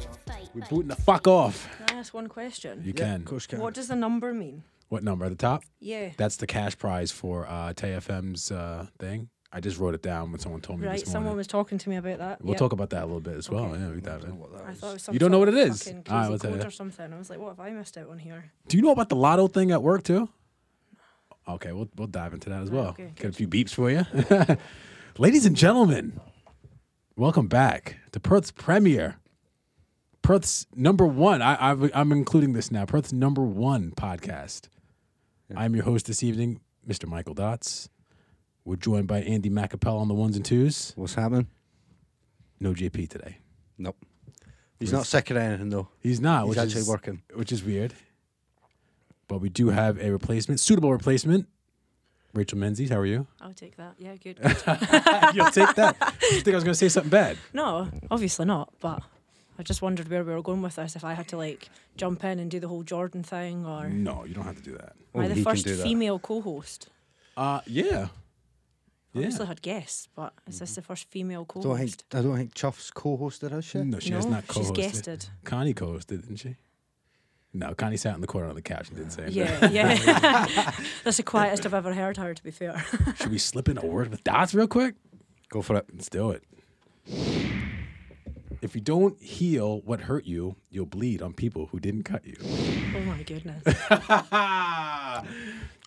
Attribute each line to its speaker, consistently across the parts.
Speaker 1: Just booting the fuck off.
Speaker 2: Can I ask one question?
Speaker 1: You can.
Speaker 3: of course, you can.
Speaker 2: What does the number mean?
Speaker 1: What number at the top?
Speaker 2: Yeah.
Speaker 1: That's the cash prize for uh, TFM's uh, thing. I just wrote it down when someone told me
Speaker 2: right.
Speaker 1: this
Speaker 2: Someone
Speaker 1: morning.
Speaker 2: was talking to me about that.
Speaker 1: We'll
Speaker 2: yeah.
Speaker 1: talk about that a little bit as well.
Speaker 2: Okay.
Speaker 1: Yeah, we dive in.
Speaker 2: I thought it was some
Speaker 1: You don't know
Speaker 2: sort
Speaker 1: what it
Speaker 2: of
Speaker 1: is? Ah,
Speaker 2: fucking
Speaker 1: Alright,
Speaker 2: crazy
Speaker 1: I'll tell
Speaker 2: code
Speaker 1: you.
Speaker 2: or something. I was like, what have I missed out on here?
Speaker 1: Do you know about the lotto thing at work too? Okay, we'll we'll dive into that as well.
Speaker 2: okay,
Speaker 1: Got a few beeps for you. Ladies and gentlemen, welcome back to Perth's premiere. Perth's number one. I, I I'm including this now. Perth's number one podcast. I'm your host this evening, Mr. Michael Dots. We're joined by Andy Macapel on the ones and twos.
Speaker 3: What's happening?
Speaker 1: No JP today.
Speaker 3: Nope. He's not sick or anything though.
Speaker 1: He's not.
Speaker 3: He's
Speaker 1: which
Speaker 3: actually
Speaker 1: is,
Speaker 3: working.
Speaker 1: which is weird. But we do have a replacement, suitable replacement. Rachel Menzies, how are you?
Speaker 2: I'll take that. Yeah, good.
Speaker 1: You'll take that. You think I was going to say something bad?
Speaker 2: no, obviously not. But I just wondered where we were going with this. If I had to like jump in and do the whole Jordan thing, or am
Speaker 1: No, you don't have to Oh, do that.
Speaker 2: I
Speaker 3: Only
Speaker 2: the
Speaker 3: he can
Speaker 2: first
Speaker 3: do that.
Speaker 2: female co-host?
Speaker 1: Uh, yeah.
Speaker 2: Obviously, had guests, but is this the first female
Speaker 3: I don't think
Speaker 2: co-host?
Speaker 3: I don't think Chuff's co-hosted us yet.
Speaker 1: No, she has not
Speaker 2: she's
Speaker 1: co-hosted.
Speaker 2: guested.
Speaker 1: Connie co-hosted, didn't she? No, Connie sat in the corner on the couch and didn't say anything.
Speaker 2: Yeah, yeah. That's the quietest I've ever heard her. To be fair,
Speaker 1: Should we slip in a word with dots real quick?
Speaker 3: Go for it.
Speaker 1: Let's do it. If you don't heal what hurt you, you'll bleed on people who didn't cut you.
Speaker 2: oh my goodness.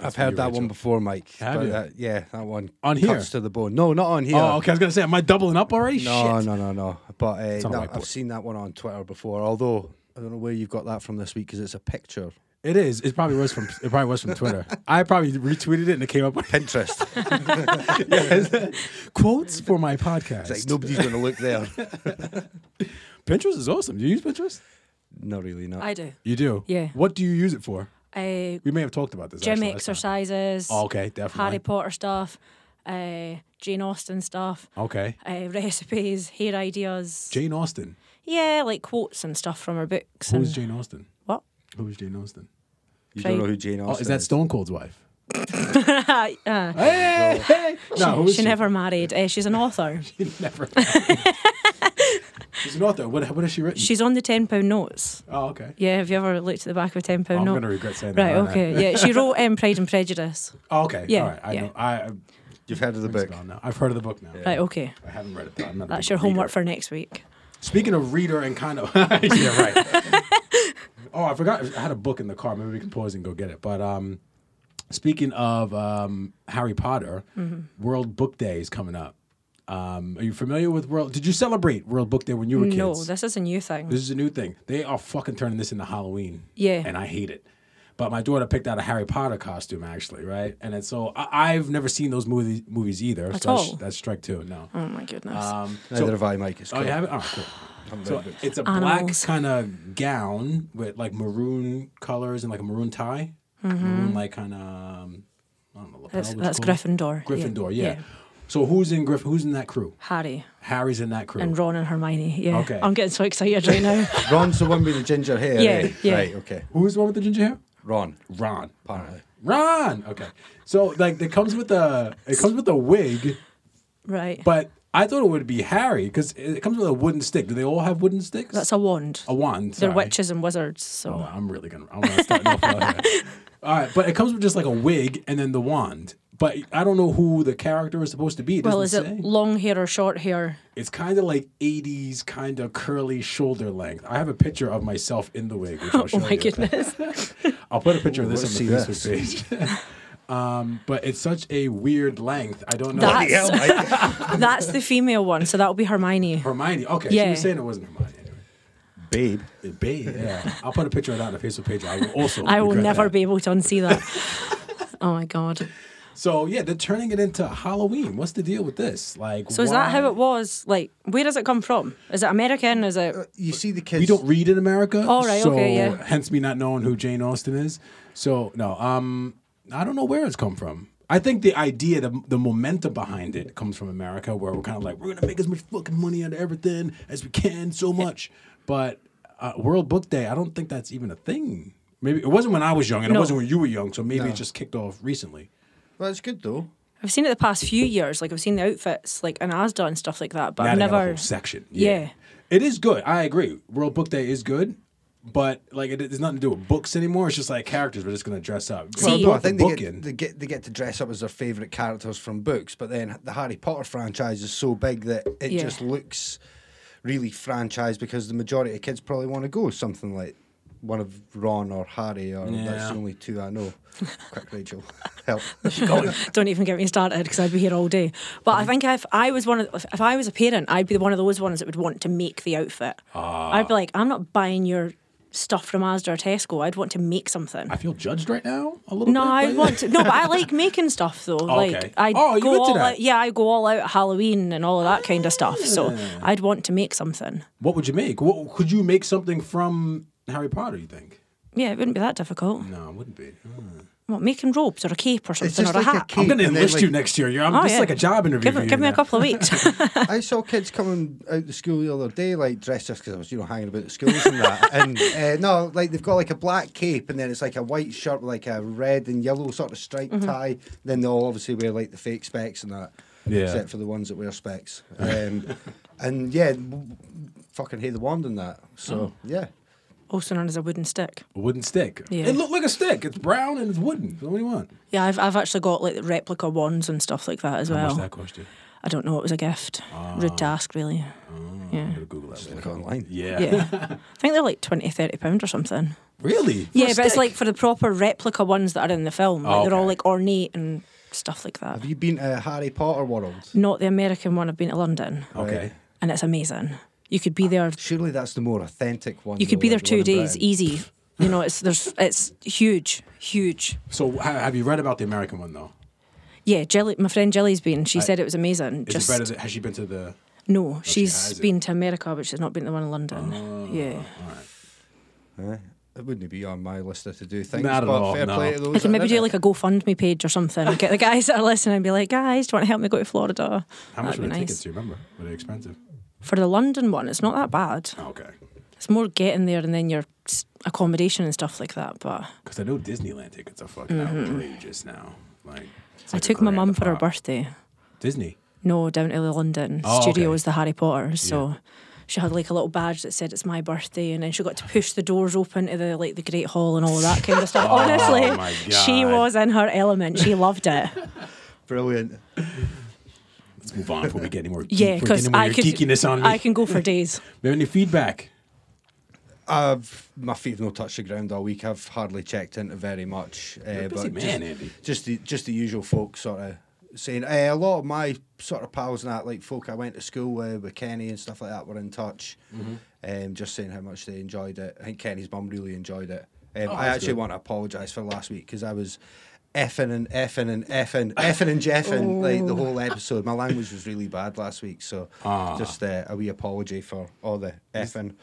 Speaker 3: I've
Speaker 1: for you,
Speaker 3: heard that
Speaker 1: Rachel.
Speaker 3: one before, Mike.
Speaker 1: Have
Speaker 3: but
Speaker 1: you?
Speaker 3: that- yeah, that one.
Speaker 1: On
Speaker 3: cuts
Speaker 1: here?
Speaker 3: to the bone. No, not on here.
Speaker 1: Oh, okay. I was gonna say, am I doubling up already?
Speaker 3: No,
Speaker 1: Shit.
Speaker 3: no, no, no. But uh,
Speaker 1: on a
Speaker 3: that,
Speaker 1: whiteboard.
Speaker 3: I've seen that one on Twitter before. Although I don't know where you've got that from this week because it's a picture.
Speaker 1: It is. It probably was from. It probably was from Twitter. I probably retweeted it and it came up with
Speaker 3: Pinterest.
Speaker 1: quotes for my
Speaker 3: it's
Speaker 1: podcast.
Speaker 3: like nobody's going to look there.
Speaker 1: Pinterest is awesome. Do you use Pinterest?
Speaker 3: no, really not.
Speaker 2: I do.
Speaker 1: You do.
Speaker 2: Yeah.
Speaker 1: What do you use it for?
Speaker 2: Uh,
Speaker 1: We may have talked about this.
Speaker 2: gym
Speaker 1: actually last time.
Speaker 2: exercises.
Speaker 1: Oh, okay, definitely.
Speaker 2: Harry Potter stuff, uh, Jane Austen stuff,
Speaker 1: Okay.
Speaker 2: uh, recipes, hair ideas.
Speaker 1: Jane Austen.
Speaker 2: yeah, like quotes and stuff from her books.
Speaker 1: Who
Speaker 2: and
Speaker 1: is Jane Austen?
Speaker 2: What?
Speaker 1: Who is Jane Austen?
Speaker 3: you don't
Speaker 2: Right.
Speaker 3: know who Jane
Speaker 1: Oh,
Speaker 3: Austen
Speaker 1: is that Stone Cold's wife?
Speaker 2: Ah, ah.
Speaker 1: Hey, hey. No, who
Speaker 2: she,
Speaker 1: is she?
Speaker 2: never married. Uh, she's an author.
Speaker 1: never. She's an author. What, what has she written?
Speaker 2: She's on the ten pound notes.
Speaker 1: oh, okay.
Speaker 2: Yeah, have you ever looked at the back of a ten pound
Speaker 1: Oh, I'm
Speaker 2: note?
Speaker 1: gonna regret saying that.
Speaker 2: right.
Speaker 1: aren't I?
Speaker 2: Okay. Yeah, she wrote um, Pride and Prejudice.
Speaker 1: Oh, okay.
Speaker 2: Yeah,
Speaker 1: All right. I
Speaker 2: yeah.
Speaker 1: know. I, I
Speaker 3: You've heard of the book.
Speaker 1: it's gone now. I've heard of the book now.
Speaker 2: Right. Okay.
Speaker 1: I haven't read it though. I'm not a
Speaker 2: That's
Speaker 1: big
Speaker 2: your homework
Speaker 1: reader.
Speaker 2: for next week.
Speaker 1: Speaking of reader and kind of yeah right. oh, I forgot I had a book in the car. Maybe we can pause and go get it. But um, speaking of um, Harry Potter,
Speaker 2: Mm-hmm.
Speaker 1: World Book Day is coming up. Um, are you familiar with World? Did you celebrate World Book Day when you were
Speaker 2: No,
Speaker 1: kids?
Speaker 2: this is a new thing.
Speaker 1: This is a new thing. They are fucking turning this into Halloween.
Speaker 2: Yeah.
Speaker 1: And I hate it. But my daughter picked out a Harry Potter costume actually, right? And it's so I, I've never seen those movies movies either.
Speaker 2: At
Speaker 1: so that's-
Speaker 2: all?
Speaker 1: That's strike two. No.
Speaker 2: oh my goodness.
Speaker 1: Um,
Speaker 3: Neither
Speaker 1: so-
Speaker 3: have I, Mike. It's
Speaker 1: Oh,
Speaker 3: cool.
Speaker 1: you have it? Oh, cool. So it's a
Speaker 2: Animals.
Speaker 1: black kind of gown with like maroon colors and like a maroon tie, maroon like kind of um, I don't know. lapel,
Speaker 2: Mm-hmm. that's
Speaker 1: what you
Speaker 2: that's
Speaker 1: call it?
Speaker 2: Gryffindor. yeah,
Speaker 1: Gryffindor, yeah. So who's in Griff? Who's in that crew?
Speaker 2: Harry
Speaker 1: Harry's in that crew.
Speaker 2: and Ron and Hermione. Yeah.
Speaker 1: Okay.
Speaker 2: I'm getting so excited right now.
Speaker 3: Ron's the one with the ginger hair.
Speaker 2: Yeah,
Speaker 3: eh?
Speaker 2: yeah.
Speaker 3: Right. Okay.
Speaker 1: who's the one with the ginger hair?
Speaker 3: Ron.
Speaker 1: Ron.
Speaker 3: Apparently.
Speaker 1: Ron. Okay. So like it comes with a it comes with a wig,
Speaker 2: right.
Speaker 1: but I thought it would be Harry because it it comes with a wooden stick. Do they all have wooden sticks?
Speaker 2: that's a wand.
Speaker 1: a wand.
Speaker 2: They're
Speaker 1: sorry.
Speaker 2: witches and wizards. So
Speaker 1: Oh, I'm really gonna. I'm gonna start off. All right, but it comes with just like a wig and then the wand. But I don't know who the character is supposed to be. It
Speaker 2: well, is
Speaker 1: doesn't
Speaker 2: it
Speaker 1: say.
Speaker 2: long hair or short hair?
Speaker 1: It's kind of like '80s, kind of curly shoulder length. I have a picture of myself in the wig. Which I'll show
Speaker 2: Oh my
Speaker 1: you.
Speaker 2: goodness.
Speaker 1: I'll put a picture of this
Speaker 3: Let's
Speaker 1: on the
Speaker 3: see
Speaker 1: Facebook page. um, but it's such a weird length. I don't know.
Speaker 2: That's-
Speaker 3: Yeah, Mike.
Speaker 2: That's the female one, so that'll be Hermione.
Speaker 1: Hermione. Okay, she
Speaker 2: Yeah.
Speaker 1: was saying it wasn't Hermione. Anyway.
Speaker 3: Babe.
Speaker 1: It be, yeah. I'll put a picture of that on the Facebook page. I will also.
Speaker 2: I will
Speaker 1: regret
Speaker 2: never
Speaker 1: that.
Speaker 2: be able to unsee that. oh my god.
Speaker 1: So yeah, they're turning it into Halloween. What's the deal with this? Like,
Speaker 2: So is that how
Speaker 1: why-
Speaker 2: it was? Like, where does it come from? Is it American? Is it
Speaker 3: You see the kids.
Speaker 1: We don't read in America.
Speaker 2: All right,
Speaker 1: so
Speaker 2: okay, yeah.
Speaker 1: Hence me not knowing who Jane Austen is. So no, um, I don't know where it's come from. I think the idea, the, the momentum behind it comes from America, where we're kind of like, we're gonna make as much fucking money out of everything as we can, so much. But uh, World Book Day, I don't think that's even a thing. Maybe it wasn't when I was young, and it
Speaker 2: No.
Speaker 1: wasn't when you were young. So maybe it just kicked off recently.
Speaker 3: Well, it's good though.
Speaker 2: I've seen it the past few years. Like I've seen the outfits, like in ASDA and stuff like that. But
Speaker 1: Now
Speaker 2: I've
Speaker 1: they got a
Speaker 2: never.
Speaker 1: whole section.
Speaker 2: yeah.
Speaker 1: It is good. I agree. World Book Day is good, but like it, it's nothing to do with books anymore. It's just like characters are just going to dress up.
Speaker 2: See-
Speaker 1: Well,
Speaker 2: Well,
Speaker 1: put
Speaker 4: I think
Speaker 1: the
Speaker 4: they
Speaker 1: book
Speaker 4: get,
Speaker 1: in.
Speaker 4: they get they get to dress up as their favourite characters from books, but then the Harry Potter franchise is so big that it
Speaker 2: Yeah.
Speaker 4: just looks really franchise because the majority of kids probably want to go something like one of Ron or Harry or that's
Speaker 1: Yeah.
Speaker 4: the only two I know. Quick, Rachel, help.
Speaker 1: Oh,
Speaker 2: Don't even get me started because I'd be here all day. But I think if I was one of if- if I was a parent, I'd be one of those ones that would want to make the outfit. I'd be like, I'm not buying your stuff from Asda or Tesco. I'd want to make something.
Speaker 1: I feel judged right now a little
Speaker 2: no,
Speaker 1: bit.
Speaker 2: I
Speaker 1: but-
Speaker 2: want to. No, but I like making stuff though.
Speaker 1: okay.
Speaker 2: Like I
Speaker 1: Oh, you
Speaker 2: go
Speaker 1: into
Speaker 2: all
Speaker 1: that?
Speaker 2: out. Yeah, I go all out at Halloween and all of that kind of stuff. So I'd want to make something.
Speaker 1: What would you make? What could you make something from Harry Potter? You think?
Speaker 2: Yeah, it wouldn't be that difficult.
Speaker 1: No, it wouldn't be.
Speaker 2: What making robes or a cape or something or
Speaker 4: just
Speaker 2: a
Speaker 4: like a
Speaker 2: hat.
Speaker 1: I'm
Speaker 4: Cake,
Speaker 1: going to
Speaker 4: and then,
Speaker 1: enlist you
Speaker 4: like-
Speaker 1: next year. You're, I'm
Speaker 2: Oh,
Speaker 1: just
Speaker 2: yeah.
Speaker 1: like a job interview.
Speaker 2: Give,
Speaker 1: for
Speaker 2: it,
Speaker 1: you
Speaker 2: give me a
Speaker 1: now.
Speaker 2: couple of weeks.
Speaker 4: I saw kids coming out the school the other day, like dressed just because I was, you know, hanging about the schools and that. And uh, no, like they've got like a black cape, and then it's like a white shirt with like a red and yellow sort of striped
Speaker 2: Mm-hmm.
Speaker 4: tie. Then they all obviously wear like the fake specs and that,
Speaker 1: Yeah.
Speaker 4: except for the ones that wear specs. Um, and yeah, w- fucking hate the wand and that.
Speaker 2: Oh.
Speaker 4: So yeah,
Speaker 2: also known as a wooden stick.
Speaker 1: A wooden stick.
Speaker 2: Yeah.
Speaker 1: It looked like a stick. It's brown and it's wooden. What do you want?
Speaker 2: Yeah, I've, I've actually got like replica wands and stuff like that as
Speaker 1: How much
Speaker 2: well.
Speaker 1: that cost you?
Speaker 2: I don't know, it was a gift.
Speaker 4: Ah.
Speaker 2: Rude to ask, really.
Speaker 1: I'm
Speaker 2: yeah.
Speaker 1: gonna Google that.
Speaker 4: like
Speaker 1: later.
Speaker 4: online.
Speaker 1: Yeah.
Speaker 2: Yeah. I think they're like 20, 30 pounds or something.
Speaker 1: Really? For a
Speaker 2: yeah, but it's
Speaker 1: stick?
Speaker 2: like for the proper replica ones that are in the film. Like
Speaker 1: Oh,
Speaker 2: They're all
Speaker 1: okay.
Speaker 2: like ornate and stuff like that.
Speaker 4: Ah, Have you been to Harry Potter World?
Speaker 2: Not the American one, I've been to London
Speaker 4: Oh.
Speaker 1: Okay.
Speaker 2: and it's amazing. You could be there,
Speaker 4: Surely that's the more authentic one.
Speaker 2: you could
Speaker 4: though,
Speaker 2: be there
Speaker 4: Ah. like the one
Speaker 2: two
Speaker 4: in
Speaker 2: days, e-
Speaker 4: Britain.
Speaker 2: easy. You know, it's there's it's huge, huge.
Speaker 1: So ha- have you read about the American one though?
Speaker 2: Yeah, Jelly, my friend Jelly's been. She said it was amazing.
Speaker 1: Is
Speaker 2: Just
Speaker 1: it better? Than, has she been to the?
Speaker 2: no,
Speaker 1: she
Speaker 2: she's
Speaker 1: has it. Ah,
Speaker 2: been to America, but she's not been to the one in London. yeah,
Speaker 1: All right.
Speaker 4: Eh, It wouldn't be on my list of to do things.
Speaker 1: Not at
Speaker 4: but
Speaker 1: all,
Speaker 4: Fair
Speaker 1: no.
Speaker 4: play to those.
Speaker 2: I could
Speaker 4: that
Speaker 2: maybe
Speaker 4: did
Speaker 2: do
Speaker 4: it.
Speaker 2: like a GoFundMe page or something. Get the guys that are listening and be like, guys, do you want to help me go to Florida?
Speaker 1: How much
Speaker 2: That'd
Speaker 1: were the
Speaker 2: be Uh, nice.
Speaker 1: tickets? Do you remember? Were they expensive?
Speaker 2: For the London one, it's not that bad.
Speaker 1: Oh, okay.
Speaker 2: It's more getting there and then your s- accommodation and stuff like that. But
Speaker 1: Because I know Disneyland tickets are fucking outrageous now. Like, it's like
Speaker 2: Mm-hmm. I
Speaker 1: a
Speaker 2: took my
Speaker 1: grand
Speaker 2: mum
Speaker 1: a
Speaker 2: for her
Speaker 1: pop.
Speaker 2: birthday.
Speaker 1: Disney.
Speaker 2: No, down to the London
Speaker 1: Oh, okay.
Speaker 2: studios, the Harry Potter. So she had like a little badge that said it's my birthday, and then she got to push the doors open to the like the Great Hall and all of that kind of stuff. Honestly,
Speaker 1: Oh, my
Speaker 2: she
Speaker 1: God.
Speaker 2: was in her element. She loved it.
Speaker 4: Brilliant.
Speaker 1: Let's move on before we get any more. Geek,
Speaker 2: Yeah,
Speaker 1: before we
Speaker 2: because
Speaker 1: get any more
Speaker 2: I
Speaker 1: your
Speaker 2: could
Speaker 1: geekiness on me.
Speaker 2: I can go for days.
Speaker 1: We have any feedback?
Speaker 4: I've my feet have not touched the ground all week. I've hardly checked into very much. Uh,
Speaker 1: You're a busy
Speaker 4: but
Speaker 1: man,
Speaker 4: just,
Speaker 1: Andy.
Speaker 4: just the just the usual folk sort of saying. Uh, a lot of my sort of pals and that, like folk I went to school with, with Kenny and stuff like that, were in touch.
Speaker 1: Mm-hmm.
Speaker 4: Um, just saying how much they enjoyed it. I think Kenny's mum really enjoyed it. Um, I
Speaker 1: Oh, that's
Speaker 4: actually
Speaker 1: good.
Speaker 4: want to apologise for last week because I was. Effing and effing and effing, effing and jeffing,
Speaker 1: Oh.
Speaker 4: like the whole episode. My language was really bad last week, so
Speaker 1: Ah.
Speaker 4: just uh, a wee apology for all the effing.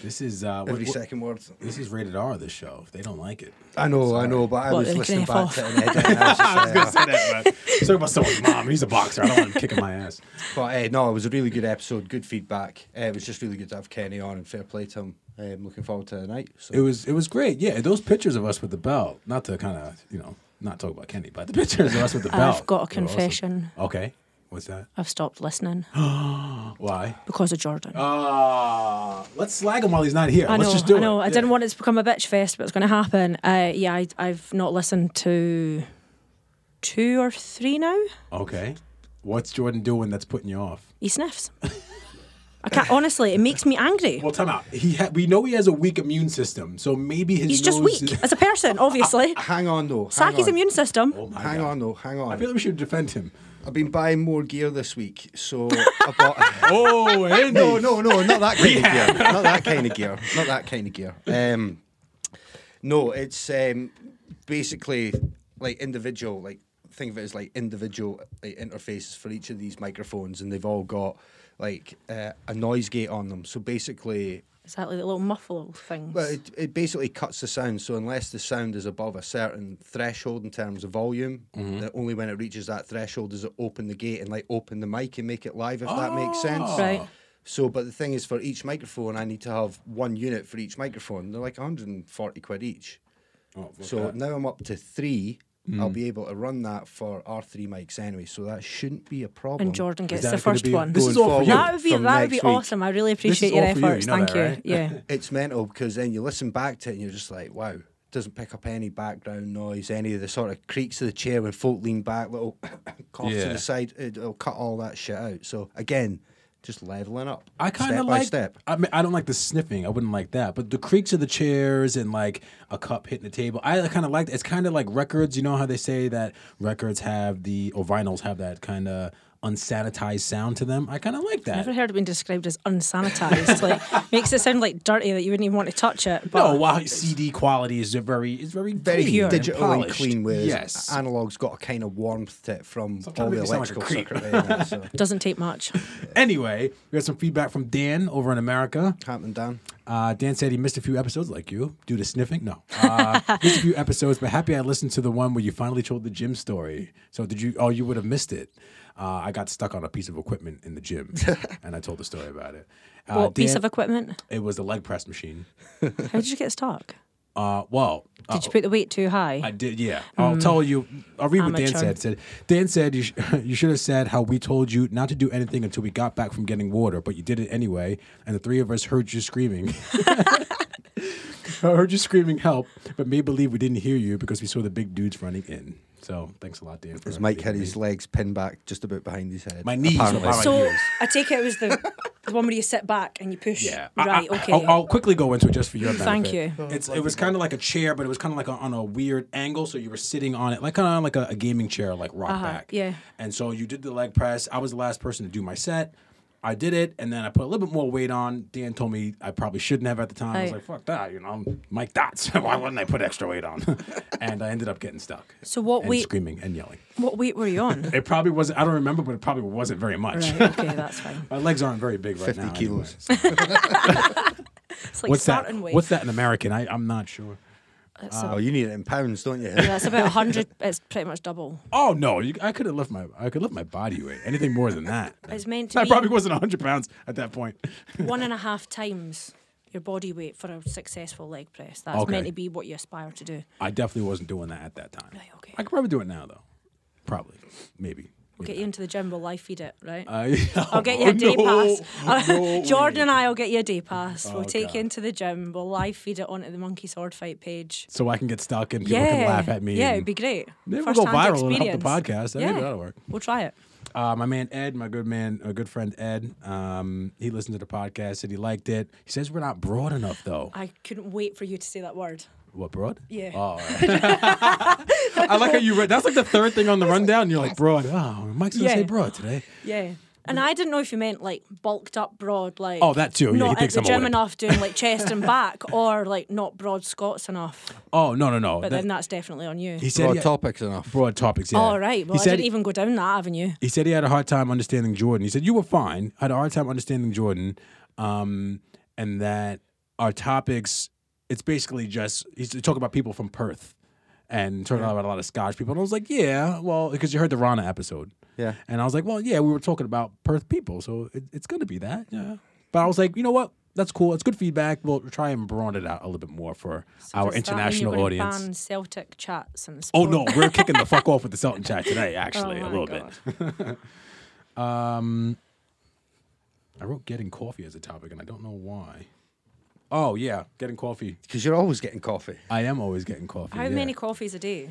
Speaker 1: This is uh, what-
Speaker 4: Every
Speaker 1: what-
Speaker 4: second word.
Speaker 1: This is rated R. This show. If they don't like it,
Speaker 4: I know, I know, but I
Speaker 2: What,
Speaker 4: was
Speaker 2: they
Speaker 4: listening
Speaker 2: can
Speaker 4: back
Speaker 2: F
Speaker 4: to an edit. And I was just, uh,
Speaker 1: say that. But talking about someone's mom. He's a boxer. I don't want him kicking my ass.
Speaker 4: but uh, no, it was a really good episode, good feedback. Uh, it was just really good to have Kenny on and fair play to him. Um, looking forward to the night. So.
Speaker 1: It was it was great. Yeah, those pictures of us with the belt. Not to kind of you know not talk about Kenny, but the pictures of us with the belt.
Speaker 2: I've got a
Speaker 1: they were awesome.
Speaker 2: confession.
Speaker 1: Okay, what's that?
Speaker 2: I've stopped listening
Speaker 1: Why?
Speaker 2: because of Jordan.
Speaker 1: Uh, let's slag him while he's not here.
Speaker 2: I know,
Speaker 1: Oh, let's just do
Speaker 2: I know.
Speaker 1: it.
Speaker 2: I didn't want it to become a bitch fest, but it's going to happen. Uh, yeah, I, I've not listened to two or three now.
Speaker 1: Okay, what's Jordan doing that's putting you off?
Speaker 2: He sniffs. I can't honestly. It makes me angry.
Speaker 1: Well, time out. He ha- we know he has a weak immune system, so maybe his
Speaker 2: He's just
Speaker 1: nose-
Speaker 2: weak as a person, obviously.
Speaker 4: Hang on though. Hang
Speaker 2: Saki's
Speaker 4: on.
Speaker 2: immune system.
Speaker 1: Oh my
Speaker 4: Hang
Speaker 1: God.
Speaker 4: on though.
Speaker 1: I
Speaker 4: Hang
Speaker 1: feel
Speaker 4: on.
Speaker 1: like we should defend him.
Speaker 4: I've been buying more gear this week, so I bought.
Speaker 1: Oh, Andy.
Speaker 4: no, no, no, not that kind of gear. Not that kind of gear. Not that kind of gear. Um, no, it's um, basically like individual. Like think of it as like individual like, interfaces for each of these microphones, and they've all got like uh, a noise gate on them. So basically,
Speaker 2: Is that like the little muffle things?
Speaker 4: well, it, it basically cuts the sound. So unless the sound is above a certain threshold in terms of volume,
Speaker 1: Mm-hmm.
Speaker 4: that only when it reaches that threshold does it open the gate and like open the mic and make it live. If that makes
Speaker 1: Ah.
Speaker 4: sense,
Speaker 2: Right.
Speaker 4: So, but the thing is, for each microphone, I need to have one unit for each microphone. They're like 140 quid each.
Speaker 1: Oh, fuck
Speaker 4: so
Speaker 1: that. Mm.
Speaker 4: now I'm up to three
Speaker 3: I'll be able to run that for R3 mics anyway, so that shouldn't be a problem.
Speaker 2: and Jordan gets
Speaker 1: that
Speaker 2: the
Speaker 1: gonna
Speaker 2: first
Speaker 1: be
Speaker 2: one.
Speaker 1: This
Speaker 3: going
Speaker 1: is all for
Speaker 3: forward
Speaker 1: you.
Speaker 2: That would be
Speaker 3: from
Speaker 2: that would be
Speaker 3: next week.
Speaker 2: awesome. I really appreciate
Speaker 1: all
Speaker 2: your
Speaker 1: for you, you
Speaker 2: efforts.
Speaker 1: know
Speaker 2: Thank
Speaker 1: that,
Speaker 2: you.
Speaker 1: right?
Speaker 2: Yeah.
Speaker 3: It's mental because then you listen back to it and you're just like, wow, doesn't pick up any background noise, any of the sort of creaks of the chair when folk lean back, little cough to
Speaker 1: Yeah.
Speaker 3: the side. It'll cut all that shit out. So again, just leveling up.
Speaker 1: I kind
Speaker 3: step
Speaker 1: of like.
Speaker 3: by step.
Speaker 1: I mean, I don't like the sniffing. I wouldn't like that. But the creaks of the chairs and like a cup hitting the table, I kind of like. It's kind of like records. You know how they say that records have the or vinyls have that kind of unsanitized sound to them. I kind of like that.
Speaker 2: Never heard it being described as unsanitized. like makes it sound like dirty that you wouldn't even want to touch it. But
Speaker 1: No, wow, CD quality is a very is very
Speaker 3: Very
Speaker 1: clean and
Speaker 3: digital and,
Speaker 1: polished.
Speaker 3: clean, whereas
Speaker 1: yes.
Speaker 3: analog's got a kind of warmth to it from
Speaker 1: Stop trying
Speaker 3: all
Speaker 1: to
Speaker 3: the
Speaker 1: make me sound
Speaker 3: electrical
Speaker 1: like a
Speaker 3: circuitry. in it, so.
Speaker 2: doesn't take much.
Speaker 1: Anyway, we got some feedback from Dan over in America.
Speaker 3: Happening, Dan.
Speaker 1: Uh, Dan said he missed a few episodes, like you, due to sniffing. No, uh, missed a few episodes, but happy I listened to the one where you finally told the gym story. So did you? Oh, you would have missed it. Uh, I got stuck on a piece of equipment in the gym, and I told the story about it. Uh,
Speaker 2: what piece
Speaker 1: Dan-
Speaker 2: of equipment?
Speaker 1: It was the leg press machine.
Speaker 2: How did you get stuck?
Speaker 1: Uh, well, uh,
Speaker 2: Did you put the weight too high?
Speaker 1: I did. Yeah, I'll tell you. I'll read what Dan
Speaker 2: Amateur.
Speaker 1: said. Said Dan said you, sh- you should have said how we told you not to do anything until we got back from getting water, but you did it anyway, and the three of us heard you screaming. I heard you screaming help, but made believe we didn't hear you because we saw the big dudes running in. So thanks a lot, Dan. For
Speaker 3: As Mike had
Speaker 1: being-
Speaker 3: his legs pinned back just about behind his head.
Speaker 1: My knees were
Speaker 3: apparently.
Speaker 1: behind-
Speaker 2: so
Speaker 1: Right, yes.
Speaker 2: I take it it was the, the one where you sit back and you push.
Speaker 1: Yeah. I-
Speaker 2: Right.
Speaker 1: I,
Speaker 2: okay.
Speaker 1: I'll, I'll quickly go into it just for your benefit.
Speaker 2: Thank you. Oh,
Speaker 1: It's it was kind of like a chair, but it was kind of like a, on a weird angle, so you were sitting on it, like kind of like a, a gaming chair, like rock back.
Speaker 2: Uh-huh, yeah.
Speaker 1: And so you did the leg press. I was the last person to do my set. I did it, and then I put a little bit more weight on. Dan told me I probably shouldn't have at the time. I was
Speaker 2: Right.
Speaker 1: like, "Fuck that," you know. I'm Mike Dots. Why wouldn't I put extra weight on? and I ended up getting stuck.
Speaker 2: So what
Speaker 1: and
Speaker 2: weight-
Speaker 1: Screaming and yelling.
Speaker 2: what weight were you on?
Speaker 1: It probably wasn't. I don't remember, but it probably wasn't very much.
Speaker 2: right. Okay, that's fine.
Speaker 1: My legs aren't very big right
Speaker 3: 50
Speaker 1: now. anyway,
Speaker 3: kilos.
Speaker 1: so-
Speaker 2: It's like
Speaker 1: What's that?
Speaker 2: starting weight.
Speaker 1: What's that in American? I, I'm not sure.
Speaker 3: Oh, you need it in pounds, don't you?
Speaker 2: That's about hundred. It's pretty much double.
Speaker 1: Oh no, you, I could have left my I could lift my body weight. Anything more than that,
Speaker 2: It's meant to
Speaker 1: I
Speaker 2: be
Speaker 1: probably wasn't 100 pounds at that point.
Speaker 2: one and a half times your body weight for a successful leg press. That's
Speaker 1: Okay.
Speaker 2: meant to be what you aspire to do.
Speaker 1: I definitely wasn't doing that at that time.
Speaker 2: Right, okay.
Speaker 1: I could probably do it now though. Probably, maybe.
Speaker 2: We'll get you into the gym. We'll live feed it, right?
Speaker 1: I,
Speaker 2: I'll get you a day
Speaker 1: Oh, no, Oh,
Speaker 2: pass.
Speaker 1: no
Speaker 2: Jordan
Speaker 1: way.
Speaker 2: and I will get you a day pass.
Speaker 1: Oh,
Speaker 2: we'll take
Speaker 1: God.
Speaker 2: you into the gym. We'll live feed it onto the monkey sword fight page.
Speaker 1: So I can get stuck and people
Speaker 2: yeah,
Speaker 1: can laugh at me.
Speaker 2: Yeah,
Speaker 1: and-
Speaker 2: it'd be great.
Speaker 1: Maybe we'll
Speaker 2: First
Speaker 1: go
Speaker 2: hand
Speaker 1: viral and help the
Speaker 2: experience.
Speaker 1: podcast. I think that'll work.
Speaker 2: We'll try it.
Speaker 1: Uh, my man Ed, my good man, my good friend Ed, um, he listened to the podcast, said he liked it. He says we're not broad enough though.
Speaker 2: I couldn't wait for you to say that word.
Speaker 1: What broad?
Speaker 2: Yeah.
Speaker 1: Oh, all right. I like how you read. That's like the third thing on the rundown. You're like broad. Oh, Mike's gonna say
Speaker 2: Yeah.
Speaker 1: broad today.
Speaker 2: Yeah. And I didn't know if you meant like bulked up broad, like
Speaker 1: Oh, that too. Yeah, he
Speaker 2: not at
Speaker 1: thinks
Speaker 2: the
Speaker 1: I'm a
Speaker 2: gym
Speaker 1: wimp.
Speaker 2: enough, doing like chest and back, or like not broad Scots enough.
Speaker 1: Oh no no no.
Speaker 2: But
Speaker 1: That-
Speaker 2: then that's definitely on you.
Speaker 1: he said
Speaker 3: Broad
Speaker 1: he had-
Speaker 3: topics enough.
Speaker 1: broad topics. Yeah.
Speaker 2: All right. Well,
Speaker 1: he
Speaker 2: I
Speaker 1: said
Speaker 2: didn't even go down that avenue.
Speaker 1: he said he had a hard time understanding Jordan. He said you were fine. I had a hard time understanding Jordan, um, and that our topics. It's basically just he's talking about people from Perth, and talking about a lot of Scotch people. And I was like, yeah, well, because you heard the Rana episode.
Speaker 3: Yeah.
Speaker 1: And I was like, well, yeah, we were talking about Perth people, so it, it's going to be that. Yeah. But I was like, you know what? That's cool. It's good feedback. We'll try and broaden it out a little bit more for our
Speaker 2: Does that mean you're
Speaker 1: international
Speaker 2: gonna
Speaker 1: audience.
Speaker 2: Ban Celtic chats and
Speaker 1: Oh
Speaker 2: sport?
Speaker 1: no, we're kicking the fuck off with the Sultan chat today. Actually,
Speaker 2: Oh,
Speaker 1: a
Speaker 2: my
Speaker 1: little
Speaker 2: God.
Speaker 1: bit. Um, I wrote getting coffee as a topic, and I don't know why. Oh yeah, getting coffee.
Speaker 3: Because you're always getting coffee.
Speaker 1: I am always getting coffee.
Speaker 2: How
Speaker 1: yeah.
Speaker 2: many coffees a day?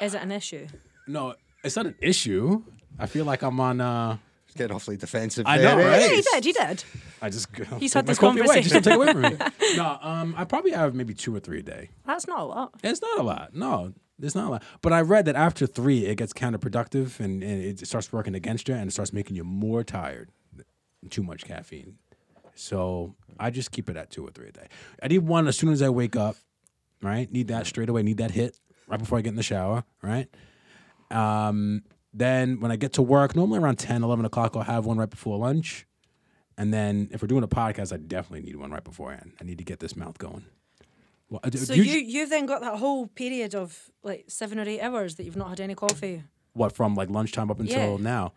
Speaker 2: Is it an issue?
Speaker 1: No, it's not an issue. I feel like I'm on. uh
Speaker 3: It's getting awfully defensive.
Speaker 1: I
Speaker 3: there,
Speaker 1: know,
Speaker 3: eh?
Speaker 1: right?
Speaker 2: Yeah, you did. You did.
Speaker 1: I just
Speaker 2: He's
Speaker 1: take
Speaker 2: had
Speaker 1: my
Speaker 2: this
Speaker 1: coffee away. Just don't
Speaker 2: conversation.
Speaker 1: take it away from me. no, um, I probably have maybe two or three a day.
Speaker 2: That's not a lot.
Speaker 1: It's not a lot. No, it's not a lot. But I read that after three, it gets counterproductive and, and it starts working against you and it starts making you more tired. Too much caffeine. So I just keep it at two or three a day. I need one as soon as I wake up, right? Need that straight away. Need that hit right before I get in the shower, right? Um, then when I get to work, normally around 10, 11 o'clock, I'll have one right before lunch. And then if we're doing a podcast, I definitely need one right beforehand. I need to get this mouth going. Well, uh, I-
Speaker 2: So
Speaker 1: do
Speaker 2: you, you have then got that whole period of like seven or eight hours that you've not had any coffee.
Speaker 1: what from like lunchtime up until
Speaker 2: Yeah.
Speaker 1: now.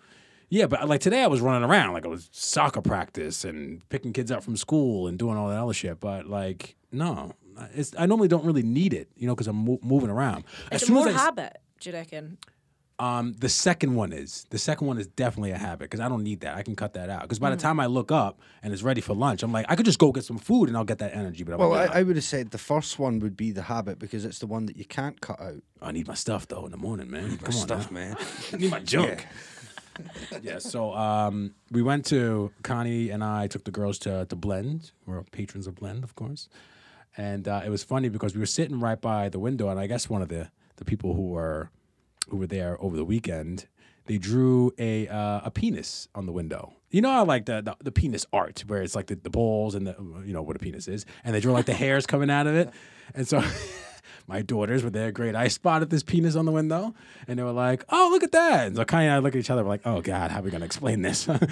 Speaker 1: Yeah, but like today I was running around like it was soccer practice and picking kids up from school and doing all that other shit. But like, no, It's, I normally don't really need it, you know, because I'm mo- moving around. As
Speaker 2: It's
Speaker 1: soon as
Speaker 2: more
Speaker 1: I s-
Speaker 2: habit, do you reckon?
Speaker 1: um, the second one is the second one is definitely a habit because I don't need that. I can cut that out because by
Speaker 2: Mm.
Speaker 1: the time I look up and it's ready for lunch, I'm like, I could just go get some food and I'll get that energy. But I'm
Speaker 3: Well,
Speaker 1: like,
Speaker 3: I, I would have said the first one would be the habit because it's the one that you can't cut out.
Speaker 1: I, need my stuff though in the morning, man. Come on, now.
Speaker 3: man.
Speaker 1: I need my junk. Yeah. so um, we went to Connie and I took the girls to to Blend. We're patrons of Blend, of course. And uh, it was funny because we were sitting right by the window, and I guess one of the, the people who were who were there over the weekend, they drew a uh, a penis on the window. You know, I like the, the the penis art where it's like the, the balls and the you know what a penis is, and they drew like the hairs coming out of it, and so. my daughters were there. Great. I spotted this penis on the window and they were like, oh, look at that. And so Kai and I look at each other. We're like, oh, God, how are we going to explain this? and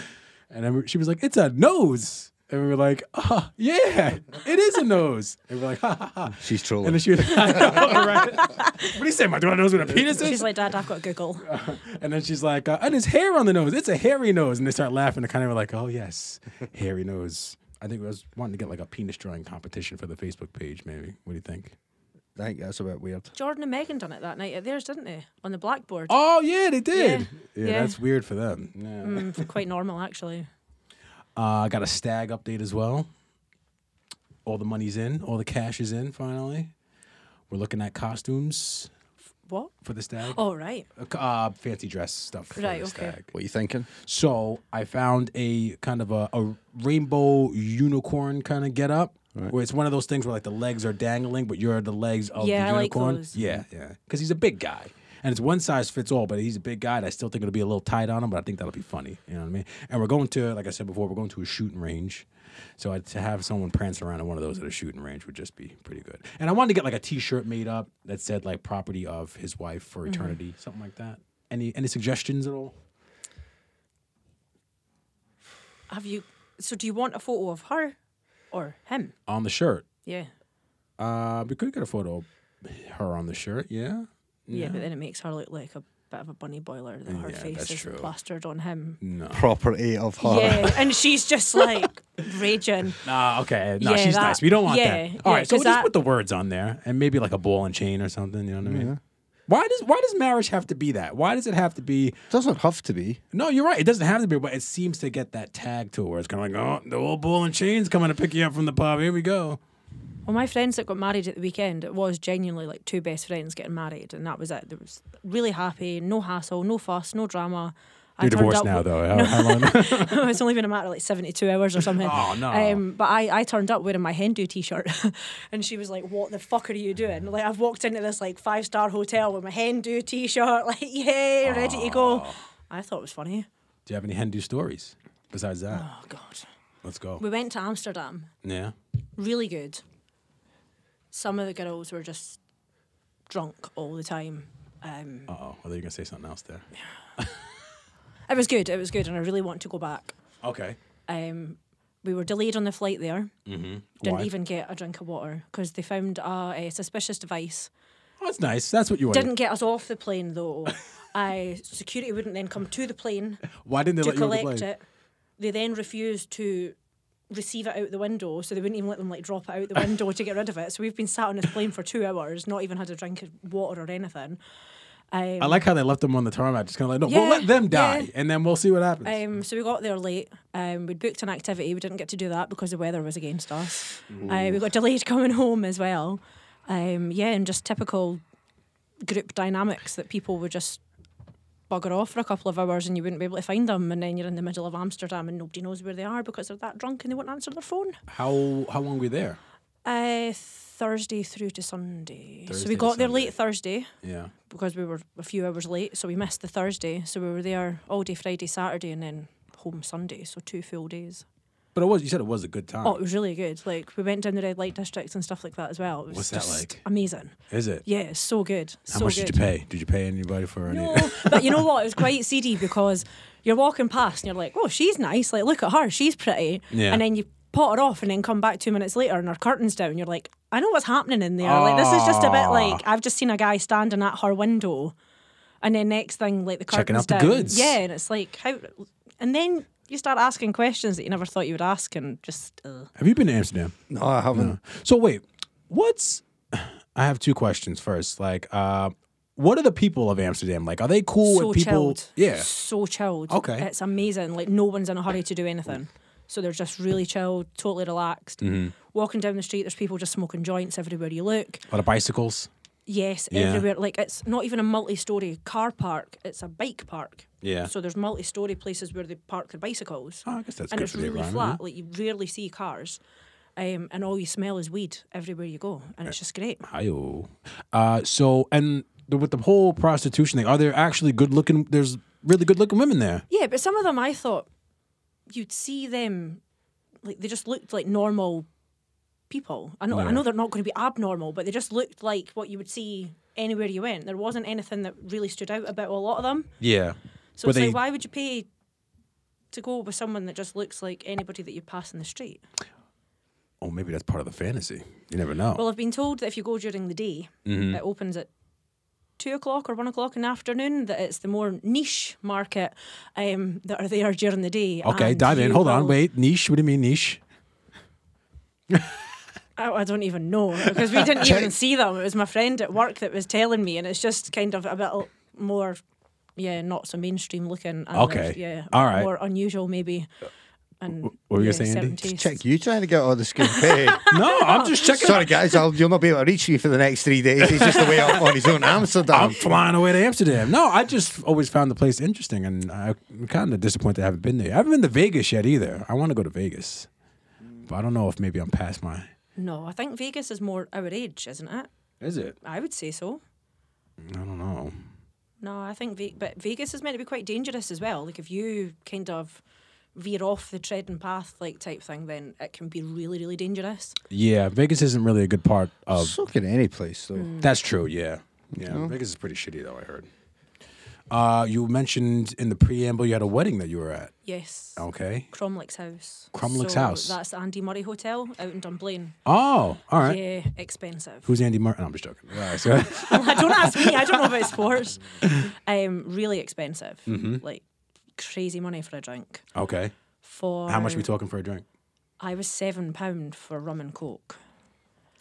Speaker 1: then we- she was like, it's a nose. And we were like, oh, yeah, it is a nose. And we're like, ha ha ha.
Speaker 3: She's
Speaker 1: And
Speaker 3: trolling.
Speaker 1: then she was like, I know, right? What do you say? My daughter knows what a penis is?
Speaker 2: She's like, Dad, I've got Google.
Speaker 1: And then she's like, uh, and his hair on the nose. It's a hairy nose. And they start laughing. They're kind of like, oh, yes, hairy nose. I think I was wanting to get like a penis drawing competition for the Facebook page, maybe. What do you think?
Speaker 3: I think that's a bit weird.
Speaker 2: Jordan and Megan done it that night at theirs, didn't they? On the blackboard.
Speaker 1: Oh, yeah, they did. Yeah,
Speaker 2: Yeah.
Speaker 1: that's weird for them. Yeah.
Speaker 2: Mm, quite normal, actually.
Speaker 1: Uh, I got a stag update as well. All the money's in, all the cash is in. Finally, we're looking at costumes
Speaker 2: What?
Speaker 1: for the stag.
Speaker 2: Oh, right.
Speaker 1: Uh, c- Uh, fancy dress stuff for
Speaker 2: Right,
Speaker 1: the
Speaker 2: okay.
Speaker 1: stag.
Speaker 3: What are you thinking?
Speaker 1: So I found a kind of a, a rainbow unicorn kind of get up. Where it's one of those things where like the legs are dangling, but you're the legs of
Speaker 2: Yeah,
Speaker 1: the
Speaker 2: I like
Speaker 1: unicorn.
Speaker 2: those.
Speaker 1: Yeah, yeah. Because he's a big guy. And it's one size fits all, but he's a big guy. And I still think it'll be a little tight on him, but I think that'll be funny. You know what I mean? And we're going to, like I said before, we're going to a shooting range. So I, to have someone prance around in one of those at a shooting range would just be pretty good. And I wanted to get like a T-shirt made up that said like "Property of His Wife for
Speaker 2: Mm-hmm.
Speaker 1: Eternity," something like that. Any any suggestions at all?
Speaker 2: Have you. So, do you want a photo of her or him?
Speaker 1: On the shirt,
Speaker 2: Yeah.
Speaker 1: Uh, we could get a photo of her on the shirt. Yeah.
Speaker 2: Yeah, but then it makes her look like a bit of a bunny boiler that her
Speaker 1: Yeah,
Speaker 2: face
Speaker 1: that's
Speaker 2: is
Speaker 1: true.
Speaker 2: plastered on him.
Speaker 1: No.
Speaker 3: Property of her.
Speaker 2: Yeah, and she's just like raging.
Speaker 1: Nah. Okay. No,
Speaker 2: Yeah,
Speaker 1: she's
Speaker 2: that-
Speaker 1: nice. We don't want
Speaker 2: yeah,
Speaker 1: that.
Speaker 2: yeah,
Speaker 1: All right. So
Speaker 2: 'cause
Speaker 1: we'll just
Speaker 2: that-
Speaker 1: put the words on there, and maybe like a ball and chain or something. You know what I mean? Mm-hmm. Why does Why does marriage have to be that? Why does it have to be?
Speaker 3: Doesn't have to be.
Speaker 1: No, you're right. It doesn't have to be, but it seems to get that tag to it where it's kind of like, oh, the old ball and chain's coming to pick you up from the pub. Here we go.
Speaker 2: Well, my friends that got married at the weekend, it was genuinely like two best friends getting married, and that was it. There was really happy, no hassle, no fuss, no drama. I
Speaker 1: You're
Speaker 2: turned
Speaker 1: divorced
Speaker 2: up
Speaker 1: now,
Speaker 2: with-
Speaker 1: though. How, how long?
Speaker 2: it's only been a matter of like 72 hours or something.
Speaker 1: Oh, no.
Speaker 2: Um, but I, I turned up wearing my Hindu t shirt and she was like, What the fuck are you doing? Like, I've walked into this like five star hotel with my Hindu t shirt, like, yay, ready to go. I thought it was funny.
Speaker 1: Do you have any Hindu stories besides that?
Speaker 2: Oh, God.
Speaker 1: Let's go.
Speaker 2: We went to Amsterdam,
Speaker 1: Yeah.
Speaker 2: really good. Some of the girls were just drunk all the time. Um,
Speaker 1: Uh oh. I thought you were gonna say something else there.
Speaker 2: it was good, it was good, and I really want to go back.
Speaker 1: Okay.
Speaker 2: Um, we were delayed on the flight there. Didn't
Speaker 1: Why?
Speaker 2: even get a drink of water because they found a, a suspicious device.
Speaker 1: Oh, that's nice. That's what you wanted.
Speaker 2: Didn't get us off the plane though. I security wouldn't then come to the plane
Speaker 1: Why didn't they
Speaker 2: to
Speaker 1: let you on the
Speaker 2: collect
Speaker 1: plane?
Speaker 2: it. They then refused to receive it out the window, so they wouldn't even let them like drop it out the window to get rid of it. So we've been sat on this plane for two hours, not even had a drink of water or anything. Um,
Speaker 1: I like how they left them on the tarmac, just kind of like, no, we'll
Speaker 2: Yeah,
Speaker 1: let them die,
Speaker 2: yeah.
Speaker 1: and then we'll see what happens.
Speaker 2: Um, so we got there late. Um, we'd booked an activity. We didn't get to do that because the weather was against us. Uh, we got delayed coming home as well. Um, yeah, and just typical group dynamics that people would just bugger off for a couple of hours and you wouldn't be able to find them. And then you're in the middle of Amsterdam and nobody knows where they are because they're that drunk and they won't answer their phone.
Speaker 1: how how long were you there?
Speaker 2: Uh, Thursday through to Sunday. so
Speaker 1: Thursday
Speaker 2: we
Speaker 1: to
Speaker 2: got there
Speaker 1: Sunday.
Speaker 2: late Thursday
Speaker 1: Yeah.
Speaker 2: because we were a few hours late, so we missed the Thursday. So we were there all day Friday, Saturday, and then home Sunday. So two full days.
Speaker 1: But it was you said it was a good time.
Speaker 2: Oh, it was really good. Like we went down the red light districts and stuff like that as well. It was
Speaker 1: What's that
Speaker 2: just
Speaker 1: like?
Speaker 2: Amazing.
Speaker 1: Is it?
Speaker 2: Yeah, it's so good.
Speaker 1: How
Speaker 2: so
Speaker 1: much
Speaker 2: good.
Speaker 1: did you pay? Did you pay anybody for any?
Speaker 2: No, but you know what? It was quite seedy because you're walking past and you're like, "Oh, she's nice. Like, look at her. She's pretty."
Speaker 1: Yeah.
Speaker 2: And then you pot her off and then come back two minutes later and her curtains down. You're like, "I know what's happening in there. Like, this is just a bit like
Speaker 1: Ah.
Speaker 2: I've just seen a guy standing at her window, and then next thing, like the curtains
Speaker 1: Checking out the
Speaker 2: down.
Speaker 1: goods.
Speaker 2: Yeah, and it's like how, and then you start asking questions that you never thought you would ask, and just uh,
Speaker 1: Have you been to Amsterdam?
Speaker 3: No, I haven't.
Speaker 1: So wait, what's I have two questions first. Like, uh, what are the people of Amsterdam like? Are they cool
Speaker 2: so
Speaker 1: with people?
Speaker 2: chilled.
Speaker 1: Yeah.
Speaker 2: So chilled.
Speaker 1: Okay.
Speaker 2: It's amazing. Like no one's in a hurry to do anything. So they're just really chilled, totally relaxed.
Speaker 1: Mm-hmm.
Speaker 2: Walking down the street, there's people just smoking joints everywhere you look.
Speaker 1: A lot of bicycles.
Speaker 2: Yes,
Speaker 1: Yeah.
Speaker 2: everywhere. Like it's not even a multi-story car park; it's a bike park.
Speaker 1: Yeah.
Speaker 2: So there's multi-story places where they park their bicycles,
Speaker 1: Oh, I guess that's
Speaker 2: and
Speaker 1: good
Speaker 2: it's
Speaker 1: for the
Speaker 2: really
Speaker 1: environment,
Speaker 2: flat. Like you rarely see cars, um, and all you smell is weed everywhere you go, and
Speaker 1: Uh,
Speaker 2: it's just great.
Speaker 1: Hi-oh. Uh, so and the, with the whole prostitution thing, are there actually good looking? There's really good looking women there.
Speaker 2: Yeah, but some of them I thought you'd see them, like they just looked like normal people. I know, I know they're not going to be abnormal, but they just looked like what you would see anywhere you went. There wasn't anything that really stood out about a lot of them.
Speaker 1: Yeah.
Speaker 2: So
Speaker 1: Were
Speaker 2: it's
Speaker 1: they-
Speaker 2: like, why would you pay to go with someone that just looks like anybody that you pass in the street?
Speaker 1: Oh, maybe that's part of the fantasy. You never know.
Speaker 2: Well, I've been told that if you go during the day,
Speaker 1: Mm-hmm.
Speaker 2: it opens at two o'clock or one o'clock in the afternoon. That it's the more niche market um, that are there during the day.
Speaker 1: okay,
Speaker 2: and
Speaker 1: dive in.
Speaker 2: you
Speaker 1: Hold on,
Speaker 2: will-
Speaker 1: wait. Niche. What do you mean niche?
Speaker 2: I, Oh, I don't even know because we didn't even see them. It was my friend at work that was telling me, and it's just kind of a bit l- more, yeah, not so mainstream looking. And
Speaker 1: Okay.
Speaker 2: there's, yeah,
Speaker 1: All right.
Speaker 2: More unusual, maybe. And
Speaker 1: what were you
Speaker 2: yeah,
Speaker 1: gonna say, Andy?
Speaker 2: certain tastes.
Speaker 4: Check you trying to get all the school pay.
Speaker 1: No, I'm just checking.
Speaker 4: Sorry, guys, I'll, you'll not be able to reach you for the next three days. He's just away up on his own
Speaker 1: I'm
Speaker 4: Amsterdam.
Speaker 1: flying away to Amsterdam. No, I just always found the place interesting, and I- I'm kind of disappointed I haven't been there. I haven't been to Vegas yet either. I want to go to Vegas, but I don't know if maybe I'm past my.
Speaker 2: No, I think Vegas is more our age, isn't it?
Speaker 1: Is it?
Speaker 2: I would say so.
Speaker 1: I don't know.
Speaker 2: No, I think, Ve- but Vegas is meant to be quite dangerous as well. Like if you kind of veer off the treading path, like type thing, then it can be really, really dangerous.
Speaker 1: Yeah, Vegas isn't really a good part of.
Speaker 4: So can any place, though.
Speaker 1: That's true. Yeah, yeah. Vegas is pretty shitty though. I heard. Uh, you mentioned in the preamble you had a wedding that you were at.
Speaker 2: Yes.
Speaker 1: Okay.
Speaker 2: Cromlick's house.
Speaker 1: Oh. Cromlech's
Speaker 2: So
Speaker 1: house.
Speaker 2: That's the Andy Murray Hotel out in Dunblane.
Speaker 1: Oh, all right.
Speaker 2: Yeah, expensive.
Speaker 1: Who's Andy Martin? I'm just joking. All right, so-
Speaker 2: don't ask me. I don't know about sports. Um, really expensive.
Speaker 1: Mm-hmm.
Speaker 2: Like crazy money for a drink.
Speaker 1: okay.
Speaker 2: For
Speaker 1: How much are we talking for a drink?
Speaker 2: I was seven pound for rum and coke.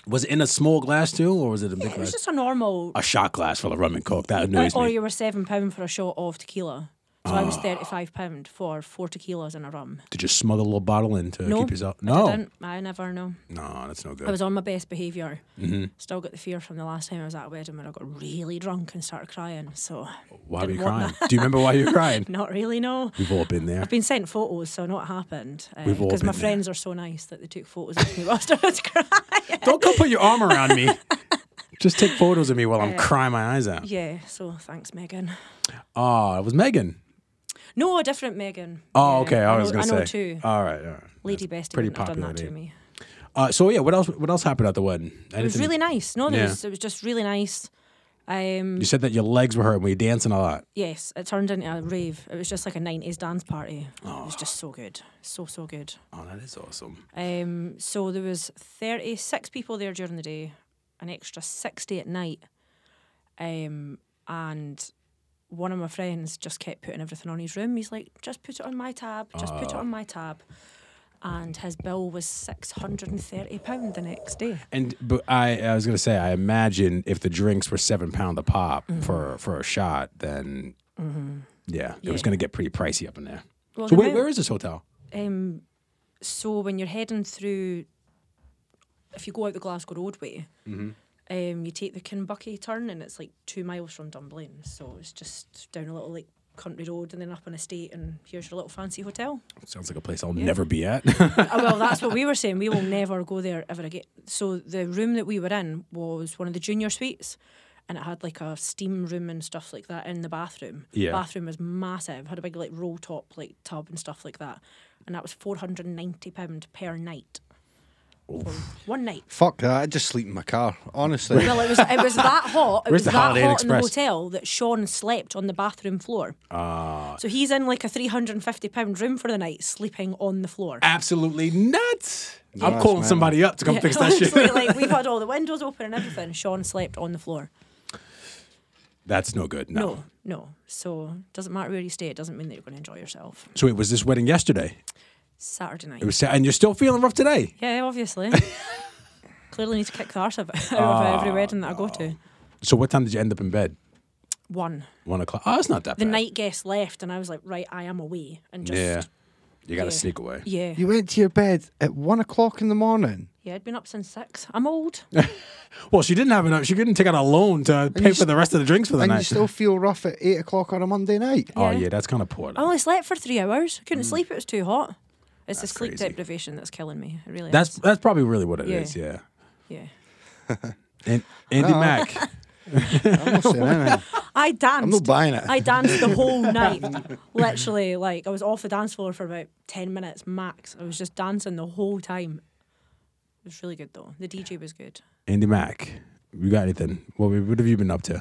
Speaker 1: Was it in a small glass too, or was it a big
Speaker 2: It was
Speaker 1: glass?
Speaker 2: just a normal
Speaker 1: a shot glass full of rum and coke. That annoys Uh,
Speaker 2: or
Speaker 1: me. Ah.
Speaker 2: you were seven pound for a shot of tequila. So I was thirty five pound for four tequilas and a rum.
Speaker 1: Did you smuggle a little bottle in to
Speaker 2: No,
Speaker 1: keep yourself?
Speaker 2: I
Speaker 1: No,
Speaker 2: didn't. I never know.
Speaker 1: no, that's no good.
Speaker 2: I was on my best behaviour. Mm-hmm. Still got the fear from the last time I was at a wedding where I got really drunk and started crying. So
Speaker 1: why were
Speaker 2: didn't
Speaker 1: you
Speaker 2: want
Speaker 1: crying? Do you remember why you were crying?
Speaker 2: Not really, no.
Speaker 1: We've all been there.
Speaker 2: I've been sent photos, so I know what happened.
Speaker 1: We've all
Speaker 2: Because my
Speaker 1: been there.
Speaker 2: friends are so nice that they took photos of me whilst I was crying.
Speaker 1: Don't come put your arm around me. Just take photos of me while I'm crying my eyes out.
Speaker 2: Yeah, so thanks, Megan.
Speaker 1: Oh, it was Megan.
Speaker 2: No, a different Megan.
Speaker 1: Oh,
Speaker 2: Yeah,
Speaker 1: okay. I,
Speaker 2: know,
Speaker 1: was gonna
Speaker 2: I know
Speaker 1: say.
Speaker 2: too.
Speaker 1: All right, all right.
Speaker 2: Lady Bestie
Speaker 1: pretty
Speaker 2: wouldn't have done
Speaker 1: popular
Speaker 2: that to
Speaker 1: name.
Speaker 2: me.
Speaker 1: Uh, so yeah, what else? What else happened at the wedding?
Speaker 2: It was
Speaker 1: Anything-
Speaker 2: really nice. No, there
Speaker 1: Yeah.
Speaker 2: was, it was just really nice. Um,
Speaker 1: You said that your legs were hurt. Were you dancing a lot?
Speaker 2: yes, it turned into a rave. It was just like a 90s dance party. It was just so good. So, so good.
Speaker 1: Oh, that is awesome.
Speaker 2: Um, so there was 36 people there during the day, an extra 60 at night. Um, and one of my friends just kept putting everything on his room. He's like, just put it on my tab, just put
Speaker 1: Ah.
Speaker 2: it on my tab. And his bill was £630 the next day.
Speaker 1: And but I, I was gonna say, I imagine if the drinks were seven pound a pop
Speaker 2: Mm-hmm.
Speaker 1: for for a shot, then yeah, it was
Speaker 2: Yeah.
Speaker 1: gonna get pretty pricey up in there.
Speaker 2: Well,
Speaker 1: so
Speaker 2: the
Speaker 1: wait,
Speaker 2: amount-
Speaker 1: where is this hotel?
Speaker 2: Um, so when you're heading through, if you go out the Glasgow roadway, um, you take the Kinbucky turn and it's like two miles from Dunblane. So it's just down a little like country road and then up an estate and here's your little fancy hotel.
Speaker 1: Sounds like a place I'll never be at.
Speaker 2: Oh, well, that's what we were saying. We will never go there ever again. So the room that we were in was one of the junior suites, and it had like a steam room and stuff like that in the bathroom.
Speaker 1: Yeah.
Speaker 2: bathroom was massive. Had a big like roll top like tub and stuff like that, and that was four hundred and ninety pound per night. For one night.
Speaker 4: Fuck that. I just sleep in my car, honestly.
Speaker 2: Well, it was it was that hot. It
Speaker 1: Where's
Speaker 2: was
Speaker 1: the
Speaker 2: that
Speaker 1: Holiday Inn
Speaker 2: hot in the
Speaker 1: Express?
Speaker 2: hotel that Sean slept on the bathroom floor.
Speaker 1: Ah.
Speaker 2: So he's in like a three hundred and fifty pound room for the night, sleeping on the floor.
Speaker 1: Absolutely nuts. I'm
Speaker 4: Yes,
Speaker 1: calling
Speaker 4: man.
Speaker 1: somebody up to come fix that shit.
Speaker 2: honestly, like we've had all the windows open and everything. Sean slept on the floor.
Speaker 1: That's no good. No.
Speaker 2: No, no. So doesn't matter where you stay. It doesn't mean that you're going to enjoy yourself.
Speaker 1: So it was this wedding yesterday.
Speaker 2: Saturday night.
Speaker 1: It was, Sa- and you're still feeling rough today.
Speaker 2: yeah, obviously. Clearly need to kick the arse of- out
Speaker 1: Ah.
Speaker 2: of every wedding that I go to.
Speaker 1: So what time did you end up in bed?
Speaker 2: One.
Speaker 1: One o'clock. Oh, it's not that
Speaker 2: The
Speaker 1: bad.
Speaker 2: night guest left, and I was like, right, I am away, and just
Speaker 1: yeah,
Speaker 2: yeah,
Speaker 1: you got to
Speaker 2: yeah.
Speaker 1: sneak away.
Speaker 2: yeah.
Speaker 4: You went to your bed at one o'clock in the morning.
Speaker 2: I'd been up since six. I'm old.
Speaker 1: Well, she didn't have enough. She couldn't take out a loan to pay
Speaker 4: you
Speaker 1: for the rest of the drinks for the
Speaker 4: and
Speaker 1: night.
Speaker 4: you still feel rough at eight o'clock on a Monday night.
Speaker 1: oh
Speaker 2: Yeah.
Speaker 1: yeah, that's kind of poor.
Speaker 2: I only slept for three hours. I couldn't sleep. It was too hot. It's the sleep
Speaker 1: Mm. crazy.
Speaker 2: deprivation that's killing me. It really
Speaker 1: That's
Speaker 2: is.
Speaker 1: that's probably really what it
Speaker 2: Yeah.
Speaker 1: is. yeah.
Speaker 2: Yeah.
Speaker 1: And Andy
Speaker 4: Oh.
Speaker 1: Mack.
Speaker 4: I'm not saying anything.
Speaker 2: I danced.
Speaker 4: I'm not buying it.
Speaker 2: I danced the whole night. Literally, like I was off the dance floor for about ten minutes max. I was just dancing the whole time. It was really good though. The DJ was good.
Speaker 1: Andy Mack. You got anything? What, what have you been up to?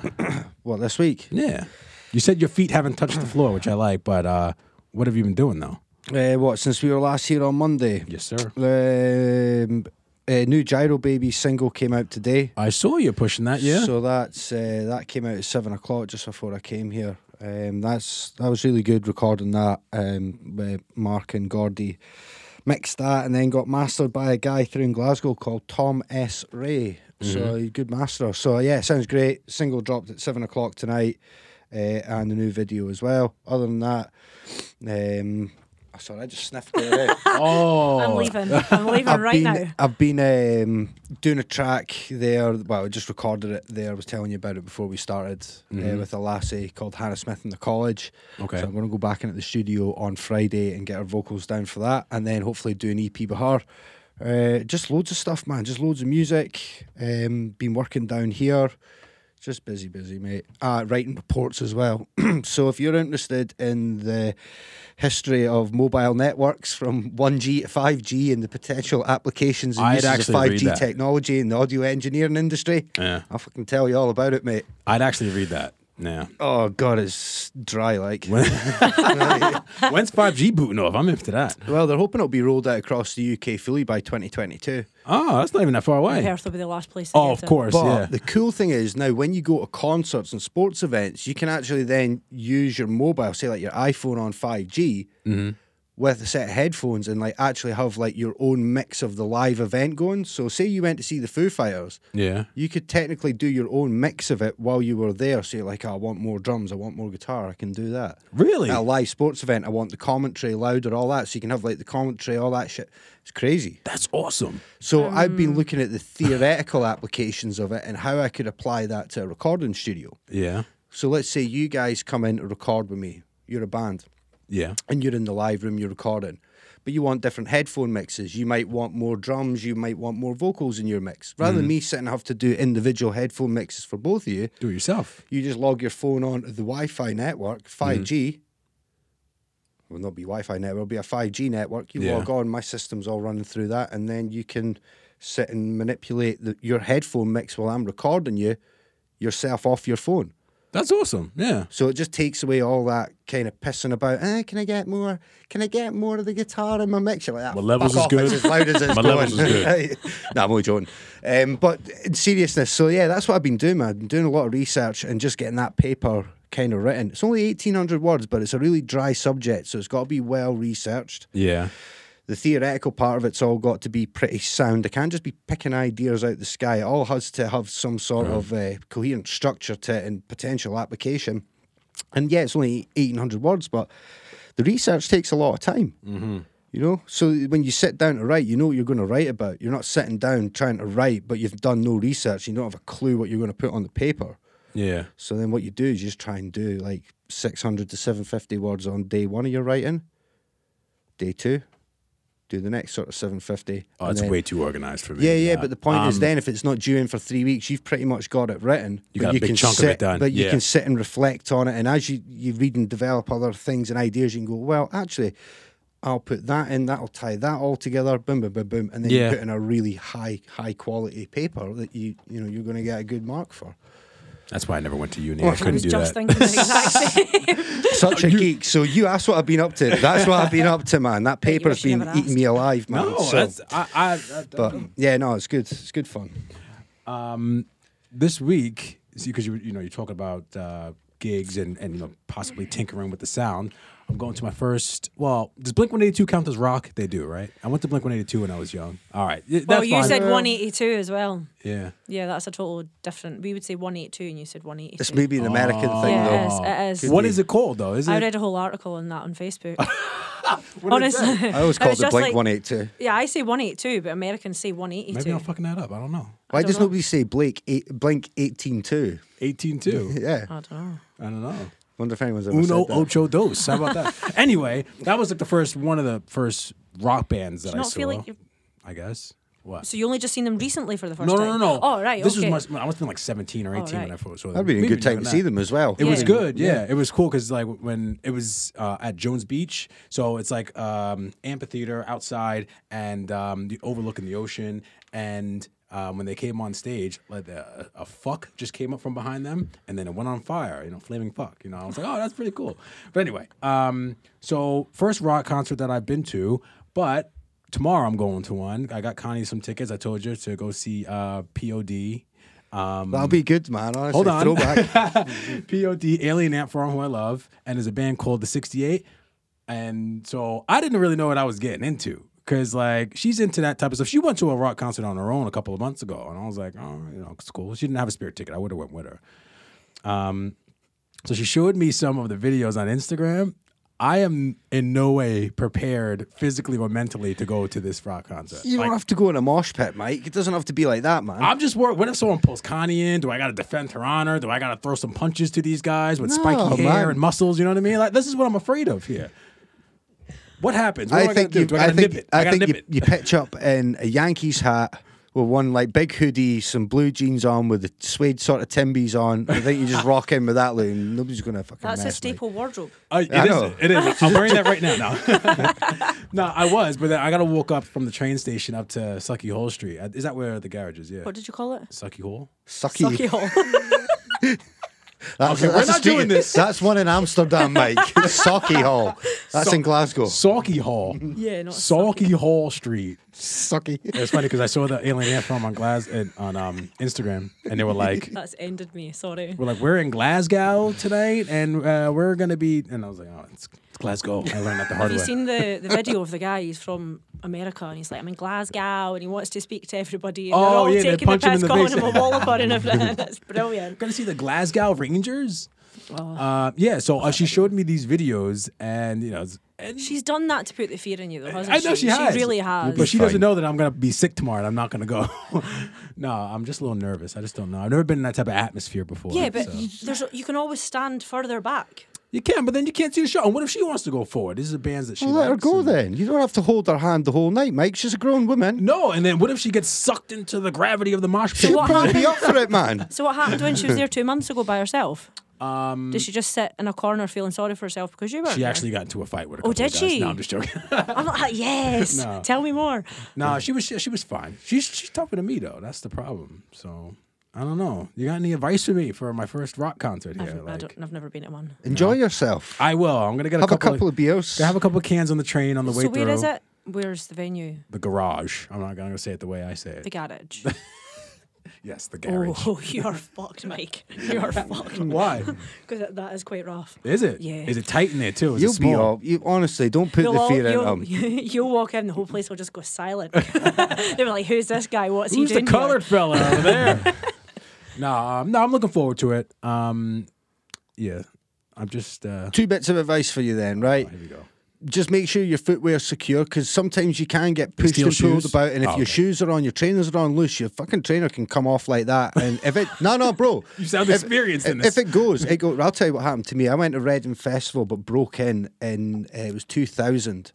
Speaker 4: What this week?
Speaker 1: yeah. You said your feet haven't touched the floor, which I like, but uh, what have you been doing though?
Speaker 4: Uh, what since we were last here on Monday?
Speaker 1: Yes, sir.
Speaker 4: Um, a new Gyro Baby single came out today.
Speaker 1: I saw you pushing that. Yeah.
Speaker 4: So that's uh, that came out at seven o'clock just before I came here. Um, that's that was really good recording that. Um, with Mark and Gordy mixed that and then got mastered by a guy through in Glasgow called Tom S Ray.
Speaker 1: Mm-hmm.
Speaker 4: So he's a good master. So yeah, it sounds great. Single dropped at seven o'clock tonight, uh, and a new video as well. Other than that, um, sorry, I just sniffed there. eh?
Speaker 1: oh.
Speaker 2: I'm leaving. I'm leaving
Speaker 4: I've
Speaker 2: right
Speaker 4: been,
Speaker 2: now.
Speaker 4: I've been um, doing a track there. Well, I just recorded it there. I was telling you about it before we started uh, with a lassie called Hannah Smith in the college.
Speaker 1: Okay.
Speaker 4: So I'm going to go back into the studio on Friday and get her vocals down for that, and then hopefully do an EP with her. Uh, just loads of stuff, man. Just loads of music. Um, been working down here. Just busy, busy, mate. Uh, writing reports as well. so if you're interested in the history of mobile networks from 1G to 5G and the potential applications and
Speaker 1: I'd
Speaker 4: uses of
Speaker 1: actually read
Speaker 4: 5G
Speaker 1: that.
Speaker 4: technology in the audio engineering industry,
Speaker 1: Yeah.
Speaker 4: I'll fucking tell you all about it, mate.
Speaker 1: I'd actually read that. Yeah.
Speaker 4: Oh, God, it's dry like.
Speaker 1: When- When's 5G booting off? I'm in for that.
Speaker 4: Well, they're hoping it'll be rolled out across the UK fully by 2022.
Speaker 1: Oh, that's not even that far away.
Speaker 2: Perth will be the last place. To
Speaker 1: Oh,
Speaker 2: get
Speaker 1: of
Speaker 2: it.
Speaker 1: course.
Speaker 4: But
Speaker 1: yeah.
Speaker 4: the cool thing is now when you go to concerts and sports events, you can actually then use your mobile, say like your iPhone on 5G
Speaker 1: Mm-hmm.
Speaker 4: with a set of headphones and like actually have like your own mix of the live event going. So say you went to see the Foo Fighters,
Speaker 1: yeah.
Speaker 4: you could technically do your own mix of it while you were there. So you're like, "Oh, I want more drums, I want more guitar, I can do that.
Speaker 1: Really?
Speaker 4: At a live sports event, I want the commentary louder, all that. So you can have like the commentary, all that shit. It's crazy.
Speaker 1: That's awesome.
Speaker 4: So I've been looking at the theoretical applications of it and how I could apply that to a recording studio.
Speaker 1: Yeah.
Speaker 4: So let's say you guys come in to record with me. You're a band
Speaker 1: Yeah.
Speaker 4: and you're in the live room, you're recording. But you want different headphone mixes. You might want more drums. You might want more vocals in your mix. Rather than me sitting and have to do individual headphone mixes for both of you,
Speaker 1: Do it yourself.
Speaker 4: you just log your phone onto the Wi-Fi network, 5G. Will not be Wi-Fi network. It'll be a 5G network. You
Speaker 1: Yeah.
Speaker 4: log on. My system's all running through that, and then you can sit and manipulate the, your headphone mix while I'm recording you yourself off your phone.
Speaker 1: That's awesome. Yeah.
Speaker 4: So it just takes away all that kind of pissing about. Eh, can I get more? Can I get more of the guitar in my mix? You're like, ah,
Speaker 1: My levels
Speaker 4: fuck
Speaker 1: is
Speaker 4: off,
Speaker 1: good.
Speaker 4: It's as loud as it's
Speaker 1: My
Speaker 4: going.
Speaker 1: levels is good.
Speaker 4: nah, I'm only joking. Um, but in seriousness, so yeah, that's what I've been doing. Man. I've been doing a lot of research and just getting that paper kind of written. It's only 1,800 words, but it's a really dry subject, so it's got to be well researched.
Speaker 1: Yeah.
Speaker 4: The theoretical part of it's all got to be pretty sound. It can't just be picking ideas out the sky. It all has to have some sort of uh, coherent structure to it and potential application. And yeah, it's only 1,800 words, but the research takes a lot of time. Mm-hmm. You know, so when you sit down to write, you know what you're going to write about. You're not sitting down trying to write, but you've done no research. You don't have a clue what you're going to put on the paper.
Speaker 1: Yeah.
Speaker 4: So then what you do is you just try and do like 600 to 750 words on day one of your writing. Day two, do the next sort of 750.
Speaker 1: Oh,
Speaker 4: and
Speaker 1: it's
Speaker 4: then-
Speaker 1: way too organized for me.
Speaker 4: Yeah, yeah, but the point is
Speaker 1: Um,
Speaker 4: then if it's not due in for three weeks, you've pretty much got it written.
Speaker 1: You
Speaker 4: but
Speaker 1: got a big
Speaker 4: can
Speaker 1: chunk of
Speaker 4: sit,
Speaker 1: it done,
Speaker 4: But you
Speaker 1: yeah.
Speaker 4: can sit and reflect on it. And as you, you read and develop other things and ideas, you can go, well, actually, I'll put that in, that'll tie that all together, boom, boom, boom, boom. And then
Speaker 1: Yeah.
Speaker 4: you put in a really high, high quality paper that you, you know, you're going to get a good mark for.
Speaker 1: That's why I never went to uni. I
Speaker 2: I
Speaker 1: couldn't
Speaker 2: was
Speaker 1: do
Speaker 2: just
Speaker 1: that.
Speaker 2: thinking the exact same.
Speaker 4: Such a geek. So you asked what I've been up to. That's what I've been up to, man. That
Speaker 2: you
Speaker 4: paper's
Speaker 2: actually
Speaker 4: been
Speaker 2: never
Speaker 4: eating me alive, man.
Speaker 1: no,
Speaker 4: So-
Speaker 1: that's, I, I, I-
Speaker 4: but yeah, no, it's good. It's good fun.
Speaker 1: this week because you, you know you talk about uh, gigs and, and you know possibly tinkering with the sound. I'm going to my first. Well, does Blink 182 count as rock? They do, right? I went to Blink 182 when I was young. All right, y- that's
Speaker 2: Well, you
Speaker 1: fine.
Speaker 2: said 182 as well.
Speaker 1: yeah.
Speaker 2: Yeah, that's a total different. We would say 182 and you said 182.
Speaker 4: It's maybe an American thing,
Speaker 2: Yeah,
Speaker 4: though.
Speaker 2: it is. It is.
Speaker 1: Oh. What is it called though? Is
Speaker 2: I
Speaker 1: it?
Speaker 2: read a whole article on that on Facebook.
Speaker 1: What is
Speaker 2: Honestly,
Speaker 1: that?
Speaker 4: I always called
Speaker 2: was
Speaker 4: it
Speaker 2: just
Speaker 4: Blink
Speaker 2: like-
Speaker 4: 182.
Speaker 2: Yeah, I say 182, but Americans say 182.
Speaker 1: Maybe I'm fucking that up. I don't know.
Speaker 4: Why
Speaker 2: don't
Speaker 4: does
Speaker 2: know.
Speaker 4: nobody say Blake eight, Blink 182?
Speaker 1: 18 2.
Speaker 4: Yeah.
Speaker 2: I don't know.
Speaker 1: I don't know.
Speaker 4: wonder if anyone's ever
Speaker 1: Uno
Speaker 4: said that.
Speaker 1: ocho dos. How about that? anyway, that was like the first one of the first rock bands that
Speaker 2: Do you
Speaker 1: I
Speaker 2: not
Speaker 1: saw.
Speaker 2: feel like you're-
Speaker 1: I guess. What?
Speaker 2: So you only just seen them recently for the first
Speaker 1: No,
Speaker 2: time?
Speaker 1: no, no, no.
Speaker 2: Oh, right.
Speaker 1: This
Speaker 2: okay.
Speaker 1: was much. I must have been like seventeen or eighteen when I
Speaker 2: right.
Speaker 1: first saw them.
Speaker 4: That'd be a
Speaker 1: Maybe
Speaker 4: good
Speaker 1: younger
Speaker 4: time to
Speaker 1: than
Speaker 4: see
Speaker 1: that.
Speaker 4: them as well.
Speaker 1: It was
Speaker 2: Yeah.
Speaker 1: good, yeah. It was cool because like when it was uh, at Jones Beach, so it's like um, amphitheater outside and um, the overlooking the ocean. And um, when they came on stage, like a, a fuck just came up from behind them, and then it went on fire. You know, flaming fuck. You know, I was like, oh, that's pretty cool. But anyway, um, so first rock concert that I've been to, but. Tomorrow I'm going to one. I got Connie some tickets. I told you to go see uh, POD. Um,
Speaker 4: That'll be good, man. Honestly,
Speaker 1: Hold on.
Speaker 4: Throwback.
Speaker 1: POD, Alien Ant Farm, who I love, and there's a band called The 68. And so I didn't really know what I was getting into because, like, she's into that type of stuff. She went to a rock concert on her own a couple of months ago, and I was like, oh, you know, it's cool. She didn't have a spirit ticket. I would have went with her. Um, So she showed me some of the videos on Instagram. I am in no way prepared physically or mentally to go to this rock concert.
Speaker 4: You don't have to go in a mosh pit, Mike. It doesn't have to be like that, man.
Speaker 1: I'm just worried. What if someone pulls Connie in? Do I got to defend her honor? Do I got to throw some punches to these guys with spiky hair
Speaker 4: man.
Speaker 1: and muscles? You know what I mean? Like this is what I'm afraid of here. What happens? What am
Speaker 4: I
Speaker 1: I gonna
Speaker 4: think
Speaker 1: do?
Speaker 4: you.
Speaker 1: Do I
Speaker 4: I
Speaker 1: gotta
Speaker 4: think
Speaker 1: nip it?
Speaker 4: I
Speaker 1: gotta
Speaker 4: think you,
Speaker 1: nip it.
Speaker 4: you pitch up in a Yankees hat with one like big hoodie, some blue jeans on, with the suede sort of timbies on. I think you just rock in with that look. and Nobody's gonna fucking.
Speaker 2: That's a
Speaker 4: mess, Mike.
Speaker 2: staple wardrobe.
Speaker 1: Uh, it
Speaker 4: I
Speaker 1: is-
Speaker 4: know.
Speaker 1: It is. I'm wearing that right now. No, no, I was, but then I got to walk up from the train station up to Sucky Hole Street. Uh, Is that where the garage is? Yeah.
Speaker 2: What did you call it?
Speaker 1: Sucky Hole.
Speaker 4: Sucky.
Speaker 2: Sucky hole.
Speaker 4: That's,
Speaker 1: Okay, we're
Speaker 4: a
Speaker 1: not doing this.
Speaker 4: That's one in Amsterdam, Mike. Socky Hall. That's
Speaker 1: So-
Speaker 4: in Glasgow.
Speaker 1: Salky Hall.
Speaker 2: yeah, not
Speaker 1: Salky Hall Street.
Speaker 4: Sucky.
Speaker 1: It's funny because I saw the alien ant film on Glass and on um, Instagram, and they were like,
Speaker 2: That's ended me. Sorry.
Speaker 1: we're like, we're in Glasgow tonight, and uh, we're gonna be. And I was like, oh, it's, it's Glasgow. I learned that the hard
Speaker 2: Have you
Speaker 1: way.
Speaker 2: seen the, the video of the guy? He's from America and he's like, I'm in Glasgow and he wants to speak to everybody. And
Speaker 1: Oh,
Speaker 2: they're all
Speaker 1: yeah, they
Speaker 2: taking
Speaker 1: punch
Speaker 2: the
Speaker 1: him in
Speaker 2: piss,
Speaker 1: the
Speaker 2: calling
Speaker 1: face.
Speaker 2: him a walloper and everything. That's brilliant.
Speaker 1: gonna see the Glasgow Rangers. Uh, yeah, so uh, she showed me these videos, and you know, it's- and
Speaker 2: She's done that to put the fear in you, though, hasn't
Speaker 1: I know she, has.
Speaker 2: She really has.
Speaker 1: but she doesn't
Speaker 4: Fine.
Speaker 1: know that I'm gonna be sick tomorrow, and I'm not gonna go. no, I'm just a little nervous. I just don't know. I've never been in that type of atmosphere before.
Speaker 2: yeah, but
Speaker 1: so.
Speaker 2: there's, you can always stand further back.
Speaker 1: you can, but then you can't see the show. And what if she wants to go forward? These are bands that she
Speaker 4: Well, let her
Speaker 1: likes
Speaker 4: go
Speaker 1: and-
Speaker 4: then. You don't have to hold her hand the whole night, Mike. She's a grown woman.
Speaker 1: No, and then what if she gets sucked into the gravity of the mosh pit?
Speaker 4: She'd
Speaker 2: what
Speaker 4: probably be up for it, man.
Speaker 2: So what happened when she was there two months ago by herself? Um, Did she just sit in a corner feeling sorry for herself because you were?
Speaker 1: She actually got into a fight with. A couple
Speaker 2: Oh,
Speaker 1: of
Speaker 2: did
Speaker 1: guys.
Speaker 2: she?
Speaker 1: No, I'm just joking.
Speaker 2: I'm not like yes.
Speaker 1: No.
Speaker 2: Tell me more.
Speaker 1: No, she was she was fine. She's she's tougher than me though. That's the problem. So I don't know. You got any advice for me for my first rock concert
Speaker 2: I've,
Speaker 1: here?
Speaker 2: I
Speaker 1: Like,
Speaker 2: don't, I've never been at one.
Speaker 4: Enjoy yourself.
Speaker 1: I will. I'm gonna get
Speaker 4: Have
Speaker 1: a couple,
Speaker 4: of, beers.
Speaker 1: gonna have a couple of cans on the train on the way
Speaker 2: so
Speaker 1: through.
Speaker 2: where is it? Where's the venue?
Speaker 1: The garage. I'm not gonna say it the way I say it.
Speaker 2: The garage.
Speaker 1: yes, the garage.
Speaker 2: oh, you are fucked, Mike. You are fucked
Speaker 1: Why?
Speaker 2: because that is quite rough.
Speaker 1: Is it?
Speaker 2: Oh. Yeah.
Speaker 1: Is it tight in there too? Is it
Speaker 4: You'll be
Speaker 1: small?
Speaker 4: up. You honestly don't put
Speaker 2: You'll,
Speaker 4: the
Speaker 2: all,
Speaker 4: fear in
Speaker 1: um,
Speaker 2: you'll,
Speaker 4: them.
Speaker 2: you'll walk in, the whole place will just go silent. they were like, "Who's this guy? What's
Speaker 1: Who's
Speaker 2: he
Speaker 1: the
Speaker 2: doing?"
Speaker 1: colored
Speaker 2: Here?
Speaker 1: fella over there? no, um, no, I'm looking forward to it. Um, yeah, I'm just. Uh,
Speaker 4: Two bits of advice for you then, right?
Speaker 1: here we go.
Speaker 4: Just make sure your footwear's secure because sometimes you can get pushed
Speaker 1: steal
Speaker 4: and pulled
Speaker 1: shoes?
Speaker 4: about, and if
Speaker 1: Oh, okay.
Speaker 4: your shoes are on, your trainers are on loose, your fucking trainer can come off like that. And if it, no, no, bro,
Speaker 1: You sound
Speaker 4: If-
Speaker 1: experienced in
Speaker 4: if,
Speaker 1: this.
Speaker 4: if it goes, it go. I'll tell you what happened to me. I went to Reading Festival, but broke in, in uh, it was two thousand,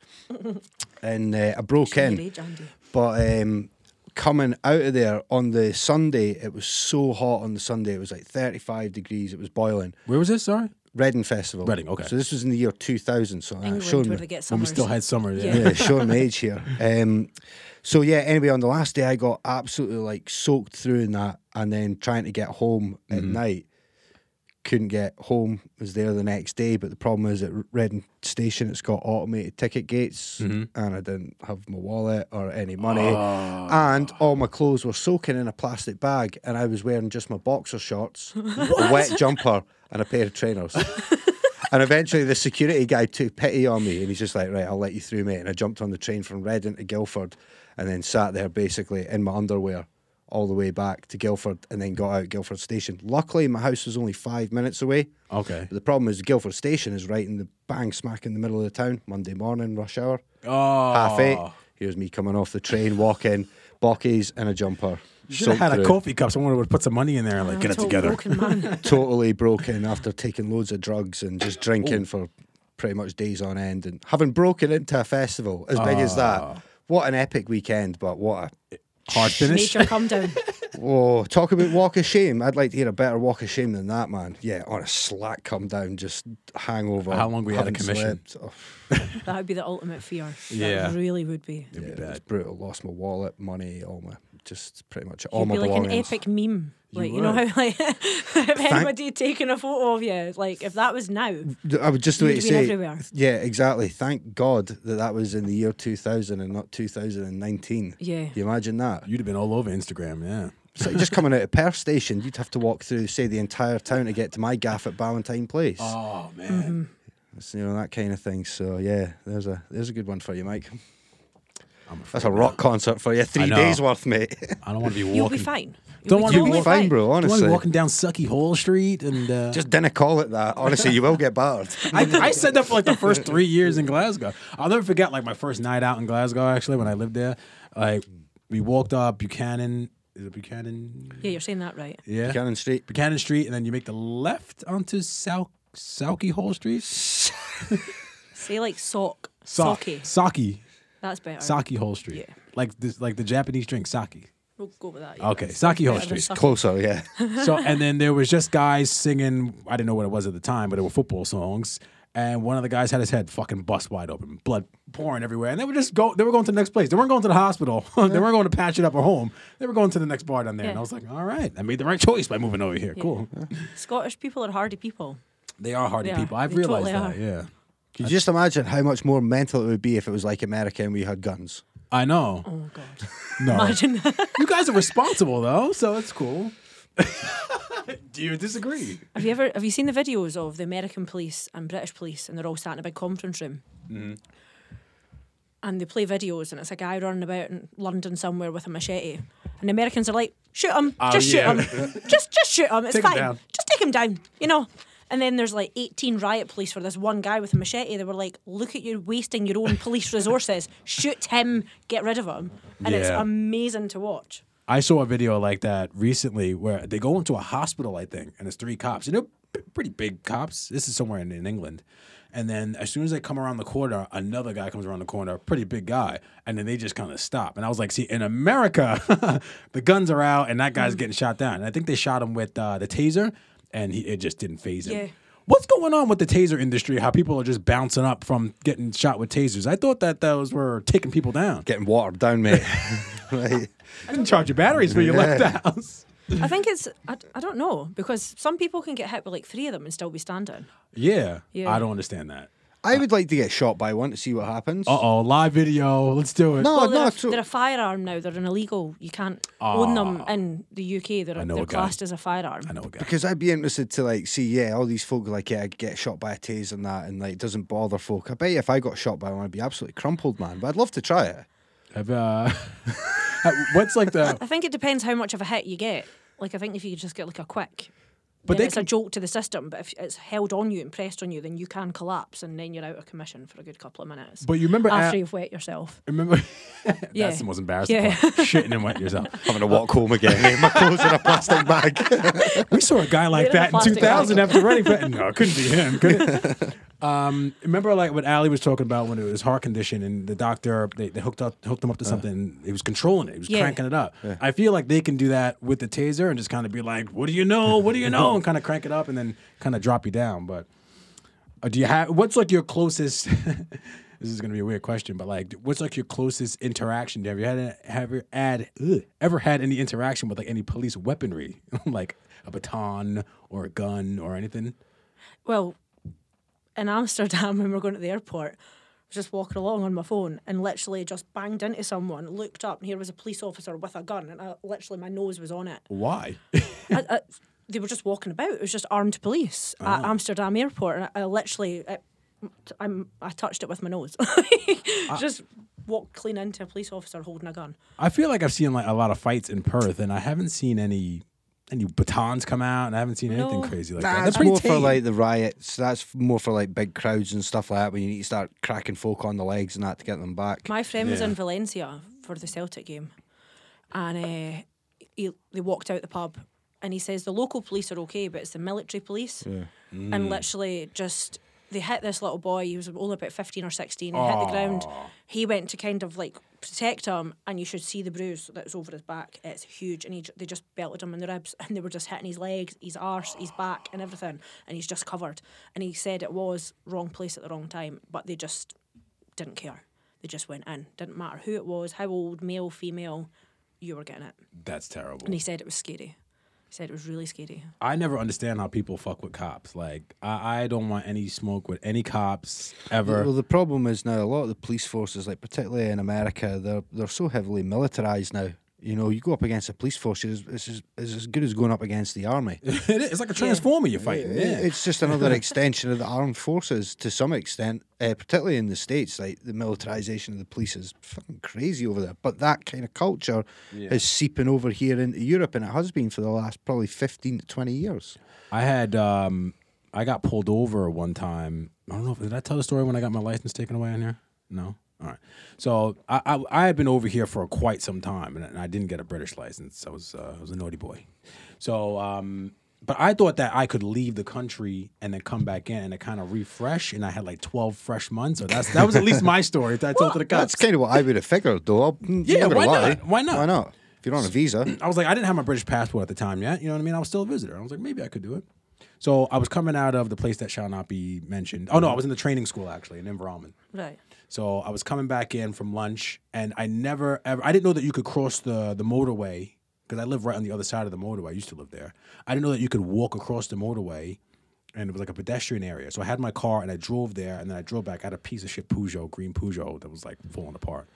Speaker 4: and uh, I broke
Speaker 2: Your
Speaker 4: in.
Speaker 2: age, Andy.
Speaker 4: But um, coming out of there on the Sunday, it was so hot on the Sunday. It was like 35 degrees. It was boiling.
Speaker 1: Where was this? Sorry.
Speaker 4: Reading Festival.
Speaker 1: Reading, okay.
Speaker 4: So this was in the year 2000. So that
Speaker 2: England,
Speaker 4: showed me.
Speaker 2: where they get
Speaker 1: When we
Speaker 2: summers.
Speaker 1: still had summer. Yeah.
Speaker 4: yeah, showing my age here. Um, so yeah, anyway, on the last day, I got absolutely like soaked through in that, and then trying to get home at night. couldn't get home. Was there the next day, but the problem is at Reading Station, it's got automated ticket gates, and I didn't have my wallet or any money, and all my clothes were soaking in a plastic bag, and I was wearing just my boxer shorts, a wet jumper, and a pair of trainers. And eventually, the security guy took pity on me, and he's just like, "Right, I'll let you through, mate." And I jumped on the train from Reading to Guildford, and then sat there basically in my underwear all the way back to Guildford, and then got out at Guildford Station. Luckily, my house was only five minutes away.
Speaker 1: Okay.
Speaker 4: But the problem is, Guildford Station is right in the bang smack in the middle of the town. Monday morning, rush hour,
Speaker 1: Oh,
Speaker 4: half eight. Here's me coming off the train, walking, bockies and a jumper.
Speaker 1: You should have
Speaker 4: Soaked
Speaker 1: had a
Speaker 4: through.
Speaker 1: coffee cup. Someone would put some money in there and like get it
Speaker 2: Total
Speaker 1: together.
Speaker 2: broken man.
Speaker 4: totally broken after taking loads of drugs and just drinking for pretty much days on end and having broken into a festival as big as
Speaker 1: Ah.
Speaker 4: that. What an epic weekend, but what a
Speaker 1: Hard finish.
Speaker 2: Nature come down.
Speaker 4: whoa! Talk about walk of shame. I'd like to hear a better walk of shame than that, man. Yeah, on a slack come down, just hangover.
Speaker 1: How long we had a
Speaker 4: haven't
Speaker 1: commission?
Speaker 4: slept. Oh,
Speaker 2: That would be the ultimate fear. That
Speaker 1: Yeah.
Speaker 2: really would be.
Speaker 1: It'd be
Speaker 4: yeah, it was
Speaker 1: bad.
Speaker 4: brutal. Lost my wallet, money, all my just pretty much all
Speaker 2: You'd
Speaker 4: my
Speaker 2: be like an
Speaker 4: belongings.
Speaker 2: epic meme. Like you, know
Speaker 1: would.
Speaker 2: how like if anybody had taken a photo of you, like if that was now,
Speaker 4: Th- I would just
Speaker 2: You'd
Speaker 4: wait to
Speaker 2: have been
Speaker 4: say,
Speaker 2: everywhere.
Speaker 4: yeah, exactly. Thank God that that was in the year 2000 and not 2019.
Speaker 2: Yeah.
Speaker 4: Can you imagine that?
Speaker 1: You'd have been all over Instagram, yeah.
Speaker 4: It's like just coming out of Perth Station, you'd have to walk through, say, the entire town to get to my gaff at Ballantyne Place.
Speaker 1: Oh man,
Speaker 2: Mm-hmm.
Speaker 4: It's, you know that kind of thing. So yeah, there's a there's a good one for you, Mike.
Speaker 1: I'm
Speaker 4: That's a rock concert for you. Three
Speaker 1: know.
Speaker 4: days worth, mate.
Speaker 1: I don't want to be walking.
Speaker 2: you'll be fine. You'll
Speaker 1: Don't
Speaker 2: be
Speaker 1: wanna
Speaker 4: You'll
Speaker 1: be
Speaker 4: be
Speaker 2: totally
Speaker 4: fine, bro.
Speaker 1: Don't wanna be
Speaker 4: Honestly,
Speaker 1: walking down Sucky Hole Street and uh,
Speaker 4: just didn't call it that. Honestly, you will get barred.
Speaker 1: I, I said that for like the first three years in Glasgow. I'll never forget like my first night out in Glasgow. Actually, when I lived there, like we walked up Buchanan. Is it Buchanan?
Speaker 2: Yeah, you're saying that right.
Speaker 1: Yeah,
Speaker 4: Cannon Street.
Speaker 1: Buchanan Street, and then you make the left onto South Sauky Hole Street.
Speaker 2: Say like sock,
Speaker 1: Sa-
Speaker 2: socky.
Speaker 1: Saki,
Speaker 2: That's better.
Speaker 1: Saki Hole Street.
Speaker 2: Uh, Yeah.
Speaker 1: Like this, like the Japanese drink sake.
Speaker 2: We'll go with that. yeah.
Speaker 1: Okay, sake Hole
Speaker 2: Better than
Speaker 1: Street.
Speaker 2: socky.
Speaker 4: Closer, yeah.
Speaker 1: So and then there was just guys singing. I didn't know what it was at the time, but it were football songs. And one of the guys had his head fucking bust wide open, blood pouring everywhere. And they were just go. They were going to the next place. They weren't going to the hospital. they weren't going to patch it up at home. They were going to the next bar down there. And I
Speaker 2: Yeah.
Speaker 1: was like, all right, I made the right choice by moving over here. Cool.
Speaker 2: Scottish people are hardy people.
Speaker 1: They are hardy
Speaker 2: They are.
Speaker 1: people. I've
Speaker 2: They
Speaker 1: realized
Speaker 2: totally
Speaker 1: that.
Speaker 2: are.
Speaker 1: Yeah.
Speaker 4: Could you just imagine how much more mental it would be if it was like America and we had guns?
Speaker 1: I know.
Speaker 2: Oh god.
Speaker 1: no.
Speaker 2: Imagine that.
Speaker 1: You guys are responsible though, so it's cool. Do you disagree?
Speaker 2: Have you ever have you seen the videos of the American police and British police and they're all sat in a big conference room?
Speaker 1: Mm-hmm.
Speaker 2: And they play videos and it's a guy running about in London somewhere with a machete. And the Americans are like, shoot him,
Speaker 1: Oh,
Speaker 2: just
Speaker 1: yeah.
Speaker 2: shoot him. just just shoot him. It's
Speaker 1: Take him
Speaker 2: fine.
Speaker 1: down."
Speaker 2: Just take him down, you know. And then there's like 18 riot police for this one guy with a machete. They were like, look at you wasting your own police resources. Shoot him, get rid of him. And it's
Speaker 1: Yeah.
Speaker 2: amazing to watch.
Speaker 1: I saw a video like that recently where they go into a hospital, I think, and it's three cops, and they're p- pretty big cops. This is somewhere in, in England. And then as soon as they come around the corner, another guy comes around the corner, a pretty big guy, and then they just kind of stop. And I was like, see, in America, the guns are out, and that guy's getting shot down. And I think they shot him with uh, the taser, and he, it just didn't phase him.
Speaker 2: Yeah.
Speaker 1: What's going on with the taser industry? How people are just bouncing up from getting shot with tasers? I thought that those were taking people down.
Speaker 4: Getting watered down, mate. right.
Speaker 1: I didn't charge your batteries when you left the house.
Speaker 2: I think it's, I, I don't know, because some people can get hit with like three of them and still be standing.
Speaker 1: Yeah.
Speaker 2: Yeah.
Speaker 1: I don't understand that.
Speaker 4: I would like to get shot by one to see what happens.
Speaker 1: Uh oh, live video. Let's do it.
Speaker 4: No,
Speaker 2: Well, they're,
Speaker 4: no,
Speaker 2: a,
Speaker 4: so-
Speaker 2: they're a firearm now. They're an illegal. You can't own them in the UK. They're,
Speaker 1: Ah. know
Speaker 2: they're
Speaker 1: a guy.
Speaker 2: classed as a firearm.
Speaker 1: I know a guy.
Speaker 4: because I'd be interested to like see, yeah, all these folk like yeah, I get shot by a taser and that, and like it doesn't bother folk. I bet you if I got shot by one, I'd be absolutely crumpled, man. But I'd love to try it.
Speaker 1: Have, uh, what's like the.
Speaker 2: I think it depends how much of a hit you get. Like, I think if you just get like a quick,
Speaker 1: But
Speaker 2: but
Speaker 1: they
Speaker 2: it's a
Speaker 1: can-
Speaker 2: joke to the system. But if it's held on you and pressed on you, then you can collapse and then you're out of commission for a good couple of minutes.
Speaker 1: But you remember.
Speaker 2: after
Speaker 1: a-
Speaker 2: you've wet yourself.
Speaker 1: remember
Speaker 2: Yeah.
Speaker 1: That's the most embarrassing
Speaker 2: Yeah.
Speaker 1: part. Shitting and wet yourself.
Speaker 4: Having to walk home again, eh? my clothes in a plastic bag.
Speaker 1: We saw a guy like
Speaker 2: They're in a
Speaker 1: that in
Speaker 2: plastic
Speaker 1: 2000
Speaker 2: bag.
Speaker 1: after running. But no, it couldn't be him, could it? Um, remember, like what Ali was talking about when it was heart condition, and the doctor they, they hooked up hooked him up to something. and he was controlling it. He was
Speaker 2: Yeah.
Speaker 1: cranking it up. I feel like they can do that with the taser and just kind of be like, "What do you know? What do you know?" and kind of crank it up and then kind of drop you down. But uh, do you have what's like your closest? this is gonna be a weird question, but like, what's like your closest interaction? Have you had a- have you had ugh, ever had any interaction with like any police weaponry, like a baton or a gun or anything?
Speaker 2: Well, in Amsterdam, when we were going to the airport, I was just walking along on my phone and literally just banged into someone, looked up, and here was a police officer with a gun, and I, literally my nose was on it.
Speaker 1: Why?
Speaker 2: I, I, Uh, they were just walking about. It was just armed police at Amsterdam airport, and I, I literally, I, I'm, I touched it with my nose. just walked clean into a police officer holding a gun.
Speaker 1: I feel like I've seen like a lot of fights in Perth, and I haven't seen any any batons come out, and I haven't seen anything
Speaker 2: No.
Speaker 1: crazy like that.
Speaker 4: That's
Speaker 1: They're pretty
Speaker 4: more for
Speaker 1: tame.
Speaker 4: like the riots. That's f- more for like big crowds and stuff like that. When you need to start cracking folk on the legs and that to get them back.
Speaker 2: My friend was
Speaker 1: Yeah.
Speaker 2: in Valencia for the Celtic game, and uh, he, they walked out the pub, and he says the local police are okay, but it's the military police, and literally just they hit this little boy. He was only about fifteen or sixteen. He hit the ground. He went to kind of like protect him, and you should see the bruise that was over his back. It's huge, and he, j- they just belted him in the ribs, and they were just hitting his legs, his arse, his back, and everything, and he's just covered. And he said it was wrong place at the wrong time, but they just didn't care. They just went in. Didn't matter who it was, how old, male, female, you were getting it.
Speaker 1: That's terrible.
Speaker 2: And he said it was scary. He said it was really scary.
Speaker 1: I never understand how people fuck with cops. Like, I, I don't want any smoke with any cops ever.
Speaker 4: Well, the problem is now a lot of the police forces, like particularly in America, they're they're so heavily militarized now. You know, you go up against a police force, it's, it's, as- it's as good as going up against the army.
Speaker 1: It is. it's like a transformer you're
Speaker 4: It-
Speaker 1: fighting. Yeah.
Speaker 4: It's just another extension of the armed forces to some extent, uh, particularly in the states. Like the militarization of the police is fucking crazy over there. But that kind of culture is seeping over here into Europe, and it has been for the last probably fifteen to twenty years.
Speaker 1: I had um, I got pulled over one time. I don't know. if Did I tell the story when I got my license taken away in here? No. All right. So I I, I had been over here for quite some time, and, and I didn't get a British license. I was uh, I was a naughty boy. So um, but I thought that I could leave the country and then come back in and it kind of refresh, and I had like twelve fresh months. So that's that was at least my story that I told to the cops.
Speaker 4: That's kind of what I would have figured, though. I'm
Speaker 1: Yeah,
Speaker 4: not gonna
Speaker 1: why
Speaker 4: lie.
Speaker 1: not? Why not?
Speaker 4: Why not? If you're on a visa.
Speaker 1: I was like, I didn't have my British passport at the time yet. You know what I mean? I was still a visitor. I was like, maybe I could do it. So I was coming out of the place that shall not be mentioned. Oh no, I was in the training school actually in Inveralman.
Speaker 2: Right.
Speaker 1: So I was coming back in from lunch, and I never ever I didn't know that you could cross the the motorway because I live right on the other side of the motorway. I used to live there. I didn't know that you could walk across the motorway, and it was like a pedestrian area. So I had my car and I drove there, and then I drove back. I had a piece of shit Peugeot, green Peugeot, that was like falling apart.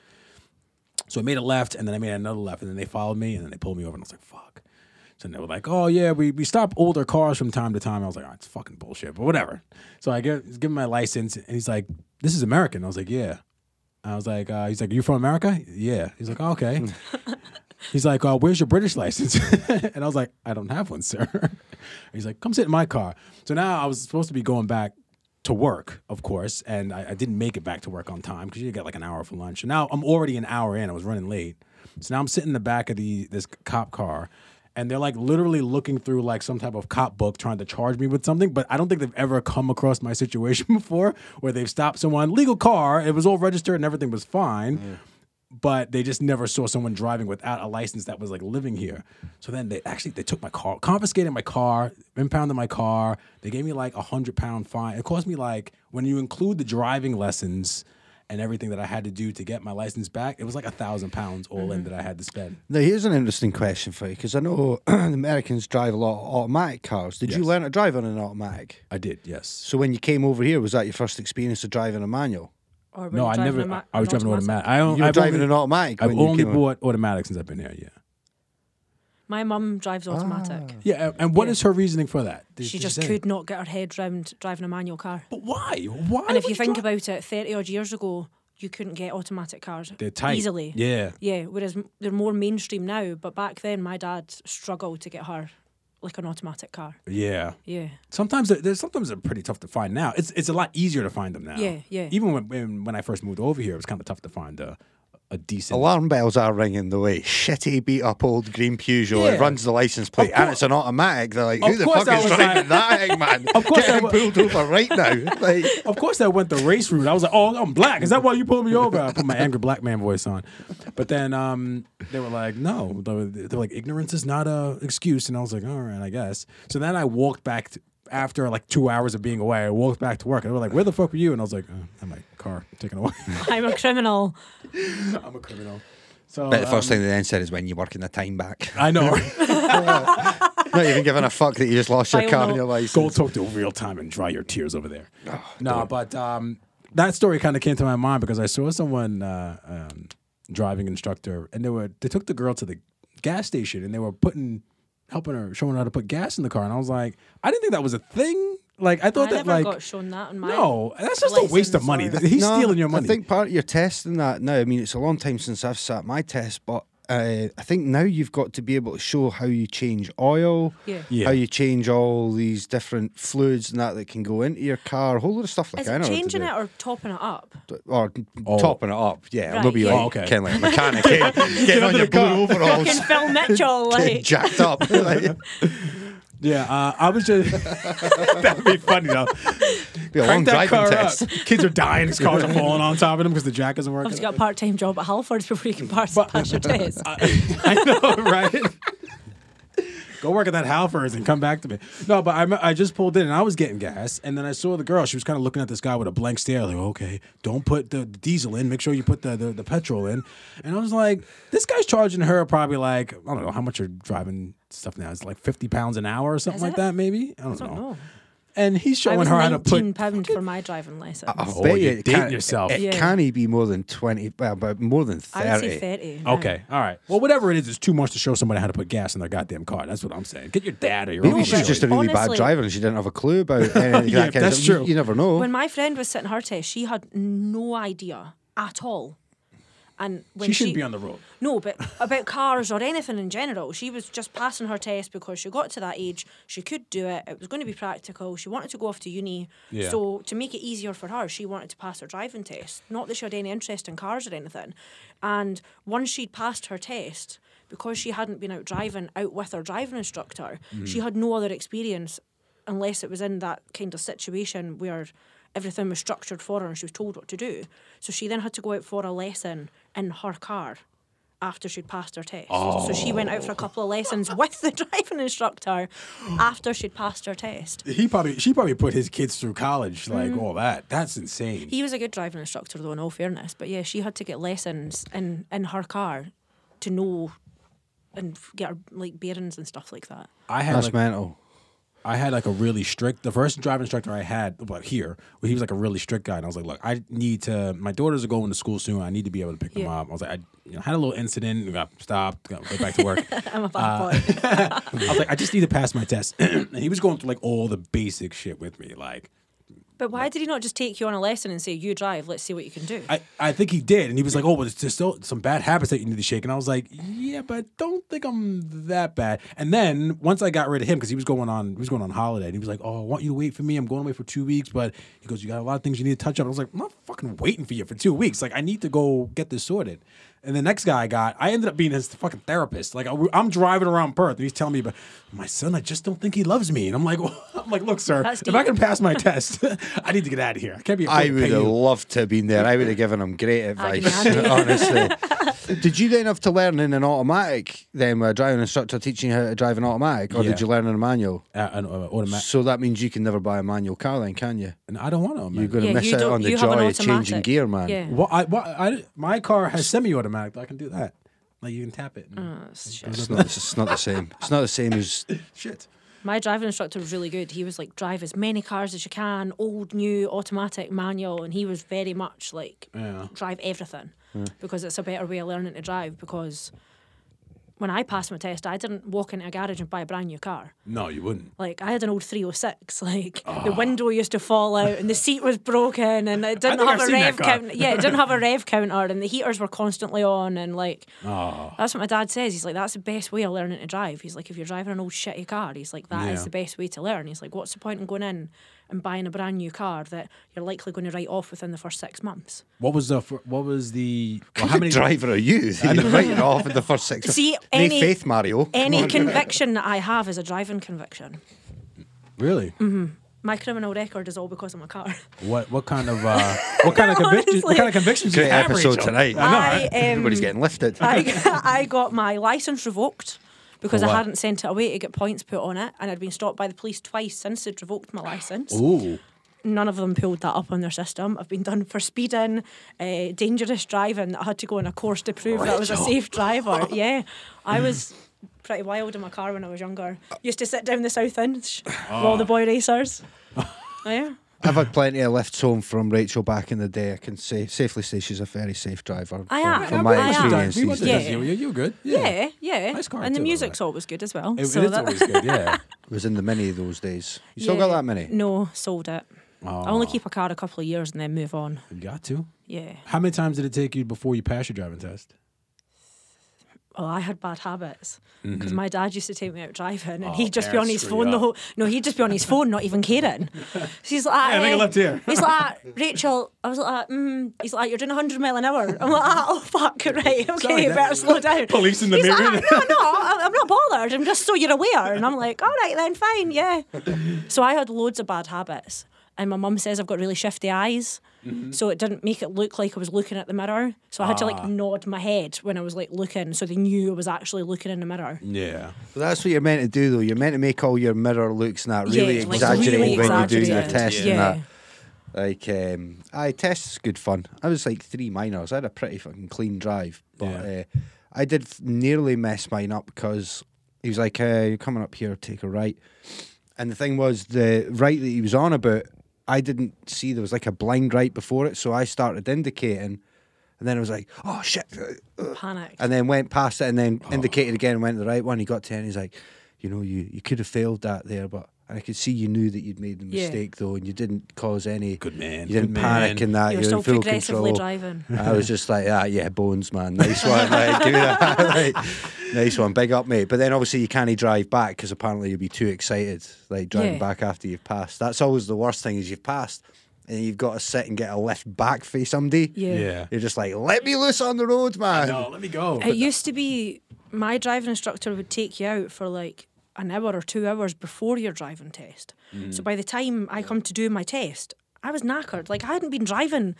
Speaker 1: So I made a left, and then I made another left, and then they followed me, and then they pulled me over, and I was like, fuck. So they were like, oh, yeah, we, we stop older cars from time to time. I was like, oh, it's fucking bullshit, but whatever. So I give, give him my license, and he's like, this is American. I was like, yeah. I was like, uh, he's like, are you from America? Yeah. He's like, oh, okay. He's like, uh, where's your British license? and I was like, I don't have one, sir. He's like, come sit in my car. So now I was supposed to be going back to work, of course, and I, I didn't make it back to work on time because you got like an hour for lunch. And now I'm already an hour in. I was running late. So now I'm sitting in the back of the this cop car. And they're like literally looking through like some type of cop book trying to charge me with something, but I don't think they've ever come across my situation before where they've stopped someone, legal car, it was all registered and everything was fine but they just never saw someone driving without a license that was like living here. So then they actually they took my car, confiscated my car, impounded my car. They gave me like a hundred pound fine. It cost me like when you include the driving lessons and everything that I had to do to get my license back, it was like a thousand pounds all
Speaker 2: Mm-hmm.
Speaker 1: in that I had to spend.
Speaker 4: Now, here's an interesting question for you because I know the Americans drive a lot of automatic cars. Did you
Speaker 1: Yes.
Speaker 4: learn to drive on an automatic?
Speaker 1: I did, yes.
Speaker 4: So when you came over here, was that your first experience of driving a manual?
Speaker 2: Or were
Speaker 1: No,
Speaker 2: you
Speaker 1: I
Speaker 2: driving
Speaker 1: never.
Speaker 2: a ma-
Speaker 1: I was driving an automatic. I don't,
Speaker 4: You were
Speaker 1: I've
Speaker 4: driving
Speaker 1: only,
Speaker 4: an automatic.
Speaker 1: I've
Speaker 4: when you
Speaker 1: only
Speaker 4: came over.
Speaker 1: bought automatic since I've been here. Yeah.
Speaker 2: My mum drives automatic.
Speaker 1: Yeah. and- And Ah, what is her reasoning for that? Did
Speaker 2: She
Speaker 1: did
Speaker 2: just
Speaker 1: say?
Speaker 2: could not get her head round driving a manual car.
Speaker 1: But why? Why?
Speaker 2: and if
Speaker 1: would
Speaker 2: you think
Speaker 1: drive-
Speaker 2: about it, 30 odd years ago, you couldn't get automatic cars
Speaker 1: they're tight.
Speaker 2: easily.
Speaker 1: Yeah.
Speaker 2: Yeah, whereas m- they're more mainstream now, but back then my dad struggled to get her like an automatic car.
Speaker 1: Yeah.
Speaker 2: Yeah.
Speaker 1: Sometimes they're, they're sometimes they're pretty tough to find now. It's it's a lot easier to find them now.
Speaker 2: Yeah, yeah.
Speaker 1: Even when when, when I first moved over here, it was kind of tough to find a a decent.
Speaker 4: Alarm bells are ringing the way. Shitty, beat up old green Peugeot.
Speaker 1: Yeah.
Speaker 4: It runs the license plate
Speaker 1: Of
Speaker 4: and
Speaker 1: cour-
Speaker 4: it's an automatic. They're like,
Speaker 1: Of
Speaker 4: who the
Speaker 1: course
Speaker 4: fuck
Speaker 1: I
Speaker 4: is
Speaker 1: was
Speaker 4: driving that thing, man?
Speaker 1: Of course I
Speaker 4: Get him
Speaker 1: wa-
Speaker 4: pulled over right now. Like,
Speaker 1: Of course, I went the race route. I was like, "Oh, I'm black. Is that why you pulled me over?" I put my angry black man voice on, but then um, they were like, "No," they were, they were like, "Ignorance is not a excuse," and I was like, "All right, I guess." So then I walked back. To, after like two hours of being away. I walked back to work and they were like, Where the fuck were you? And I was like, oh, "In my car, taken away.
Speaker 2: I'm a criminal.
Speaker 1: I'm a criminal. So
Speaker 3: But the
Speaker 1: um,
Speaker 3: first thing they then said is when you're working the time back.
Speaker 1: I know. right?
Speaker 4: Not even giving a fuck that you just lost your
Speaker 2: Final
Speaker 4: car and
Speaker 2: note.
Speaker 4: your license.
Speaker 1: Go talk to real time and dry your tears over there.
Speaker 4: Oh,
Speaker 1: no, but um, that story kind of came to my mind because I saw someone uh, um, driving instructor, and they were they took the girl to the gas station and they were putting helping her showing her how to put gas in the car, and I was like, I didn't think that was a thing. Like I
Speaker 2: I
Speaker 1: thought
Speaker 2: never
Speaker 1: that like
Speaker 2: got shown that on my.
Speaker 1: no, that's just a waste of
Speaker 2: license
Speaker 1: money.
Speaker 2: or-
Speaker 1: He's
Speaker 4: No,
Speaker 1: stealing your money.
Speaker 4: I think part of your test and that now, I mean, it's a long time since I've sat my test, but uh, I think now you've got to be able to show how you change oil,
Speaker 2: Yeah.
Speaker 1: Yeah.
Speaker 4: how you change all these different fluids and that that can go into your car, a whole lot of stuff like
Speaker 2: Is
Speaker 4: that. I
Speaker 2: it
Speaker 4: know what to
Speaker 2: changing
Speaker 4: do.
Speaker 2: it or topping it up?
Speaker 4: or
Speaker 1: Oh.
Speaker 4: topping it up. Yeah,
Speaker 2: Right,
Speaker 4: they'll be
Speaker 2: yeah.
Speaker 4: like,
Speaker 1: Oh, okay.
Speaker 4: kind of like a mechanic, eh? getting on
Speaker 1: under
Speaker 4: your
Speaker 1: the
Speaker 4: blue
Speaker 1: car.
Speaker 4: overalls,
Speaker 2: Fucking Phil Mitchell, like
Speaker 4: jacked up. Like,
Speaker 1: yeah, uh, I was just that'd be funny though.
Speaker 4: be a long
Speaker 1: Crank that
Speaker 4: driving
Speaker 1: car up.
Speaker 4: test.
Speaker 1: Kids are dying. His cars are falling on top of them because the jack isn't working.
Speaker 2: I've got a part-time job at Halfords before you can pass, pass your test.
Speaker 1: I know, right? Go work at that Halfers and come back to me. No, but I, I just pulled in and I was getting gas, and then I saw the girl. She was kind of looking at this guy with a blank stare, like, "Okay, don't put the diesel in. Make sure you put the, the the petrol in." And I was like, "This guy's charging her probably like I don't know how much you're driving stuff now. It's like fifty pounds an hour or something
Speaker 2: Is
Speaker 1: like
Speaker 2: it?
Speaker 1: that, maybe. I don't,
Speaker 2: I don't
Speaker 1: know.
Speaker 2: know.
Speaker 1: And he's
Speaker 2: Oh. I
Speaker 1: showing
Speaker 2: was
Speaker 1: her how to put.
Speaker 2: nineteen pound for my driving license.
Speaker 4: I
Speaker 1: Oh,
Speaker 4: bet
Speaker 1: you're
Speaker 4: you it
Speaker 1: dating
Speaker 4: can't-
Speaker 1: yourself.
Speaker 4: It,
Speaker 2: Yeah.
Speaker 4: can he be more than twenty? Well, but more than thirty.
Speaker 2: I would say thirty. yeah.
Speaker 1: Okay, all right. Well, whatever it is, it's too much to show somebody how to put gas in their goddamn car. That's what I'm saying. Get your dad or your.
Speaker 4: Maybe
Speaker 1: own
Speaker 4: she's
Speaker 1: shit.
Speaker 4: just a really bad
Speaker 2: Honestly-
Speaker 4: driver and she didn't have a clue about anything.
Speaker 1: Oh, Yeah,
Speaker 4: that kind of
Speaker 1: that's
Speaker 4: stuff.
Speaker 1: true.
Speaker 4: You, you never know.
Speaker 2: When my friend was sitting her test, she had no idea at all. And when
Speaker 1: She shouldn't be on the road.
Speaker 2: No, but about cars or anything in general, she was just passing her test because she got to that age, she could do it. It was going to be practical. She wanted to go off to uni,
Speaker 1: Yeah.
Speaker 2: so to make it easier for her, she wanted to pass her driving test. Not that she had any interest in cars or anything. And once she'd passed her test, because she hadn't been out driving out with her driving instructor, she had no other experience unless it was in that kind of situation where everything was structured for her and she was told what to do. So she then had to go out for a lesson in her car after she'd passed her test. So she went out for a couple of lessons with the driving instructor after she'd passed her test.
Speaker 1: He probably she probably put his kids through college, like all that. That's insane.
Speaker 2: Mm-hmm. He was a good driving instructor though in all fairness, but yeah, she had to get lessons in in her car to know and f- get her like bearings and stuff like that.
Speaker 1: I had
Speaker 4: That's
Speaker 1: like,
Speaker 4: mental.
Speaker 1: I had like a really strict. The first driving instructor I had, well, here, well, he was like a really strict guy, and I was like, "Look, I need to. My daughters are going to school soon. I need to be able to pick them
Speaker 2: Yeah.
Speaker 1: up." I was like, "I you know, had a little incidident, and got stopped, got went back to work."
Speaker 2: I'm a bad
Speaker 4: Uh,
Speaker 2: boy.
Speaker 1: I was like, "I just need to pass my test." and he was going through like all the basic shit with me, like.
Speaker 2: But why did he not just take you on a lesson and say, You drive, let's see what you can do?
Speaker 1: I, I think he did, and he was like, "Oh, but it's just so, some bad habits that you need to shake." And I was like, "Yeah, but I don't think I'm that bad." And then once I got rid of him because he was going on he was going on holiday, and he was like, "Oh, I want you to wait for me. I'm going away for two weeks." But he goes, "You got a lot of things you need to touch up." I was like, "I'm not fucking waiting for you for two weeks. Like, I need to go get this sorted." And the next guy I got, I ended up being his fucking therapist. Like, I, am driving around Perth, and he's telling me, "But my son, I just don't think he loves me." And I'm like, "I'm like, look, sir,
Speaker 2: That's
Speaker 1: if I
Speaker 2: deep.
Speaker 1: can pass my test, I need to get out of here. I can't be."
Speaker 4: I
Speaker 1: paying
Speaker 4: would have
Speaker 1: you."
Speaker 4: loved to have been there. I would have given him great
Speaker 2: I can
Speaker 4: advice, honestly. Did you then have to learn in an automatic then with a driving instructor teaching you how to drive an automatic, or
Speaker 1: Yeah.
Speaker 4: did you learn in a manual?
Speaker 1: Uh, an, uh, automatic.
Speaker 4: So that means you can never buy a manual car then, can you?
Speaker 1: And I don't want to.
Speaker 4: You're
Speaker 1: Man.
Speaker 4: going to
Speaker 2: Yeah,
Speaker 4: miss
Speaker 2: you
Speaker 4: out
Speaker 2: don't-
Speaker 4: on the
Speaker 2: you have an
Speaker 4: joy of changing
Speaker 2: automatic.
Speaker 4: gear, man.
Speaker 2: Yeah.
Speaker 1: Well, I, well, I, my car has semi-automatic. I can do that. Like you can tap it. and-
Speaker 2: That's shit.
Speaker 4: It's not, it's not the same. It's not the same as
Speaker 2: Uh.
Speaker 1: Shit.
Speaker 2: My driving instructor was really good. He was like, drive as many cars as you can, old, new, automatic, manual. And he was very much like,
Speaker 1: Yeah.
Speaker 2: drive everything because it's a better way of learning to drive. Because when I passed my test, I didn't walk into a garage and buy a brand new car.
Speaker 1: No, you wouldn't.
Speaker 2: Like, I had an oh old 306. Like, the
Speaker 1: Ah.
Speaker 2: window used to fall out and the seat was broken and it didn't
Speaker 1: think I've
Speaker 2: have a
Speaker 1: seen that
Speaker 2: rev
Speaker 1: car.
Speaker 2: counter. Yeah, it didn't have a rev counter and the heaters were constantly on. And like,
Speaker 1: Oh,
Speaker 2: that's what my dad says. He's like, that's the best way of learning to drive. He's like, if you're driving an old shitty car, he's like, that is
Speaker 1: Yeah.
Speaker 2: the best way to learn. He's like, what's the point in going in and buying a brand new car that you're likely going to write off within the first six months?
Speaker 1: what was the? fir- What was the? Well, how many?
Speaker 4: driver are you? You're writing off in the first six.
Speaker 2: See,
Speaker 4: Nay
Speaker 2: any-
Speaker 4: faith, Mario.
Speaker 2: Any conviction that I have is a driving conviction.
Speaker 1: Really?
Speaker 2: Mm-hmm. My criminal record is all because of my car.
Speaker 1: What? What kind of? Uh, what kind of conviction? What
Speaker 2: Honestly.
Speaker 1: kind of convictions?
Speaker 4: Great
Speaker 1: you have,
Speaker 4: episode
Speaker 1: Rachel?
Speaker 4: tonight.
Speaker 2: I, um,
Speaker 4: Everybody's getting lifted.
Speaker 2: I, I got my license revoked because I
Speaker 1: what?
Speaker 2: hadn't sent it away to get points put on it, and I'd been stopped by the police twice since they'd revoked my license.
Speaker 1: Ooh.
Speaker 2: None of them pulled that up on their system. I've been done for speeding, uh, dangerous driving. I had to go on a course to prove that I was a
Speaker 1: Rachel.
Speaker 2: safe driver. yeah, I was pretty wild in my car when I was younger. Used to sit down the south inch with all
Speaker 1: Ah.
Speaker 2: the boy racers. yeah.
Speaker 4: I've had plenty of lifts home from Rachel back in the day. I can say safely say she's a very safe driver.
Speaker 2: I
Speaker 4: from,
Speaker 2: am.
Speaker 4: from
Speaker 2: I
Speaker 4: my
Speaker 2: am.
Speaker 4: experience.
Speaker 1: We
Speaker 4: these
Speaker 1: went to
Speaker 4: days.
Speaker 1: Disney. You you were good.
Speaker 2: Yeah, yeah.
Speaker 1: Nice car
Speaker 2: and
Speaker 1: too, by
Speaker 2: the
Speaker 1: the
Speaker 2: music's always good as well.
Speaker 1: It,
Speaker 2: so
Speaker 1: it is
Speaker 2: that-
Speaker 1: always good. Yeah.
Speaker 4: was in the many of those days. You still got
Speaker 2: Yeah.
Speaker 4: that many?
Speaker 2: No, sold it. I
Speaker 1: Ah.
Speaker 2: only keep a car a couple of years and then move on.
Speaker 1: You got to.
Speaker 2: Yeah.
Speaker 1: How many times did it take you before you passed your driving test?
Speaker 2: Oh, I had bad habits because my dad used to take me out driving, and he'd just be
Speaker 1: Mm-hmm. Ah,
Speaker 2: on
Speaker 1: parents
Speaker 2: his
Speaker 1: screw
Speaker 2: phone
Speaker 1: you
Speaker 2: the
Speaker 1: up.
Speaker 2: whole. No, he'd just be on his phone, not even caring. So he's like,
Speaker 1: Yeah, I think I
Speaker 2: eh.
Speaker 1: left here.
Speaker 2: He's like, Rachel. I was like, mm. he's like, you're doing 100 mile an hour. I'm like, ah, oh fuck, right, okay,
Speaker 1: Sorry, that-
Speaker 2: better slow down.
Speaker 1: Police in the
Speaker 2: he's
Speaker 1: mirror.
Speaker 2: Like, "Oh, no, no, I- I'm not bothered. I'm just so you're aware, and I'm like, all right then, fine, yeah. So I had loads of bad habits, and my mum says I've got really shifty eyes.
Speaker 1: Mm-hmm.
Speaker 2: So it didn't make it look like I was looking at the mirror. So I had to
Speaker 1: Ah.
Speaker 2: like nod my head when I was like looking, so they knew I was actually looking in the mirror.
Speaker 1: Yeah.
Speaker 4: But that's what you're meant to do, though. You're meant to make all your mirror looks and that really
Speaker 2: yeah, like,
Speaker 4: exaggerate
Speaker 2: really
Speaker 4: when you do your
Speaker 2: exaggerated.
Speaker 4: test
Speaker 2: yeah.
Speaker 4: and that. Like, um, I tests good fun. I was like three minors. I had a pretty fucking clean drive, but
Speaker 1: Yeah.
Speaker 4: uh, I did f- nearly mess mine up because he was like, uh, "You're coming up here, take a right." And the thing was, the right that he was on about, I didn't see there was like a blind right before it, so I started indicating, and then I was like, "Oh shit!"
Speaker 2: Panic.
Speaker 4: and then went past it and then
Speaker 1: Oh.
Speaker 4: indicated again went to the right one he got 10 he's like you know you, you could have failed that there but and I could see you knew that you'd made the
Speaker 2: Yeah.
Speaker 4: mistake though and you didn't cause any
Speaker 1: Good man,
Speaker 4: you didn't
Speaker 1: good
Speaker 4: panic
Speaker 1: man.
Speaker 4: in that
Speaker 2: You were
Speaker 4: you were in
Speaker 2: still
Speaker 4: full
Speaker 2: progressively
Speaker 4: control
Speaker 2: driving.
Speaker 4: I was just like ah yeah bones man nice one like, give me that. Like, nice one big up mate but then obviously you can't drive back because apparently you'll be too excited like driving
Speaker 2: Yeah.
Speaker 4: back after you've passed that's always the worst thing is you've passed and you've got to sit and get a lift back for somebody
Speaker 2: Yeah.
Speaker 1: Yeah.
Speaker 4: you're just like let me loose on the road man
Speaker 1: No, let me go.
Speaker 2: It used to be my driving instructor would take you out for like an hour or two hours before your driving test. So by the time I come to do my test, I was knackered. Like I hadn't been driving.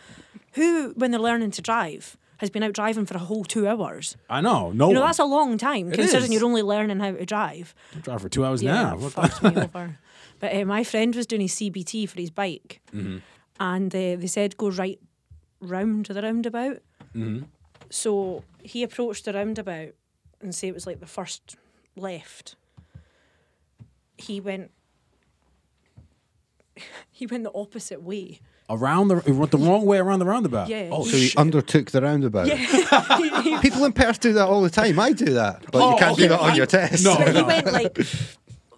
Speaker 2: Who, when they're learning to drive, has been out driving for a whole two hours?
Speaker 1: I know. No.
Speaker 2: You know,
Speaker 1: one.
Speaker 2: that's a long time considering
Speaker 1: is.
Speaker 2: you're only learning how to drive.
Speaker 1: drive for two hours
Speaker 2: Yeah,
Speaker 1: now.
Speaker 2: it
Speaker 1: What the-
Speaker 2: fucked me over. But uh, my friend was doing his CBT for his bike,
Speaker 1: Mm-hmm.
Speaker 2: and uh, they said go right round the roundabout.
Speaker 1: Mm-hmm.
Speaker 2: So he approached the roundabout and say it was like the first left. He went. He went the opposite way.
Speaker 1: around the it went the wrong way around the roundabout.
Speaker 2: Yeah.
Speaker 1: Oh,
Speaker 4: So he
Speaker 1: shit.
Speaker 4: undertook the roundabout.
Speaker 2: He- he-
Speaker 4: People in Perth do that all the time. I do that, but
Speaker 1: Oh,
Speaker 4: you can't
Speaker 1: okay.
Speaker 4: do that on your test.
Speaker 1: Oh, No.
Speaker 2: But he went like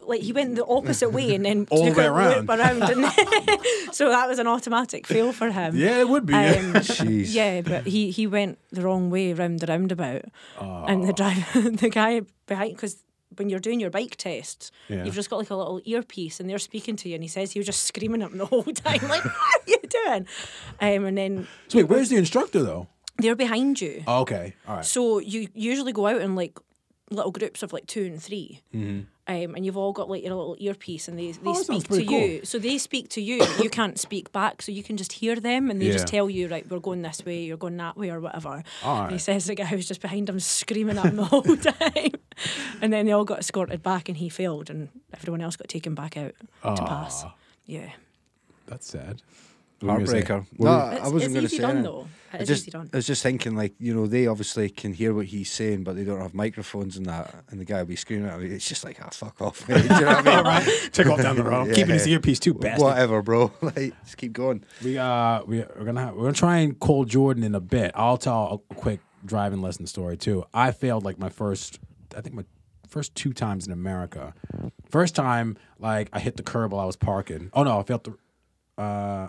Speaker 2: like he went the opposite way and then
Speaker 1: All the
Speaker 2: took
Speaker 1: way
Speaker 2: a
Speaker 1: around.
Speaker 2: loop around and so that was an automatic fail for him. Um,
Speaker 1: Yeah, it would be, yeah.
Speaker 4: Jeez.
Speaker 2: Yeah, but he, he went the wrong way round the roundabout, and
Speaker 1: Oh.
Speaker 2: the driver, the guy behind, because when you're doing your bike tests,
Speaker 1: Yeah.
Speaker 2: you've just got like a little earpiece, and they're speaking to you, and he says he was just screaming at him the whole time, like, "What are you doing?" Um, and then
Speaker 1: So wait, where's the instructor though?
Speaker 2: they're behind you.
Speaker 1: Oh, okay. All right.
Speaker 2: So you usually go out in like little groups of like two and 3 um, and you've all got like your little earpiece, and they they
Speaker 1: Mm-hmm. Oh, that sounds
Speaker 2: speak to
Speaker 1: pretty cool.
Speaker 2: you. So they speak to you. You can't speak back, so you can just hear them, and they just
Speaker 1: Yeah.
Speaker 2: tell you right, we're going this way, you're going that way, or whatever.
Speaker 1: All
Speaker 2: And he
Speaker 1: right.
Speaker 2: says the guy who's just behind him screaming at him the whole time, and then they all got escorted back, and he failed, and everyone else got taken back out to pass. Yeah,
Speaker 1: That's sad.
Speaker 4: Heartbreaker.
Speaker 1: What
Speaker 4: No,
Speaker 1: were you-
Speaker 4: I
Speaker 2: It's-
Speaker 4: wasn't
Speaker 2: it's
Speaker 4: going to
Speaker 2: easy
Speaker 4: say
Speaker 2: done,
Speaker 4: anything.
Speaker 2: though. It
Speaker 4: I
Speaker 2: is
Speaker 4: just,
Speaker 2: easy done.
Speaker 4: I was just thinking, like you know, they obviously can hear what he's saying, but they don't have microphones and that, and the guy will be screaming at me. It's just like, ah, fuck off. Mate. Do you know what I mean?
Speaker 1: Take off down the road. I'm keeping his
Speaker 4: Yeah.
Speaker 1: earpiece too, bastard.
Speaker 4: Whatever, bro. like, just keep going.
Speaker 1: We uh we are gonna have, we're gonna try and call Jordan in a bit. I'll tell a quick driving lesson story too. I failed like my first I think my first two times in America. First time like I hit the curb while I was parking. Oh no, I failed the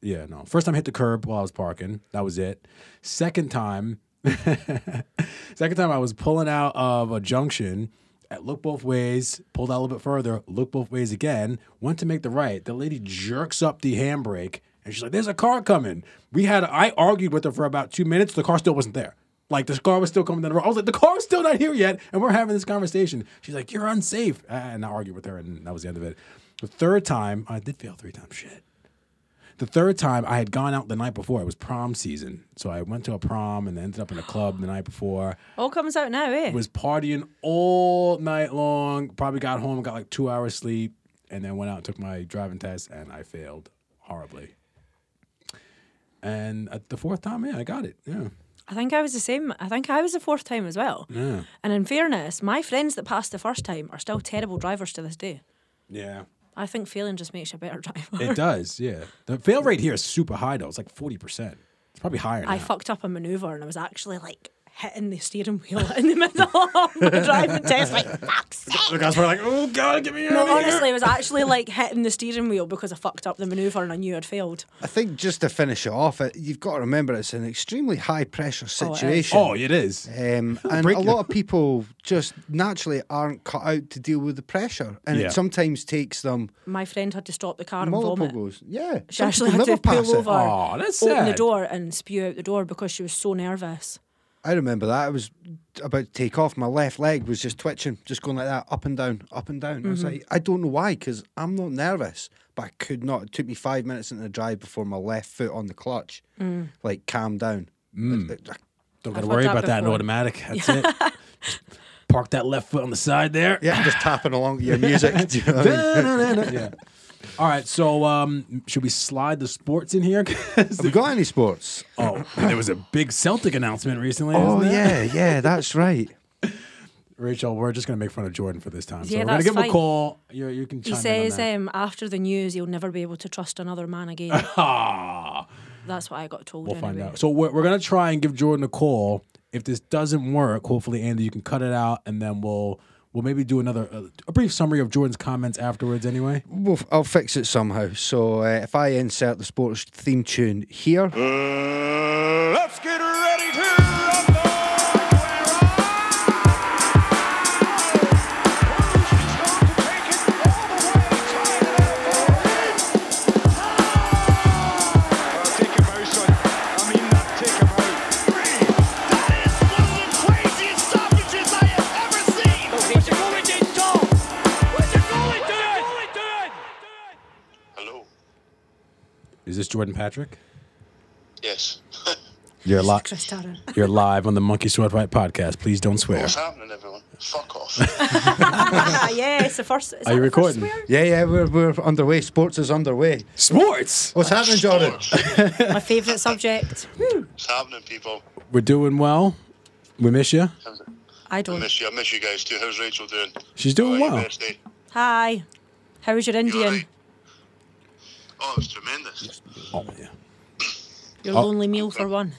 Speaker 1: yeah, no. First time hit the curb while I was parking. That was it. Second time, second time I was pulling out of a junction. I looked both ways, pulled out a little bit further, looked both ways again, went to make the right. The lady jerks up the handbrake and she's like, There's a car coming. We had, I argued with her for about two minutes. The car still wasn't there. Like the car was still coming down the road. I was like, The car's still not here yet. And we're having this conversation. She's like, You're unsafe. And I argued with her and that was the end of it. The third time, I did fail three times. Shit. The third time I had gone out the night before. It was prom season, so I went to a prom and ended up in a club the night before.
Speaker 2: All comes out now, eh?
Speaker 1: Was partying all night long. Probably got home and got like two hours sleep, and then went out and took my driving test, and I failed horribly. And at the fourth time, yeah, I got it. Yeah.
Speaker 2: I think I was the same. I think I was the fourth time as well.
Speaker 1: Yeah.
Speaker 2: And in fairness, my friends that passed the first time are still terrible drivers to this day.
Speaker 1: Yeah.
Speaker 2: I think failing just makes you a better driver.
Speaker 1: It does, yeah. The fail rate here is super high though. It's like forty percent. It's probably higher now.
Speaker 2: I fucked up a maneuver and I was actually like hitting the steering wheel in the middle of my driving test. Like, fuck's sake.
Speaker 1: the guys were like, "Oh God, get me out!"
Speaker 2: No, honestly, I was actually like hitting the steering wheel because I fucked up the maneuver and I knew I'd failed.
Speaker 4: I think just to finish it off, it, you've got to remember it's an extremely high pressure
Speaker 2: Oh, it is.
Speaker 4: situation.
Speaker 1: Oh, it is.
Speaker 4: Um, and
Speaker 1: break
Speaker 4: a
Speaker 1: your-
Speaker 4: lot of people just naturally aren't cut out to deal with the pressure, and
Speaker 1: Yeah.
Speaker 4: it sometimes takes them
Speaker 2: My friend had to stop the car and
Speaker 4: multiple
Speaker 2: vomit.
Speaker 4: goes. Yeah,
Speaker 2: She
Speaker 4: some
Speaker 2: actually had
Speaker 4: people
Speaker 2: to
Speaker 4: never pass
Speaker 2: pull
Speaker 4: it.
Speaker 2: over,
Speaker 1: Aw, that's
Speaker 2: open the
Speaker 1: sad.
Speaker 2: door, and spew out the door because she was so nervous.
Speaker 4: I remember that. I was about to take off. My left leg was just twitching, just going like that, up and down, up and down. I
Speaker 2: Mm-hmm.
Speaker 4: was like, I don't know why, because I'm not nervous, but I could not. It took me five minutes into the drive before my left foot on the clutch,
Speaker 2: Mm.
Speaker 4: like, calmed down.
Speaker 1: Mm.
Speaker 4: Uh, I- I-
Speaker 1: Don't gotta
Speaker 2: I've
Speaker 1: worry
Speaker 2: fucked up
Speaker 1: about that in
Speaker 2: before.
Speaker 1: automatic. That's it. Just park that left foot on the side there.
Speaker 4: yeah, just tapping along to your music. do you know what I mean?
Speaker 1: yeah. All right. So, um, should we slide the sports in here? 'Cause-
Speaker 4: Have we got any sports?
Speaker 1: oh, there was a big Celtic announcement recently.
Speaker 4: Oh,
Speaker 1: isn't there?
Speaker 4: yeah, yeah, that's right.
Speaker 1: Rachel, we're just gonna make fun of Jordan for this time. so
Speaker 2: Yeah,
Speaker 1: we're gonna
Speaker 2: that's
Speaker 1: give him a
Speaker 2: fine.
Speaker 1: call. You, you can.
Speaker 2: He
Speaker 1: Chime
Speaker 2: says
Speaker 1: In on that.
Speaker 2: um, after the news, he'll never be able to trust another man again.
Speaker 1: Ah.
Speaker 2: That's what I got told.
Speaker 1: We'll
Speaker 2: anyway.
Speaker 1: find out. So we're, we're gonna try and give Jordan a call. If this doesn't work, hopefully Andy, you can cut it out, and then we'll we'll maybe do another uh, a brief summary of Jordan's comments afterwards. Anyway,
Speaker 4: We'll, f- I'll fix it somehow. So uh, if I insert the sports theme tune here,
Speaker 5: Let's get ready to rumble!
Speaker 6: That is one of the craziest stoppages I have ever seen. What you going to do? What you going to do?
Speaker 5: Hello.
Speaker 1: is this Jordan Patrick?
Speaker 5: Yes.
Speaker 1: You're li-
Speaker 2: Chris Tarrant.
Speaker 1: You're live on the Monkey Sword Fight podcast. Please don't swear.
Speaker 5: What's happening, everyone? Fuck off.
Speaker 2: ah, yes, the first. Is
Speaker 1: Are you
Speaker 2: that the first
Speaker 1: recording?
Speaker 2: swear?
Speaker 4: yeah, yeah, we're, we're underway. Sports is underway.
Speaker 1: Sports.
Speaker 4: What's happening, Jordan?
Speaker 2: My favourite subject.
Speaker 5: What's happening, people?
Speaker 1: We're doing well. We miss you.
Speaker 5: How's it?
Speaker 2: I
Speaker 5: I
Speaker 2: don't.
Speaker 5: miss you. I miss you guys too. How's Rachel doing?
Speaker 1: She's doing
Speaker 5: How are Oh, you,
Speaker 1: well.
Speaker 5: bestie?
Speaker 2: Hi. How was your
Speaker 5: You all
Speaker 2: Indian?
Speaker 5: right? Oh, it was tremendous.
Speaker 1: Oh yeah.
Speaker 2: Your
Speaker 5: Oh.
Speaker 2: lonely meal for one.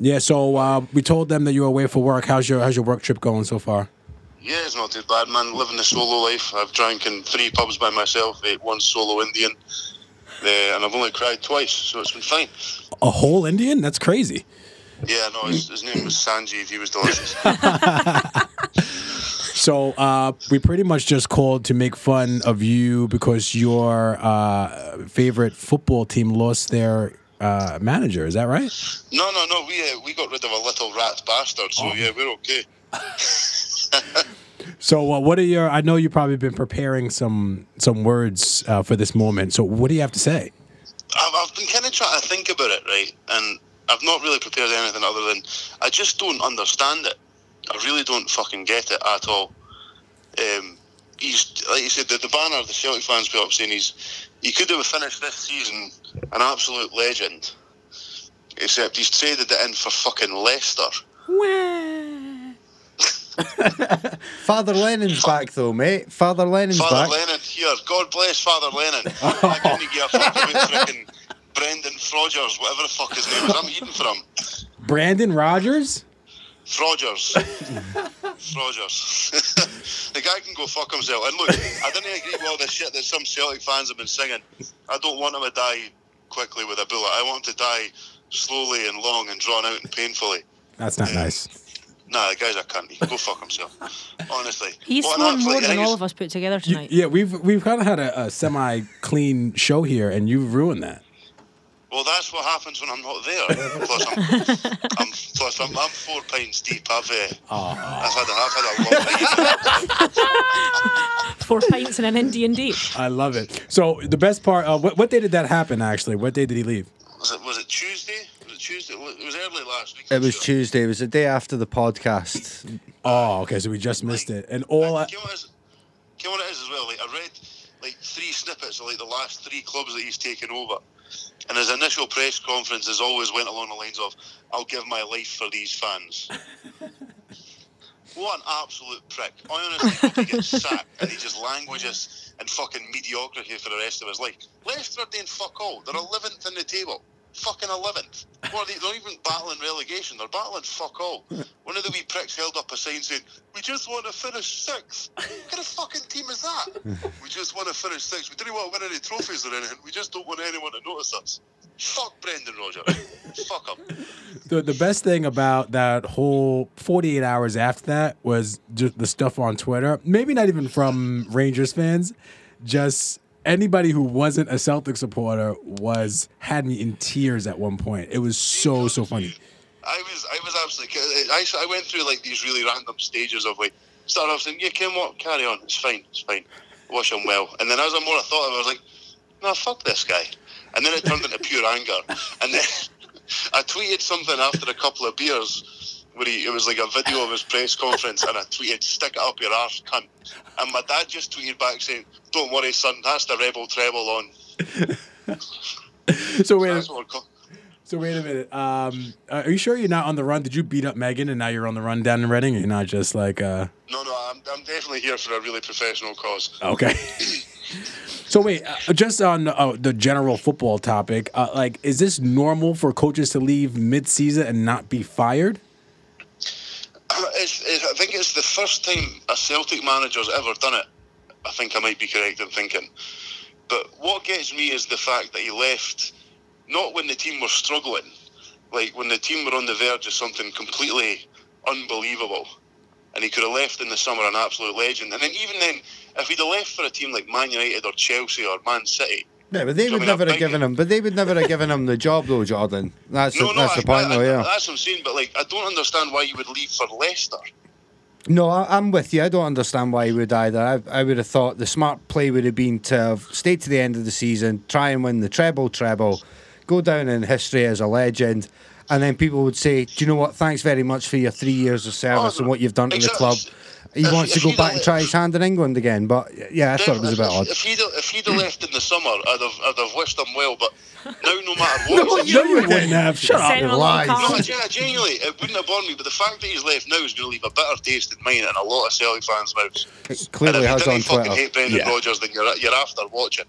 Speaker 1: Yeah. So uh, we told them that you were away for work. How's your How's your work trip going so far?
Speaker 5: Yeah, it's not too bad, man. Living the solo life. I've drank in three pubs by myself, ate one solo Indian, eh, and I've only cried twice, so it's been fine.
Speaker 1: A whole Indian? That's crazy.
Speaker 5: Yeah, no, his, his name was Sanjeev. He was delicious.
Speaker 1: So uh, we pretty much just called to make fun of you because your uh, favorite football team lost their uh, manager. Is that right?
Speaker 5: no, no, no. We uh, we got rid of a little rat bastard, so yeah, we're okay.
Speaker 1: So uh, what are your? I know you've probably been preparing some some words uh, for this moment. So what do you have to say?
Speaker 5: I've, I've been kind of trying to think about it, right? And I've not really prepared anything other than I just don't understand it. I really don't fucking get it at all. Um, he's like you said, the, the banner the Celtic fans put up saying he's he could have finished this season an absolute legend, except he's traded it in for fucking Leicester.
Speaker 4: Father Lennon's back though, mate. Father Lennon's
Speaker 5: Father
Speaker 4: back.
Speaker 5: Lennon here. God bless Father Lennon. I couldn't give a fuck about frickin' Brendan Frogers, whatever the fuck his name is. I'm eating from
Speaker 1: Brandon Rogers.
Speaker 5: Frogers. Frogers. the guy can go fuck himself. And look, I didn't agree with all the shit that some Celtic fans have been singing. I don't want him to die quickly with a bullet. I want him to die slowly and long and drawn out and painfully.
Speaker 1: That's not nice.
Speaker 5: Nah, the guy's a cunt. He can go fuck himself. Honestly.
Speaker 2: He's
Speaker 5: What an
Speaker 2: sworn
Speaker 5: absolute-
Speaker 2: more
Speaker 5: I
Speaker 2: than
Speaker 5: think
Speaker 2: all
Speaker 5: it's-
Speaker 2: of us put together
Speaker 1: You,
Speaker 2: tonight.
Speaker 1: yeah, we've we've kind of had a, a semi clean show here, and you've ruined that.
Speaker 5: Well, that's what happens when I'm not there. plus, I'm, I'm, plus I'm, I'm four pints deep. I've, uh, I've had a, I've had a long night.
Speaker 2: Four pints and an Indian deep.
Speaker 1: I love it. So the best part. Uh, what, what day did that happen? Actually, what day did he leave?
Speaker 5: Was it was it Tuesday? Was it Tuesday? It was early last week.
Speaker 4: It
Speaker 5: I'm
Speaker 4: was
Speaker 5: sure.
Speaker 4: Tuesday. It was the day after the podcast.
Speaker 1: Oh, okay. So we just missed it. And all I,
Speaker 5: Do you know what it is? Do you know what it is as well? Like I read like three snippets of like the last three clubs that he's taken over, and his initial press conferences always went along the lines of, "I'll give my life for these fans." what an absolute prick! I honestly hope he gets sacked and he just languishes in fucking mediocrity for the rest of his life. Leicester are doing fuck all. They're eleventh in the table. Fucking eleventh. What are they? They're not even battling relegation. They're battling fuck all. One of the wee pricks held up a sign saying, "We just want to finish sixth. What kind of fucking team is that? we just want to finish sixth. We didn't want to win any trophies or anything. We just don't want anyone to notice us." Fuck Brendan Rodgers. Fuck him.
Speaker 1: the, the best thing about that whole 48 hours after that was just the stuff on Twitter. Maybe not even from Rangers fans, just anybody who wasn't a Celtic supporter was had me in tears at one point. It was so so funny.
Speaker 5: I was I was absolutely I, I went through like these really random stages of like start off saying yeah Kim what carry on it's fine it's fine wish him well and then as the more I thought of it I was like no fuck this guy and then it turned into pure anger and then I tweeted something after a couple of beers where he, it was like a video of his press conference and I tweeted stick it up your arse cunt and my dad just tweeted back saying don't worry son that's the rebel treble on
Speaker 1: So wait,
Speaker 5: that's what we're call-
Speaker 1: so wait a minute. Um, uh, are you sure you're not on the run? Did you beat up Megan and now you're on the run down in Reading? You're not just like uh,
Speaker 5: no no I'm, I'm definitely here for a really professional cause
Speaker 1: Okay. so wait, uh, just on uh, the general football topic, uh, like, is this normal for coaches to leave mid-season and not be fired?
Speaker 5: it's, it's, I think it's the first time a Celtic manager's ever done it. I think I might be correct in thinking. But what gets me is the fact that he left not when the team were struggling, like when the team were on the verge of something completely unbelievable. And he could have left in the summer an absolute legend. And then, even then, if he'd have left for a team like Man United or Chelsea or Man City,
Speaker 4: Yeah, but they
Speaker 5: So
Speaker 4: would
Speaker 5: we're not
Speaker 4: never have
Speaker 5: thinking-
Speaker 4: given him. But they would never have given him the job, though, Jordan. That's the, that's
Speaker 5: I-
Speaker 4: the point,
Speaker 5: I-
Speaker 4: though. Yeah.
Speaker 5: That's what I'm saying. But like, I don't understand why you would leave for Leicester.
Speaker 4: No, I, I'm with you. I don't understand why he would either. I, I would have thought the smart play would have been to have stayed to the end of the season, try and win the treble, treble, go down in history as a legend, and then people would say, "Do you know what? Thanks very much for your three years of service
Speaker 5: Oh,
Speaker 4: and what you've done to
Speaker 5: exact-
Speaker 4: the club." He
Speaker 5: if-
Speaker 4: wants to
Speaker 5: if
Speaker 4: go
Speaker 5: he'd
Speaker 4: back
Speaker 5: have-
Speaker 4: and try his hand in England again, but yeah, I thought it was a bit
Speaker 5: if,
Speaker 4: odd.
Speaker 5: If he'd, if he'd have left in the summer, I'd have, I'd have wished him well. But now, no matter what,
Speaker 1: No, you wouldn't have. Shut
Speaker 2: Send
Speaker 1: up.
Speaker 2: him a long
Speaker 4: lies.
Speaker 5: No,
Speaker 2: card.
Speaker 5: gen- genuinely, it wouldn't have bothered me. But the fact that he's left now is going to leave a bitter taste in mine and a lot of Celtic fans' mouths.
Speaker 4: It clearly
Speaker 5: and if
Speaker 4: has
Speaker 5: you
Speaker 4: on
Speaker 5: didn't fucking
Speaker 4: Twitter.
Speaker 5: hate Brendan
Speaker 1: Yeah.
Speaker 5: Rodgers, then you're, you're after watching.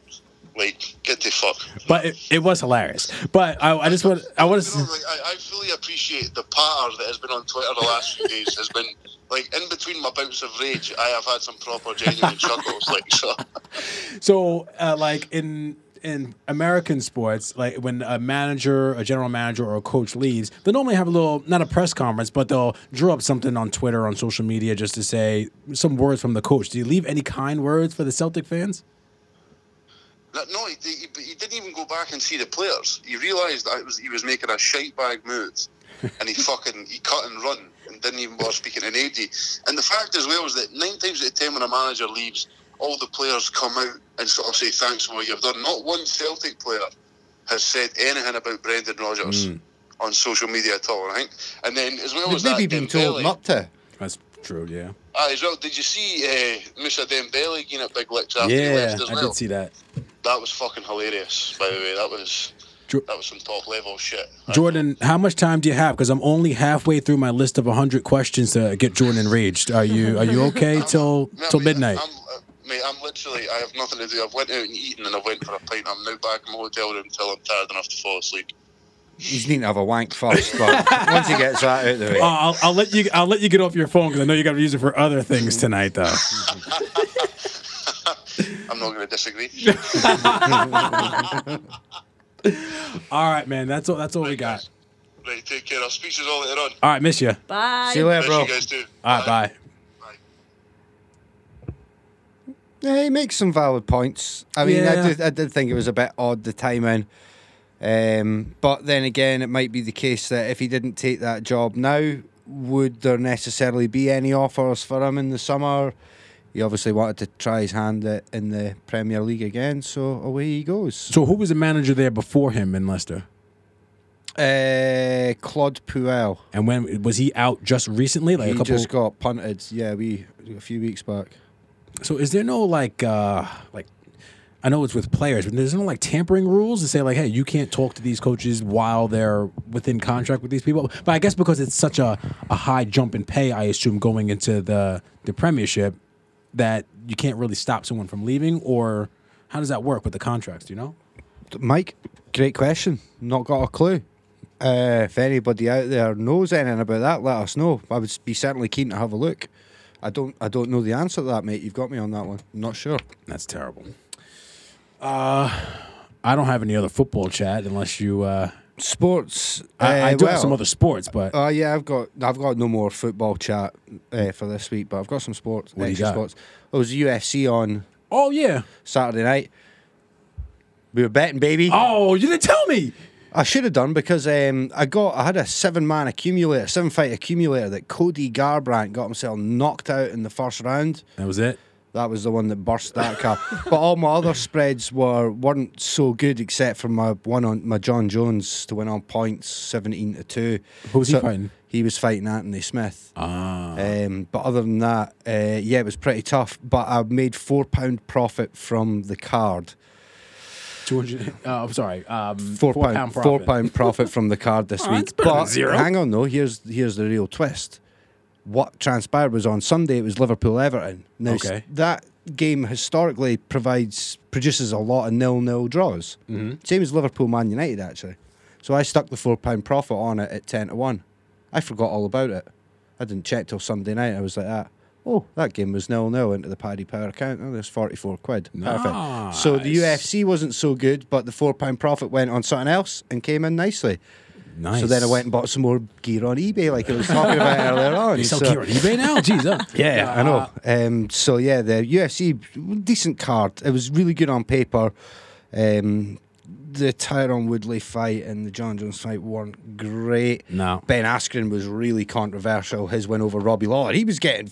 Speaker 5: Like, get the fuck.
Speaker 1: But it, it was hilarious. But I, I just want I want
Speaker 5: You know,
Speaker 1: to.
Speaker 5: like, I, I fully appreciate the patter that has been on Twitter the last few days. Has been like in between my bouts of rage, I have had some proper genuine chuckles. Like, so
Speaker 1: So uh, like in. In American sports, like when a manager, a general manager, or a coach leaves, they normally have a little, not a press conference, but they'll draw up something on Twitter, on social media, just to say some words from the coach. Do you leave any kind words for the Celtic fans?
Speaker 5: No, No, he, he, but he didn't even go back and see the players. He realised that it was, he was making a shite bag move, and he fucking he cut and run and didn't even bother speaking to an AD. And the fact as well is that nine times out of ten when a manager leaves, all the players come out and sort of say thanks for what you've done. Not one Celtic player has said anything about Brendan Rodgers on social media at all. I think. And then as well as
Speaker 4: Hmm. They've maybe
Speaker 5: that,
Speaker 4: been told
Speaker 5: Dembele-
Speaker 4: not to.
Speaker 1: That's true. Yeah.
Speaker 5: Ah, as well, did you see uh, Musa Dembele getting at Big Licks after he
Speaker 1: Yeah,
Speaker 5: left as
Speaker 1: I
Speaker 5: well?
Speaker 1: did see that.
Speaker 5: That was fucking hilarious, by the way. That was
Speaker 1: Jo-
Speaker 5: that was some top level shit.
Speaker 1: Jordan, how much time do you have? Because I'm only halfway through my list of 100 questions to get Jordan enraged. Are you Are you okay till
Speaker 5: No,
Speaker 1: till
Speaker 5: mate,
Speaker 1: midnight?
Speaker 5: I'm, uh, mate, I'm literally. I have nothing to do. I've went out and eaten, and I went for a pint. I'm now back in my hotel room until I'm tired enough to fall asleep.
Speaker 4: He's needing to have a wank first, but once he gets that out of the way.
Speaker 1: Uh, I'll, I'll let you I'll let you get off your phone because I know you got to use it for other things tonight though.
Speaker 5: I'm not going to disagree.
Speaker 1: All right, man. That's all. That's all we got.
Speaker 5: right, take care. I'll speak to you all later on.
Speaker 1: All right, miss you.
Speaker 2: Bye.
Speaker 4: See you later,
Speaker 5: Miss
Speaker 4: bro.
Speaker 5: you guys too.
Speaker 1: All right, bye.
Speaker 4: Yeah, he makes some valid points. I mean,
Speaker 1: Yeah.
Speaker 4: I, did, I did think it was a bit odd the timing. Um, but then again, it might be the case that if he didn't take that job now, would there necessarily be any offers for him in the summer? He obviously wanted to try his hand at- in the Premier League again, so away he goes.
Speaker 1: So who was the manager there before him in Leicester?
Speaker 4: Uh, Claude Puel.
Speaker 1: And when was he out just recently? Like
Speaker 4: He
Speaker 1: a couple.
Speaker 4: just got punted. Yeah, we a few weeks back.
Speaker 1: so is there no like uh like I know it's with players, but there's no like tampering rules to say like, hey, you can't talk to these coaches while they're within contract with these people. But I guess because it's such a, a high jump in pay, I assume going into the the Premiership, that you can't really stop someone from leaving. Or how does that work with the contracts? Do you know?
Speaker 4: Mike, great question. Not got a clue. Uh, if anybody out there knows anything about that, let us know. I would be certainly keen to have a look. I don't, I don't know the answer to that, mate. You've got me on that one. I'm not sure.
Speaker 1: That's terrible. Uh, I don't have any other football chat unless you. Uh,
Speaker 4: Sports.
Speaker 1: I, I
Speaker 4: uh,
Speaker 1: do have
Speaker 4: well,
Speaker 1: some other sports, but
Speaker 4: Oh yeah, I've got I've got no more football chat uh, for this week, but I've got some sports.
Speaker 1: What do you
Speaker 4: extra
Speaker 1: got?
Speaker 4: sports. It was UFC on
Speaker 1: oh yeah,
Speaker 4: Saturday night. We were betting, baby.
Speaker 1: oh you didn't tell me.
Speaker 4: I should have done because um, I got I had a seven man accumulator, seven fight accumulator that Cody Garbrandt got himself knocked out in the first round.
Speaker 1: That was it.
Speaker 4: That was the one that burst that cap. but all my other spreads were weren't so good except for my one on my John Jones to win on points seventeen to two.
Speaker 1: Who was he fighting? Ah.
Speaker 4: He was fighting Anthony Smith. Um, but other than that, uh, yeah, it was pretty tough. But I made four pound profit from the card.
Speaker 1: Two hundred. Uh, I'm sorry. Um,
Speaker 4: four pound,
Speaker 1: profit.
Speaker 4: four pound profit from the card this
Speaker 1: Oh, that's
Speaker 4: week.
Speaker 1: better than
Speaker 4: But
Speaker 1: zero.
Speaker 4: hang on though, here's here's the real twist. What transpired was on Sunday it was Liverpool Everton. Now s-
Speaker 1: Okay.
Speaker 4: that game historically provides produces a lot of nil nil draws.
Speaker 1: Mm-hmm.
Speaker 4: Same as Liverpool Man United actually. So I stuck the four pound profit on it at ten to one. I forgot all about it. I didn't check till Sunday night. I was like that. Oh, that game was nil nil into the Paddy Power account. Oh, there's forty four quid. Perfect. So the
Speaker 1: Nice.
Speaker 4: UFC wasn't so good, but the four pound profit went on something else and came in nicely.
Speaker 1: Nice.
Speaker 4: So then I went and bought some more gear on eBay, like I was talking about earlier on.
Speaker 1: You sell
Speaker 4: So-
Speaker 1: gear on eBay now? Jeez, huh?
Speaker 4: yeah, I
Speaker 1: Uh,
Speaker 4: know. Um, so yeah, the UFC decent card. It was really good on paper. Um, the Tyron Woodley fight and the John Jones fight weren't great.
Speaker 1: No.
Speaker 4: Ben Askren was really controversial. His win over Robbie Lawler, he was getting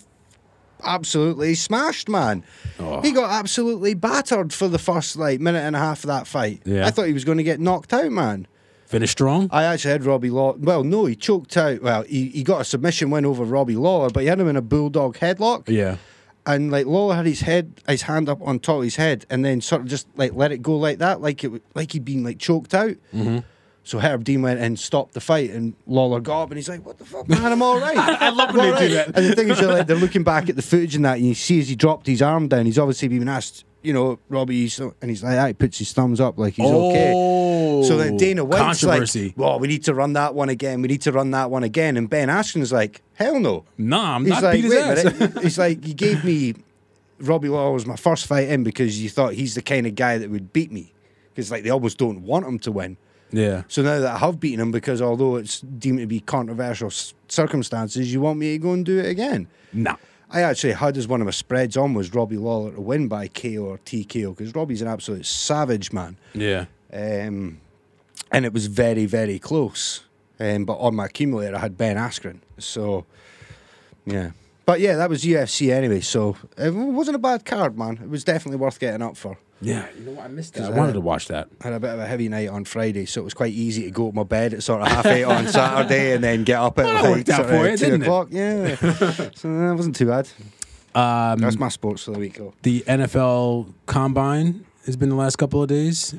Speaker 4: absolutely smashed, man.
Speaker 1: Oh.
Speaker 4: He got absolutely battered for the first like minute and a half of that fight.
Speaker 1: Yeah.
Speaker 4: I thought he was going to get knocked out, man.
Speaker 1: Finish strong.
Speaker 4: I actually had Robbie Law. Well, no, he choked out. Well, he, he got a submission win over Robbie Lawler, but he had him in a bulldog headlock.
Speaker 1: yeah.
Speaker 4: And like Lawler had his head, his hand up on top of his head, and then sort of just like let it go like that, like it, w- like he'd been like choked out.
Speaker 1: Mm-hmm.
Speaker 4: So Herb Dean went and stopped the fight, and Lawler got up, and he's like, "What the fuck, man? I'm all right." I love
Speaker 1: when they do that.
Speaker 4: And the thing is, they're, like, they're looking back at the footage and that, and you see as he dropped his arm down, he's obviously been asked, you know, Robbie, he's, and he's like, that. he puts his thumbs up, like he's okay. So then
Speaker 1: Oh,
Speaker 4: Dana White's
Speaker 1: controversy.
Speaker 4: like, well, we need to run that one again. We need to run that one again. And Ben Askren's like, hell no.
Speaker 1: Nah, I'm
Speaker 4: He's
Speaker 1: not
Speaker 4: like,
Speaker 1: beat his
Speaker 4: wait
Speaker 1: ass.
Speaker 4: a minute. He's like, you gave me Robbie Law was my first fight in because you thought he's the kind of guy that would beat me. Because like they almost don't want him to win.
Speaker 1: Yeah.
Speaker 4: So now that I have beaten him, because although it's deemed to be controversial s- circumstances, you want me to go and do it again.
Speaker 1: Nah.
Speaker 4: I actually had as one of my spreads on was Robbie Lawler to win by KO or TKO because Robbie's an absolute savage man.
Speaker 1: Yeah.
Speaker 4: Um, and it was very, very close. Um, but on my accumulator, I had Ben Askren. So, yeah. But yeah, that was UFC anyway. So it wasn't a bad card, man. It was definitely worth getting up for.
Speaker 1: Yeah. You know what? I missed that. I
Speaker 4: I-
Speaker 1: wanted to watch that.
Speaker 4: I had a bit of a heavy night on Friday, so it was quite easy to go to my bed at sort of half eight on Saturday and then get up at
Speaker 1: that
Speaker 4: like
Speaker 1: worked out
Speaker 4: sort of
Speaker 1: for you,
Speaker 4: two
Speaker 1: didn't it?
Speaker 4: o'clock. Yeah, so that wasn't too bad. Um, That's my sports for the week, though.
Speaker 1: The NFL Combine has been the last couple of days.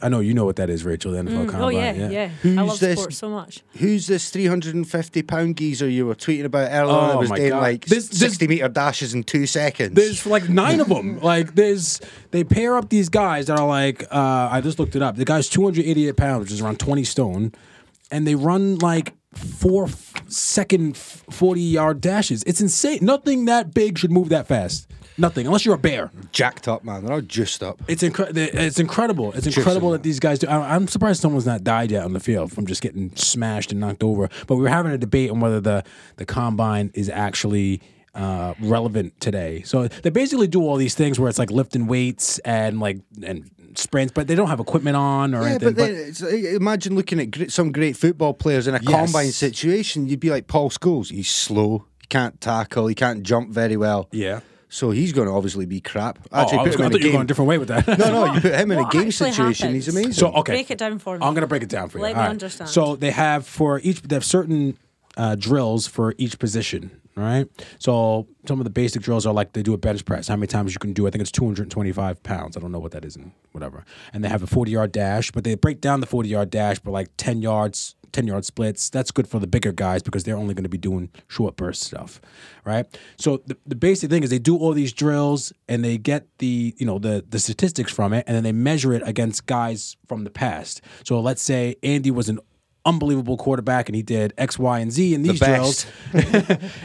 Speaker 1: I know you know what that is, Rachel. The NFL Combine.
Speaker 2: oh yeah, yeah. I
Speaker 4: Who's
Speaker 2: love
Speaker 4: this-
Speaker 2: sports so much.
Speaker 4: Who's this 350 pound geezer you were tweeting about earlier?
Speaker 1: Oh,
Speaker 4: that was
Speaker 1: my
Speaker 4: doing
Speaker 1: God.
Speaker 4: like
Speaker 1: This- this-
Speaker 4: 60 meter dashes in two seconds.
Speaker 1: There's like nine of them. Like there's they pair up these guys that are like uh, I just looked it up. The guy's 288 pounds, which is around 20 stone, and they run like four f- second f- 40 yard dashes. It's insane. Nothing that big should move that fast. Nothing, unless you're a bear.
Speaker 4: jacked up, man. They're all juiced up.
Speaker 1: It's incre- It's incredible. It's incredible that these guys do. I- I'm surprised someone's not died yet on the field from just getting smashed and knocked over. But we were having a debate on whether the the combine is actually uh, relevant today. So they basically do all these things where it's like lifting weights and like and sprints, but they don't have equipment on or
Speaker 4: Yeah,
Speaker 1: anything.
Speaker 4: but then it's, imagine looking at great, some great football players in a combine
Speaker 1: Yes.
Speaker 4: situation. You'd be like Paul Scholes. He's slow. He can't tackle. He can't jump very well.
Speaker 1: yeah.
Speaker 4: So he's going to obviously be crap.
Speaker 1: Oh, I,
Speaker 4: Actually,
Speaker 1: was
Speaker 4: put him
Speaker 1: gonna, I
Speaker 4: in
Speaker 1: thought
Speaker 4: a
Speaker 1: you were
Speaker 4: game.
Speaker 1: going a different way with that.
Speaker 4: No, no, you put him in a
Speaker 2: What
Speaker 4: game
Speaker 2: actually
Speaker 4: situation. He's
Speaker 2: happens?
Speaker 4: amazing.
Speaker 1: So okay,
Speaker 2: Break it down for me.
Speaker 1: I'm gonna break it down for you.
Speaker 2: Let me
Speaker 1: All right.
Speaker 2: understand.
Speaker 1: So they have for each they have certain uh, drills for each position. All right. So some of the basic drills are like they do a bench press. How many times you can do? I think it's 225 pounds. I don't know what that is in whatever. And they have a 40 yard dash, but they break down the 40 yard dash for like 10 yards. 10 yard splits. That's good for the bigger guys because they're only going to be doing short burst stuff, right? So the, the basic thing is they do all these drills and they get the, you know, the the statistics from it and then they measure it against guys from the past. So let's say Andy was an unbelievable quarterback and he did X, Y, and Z in these drills.
Speaker 4: best.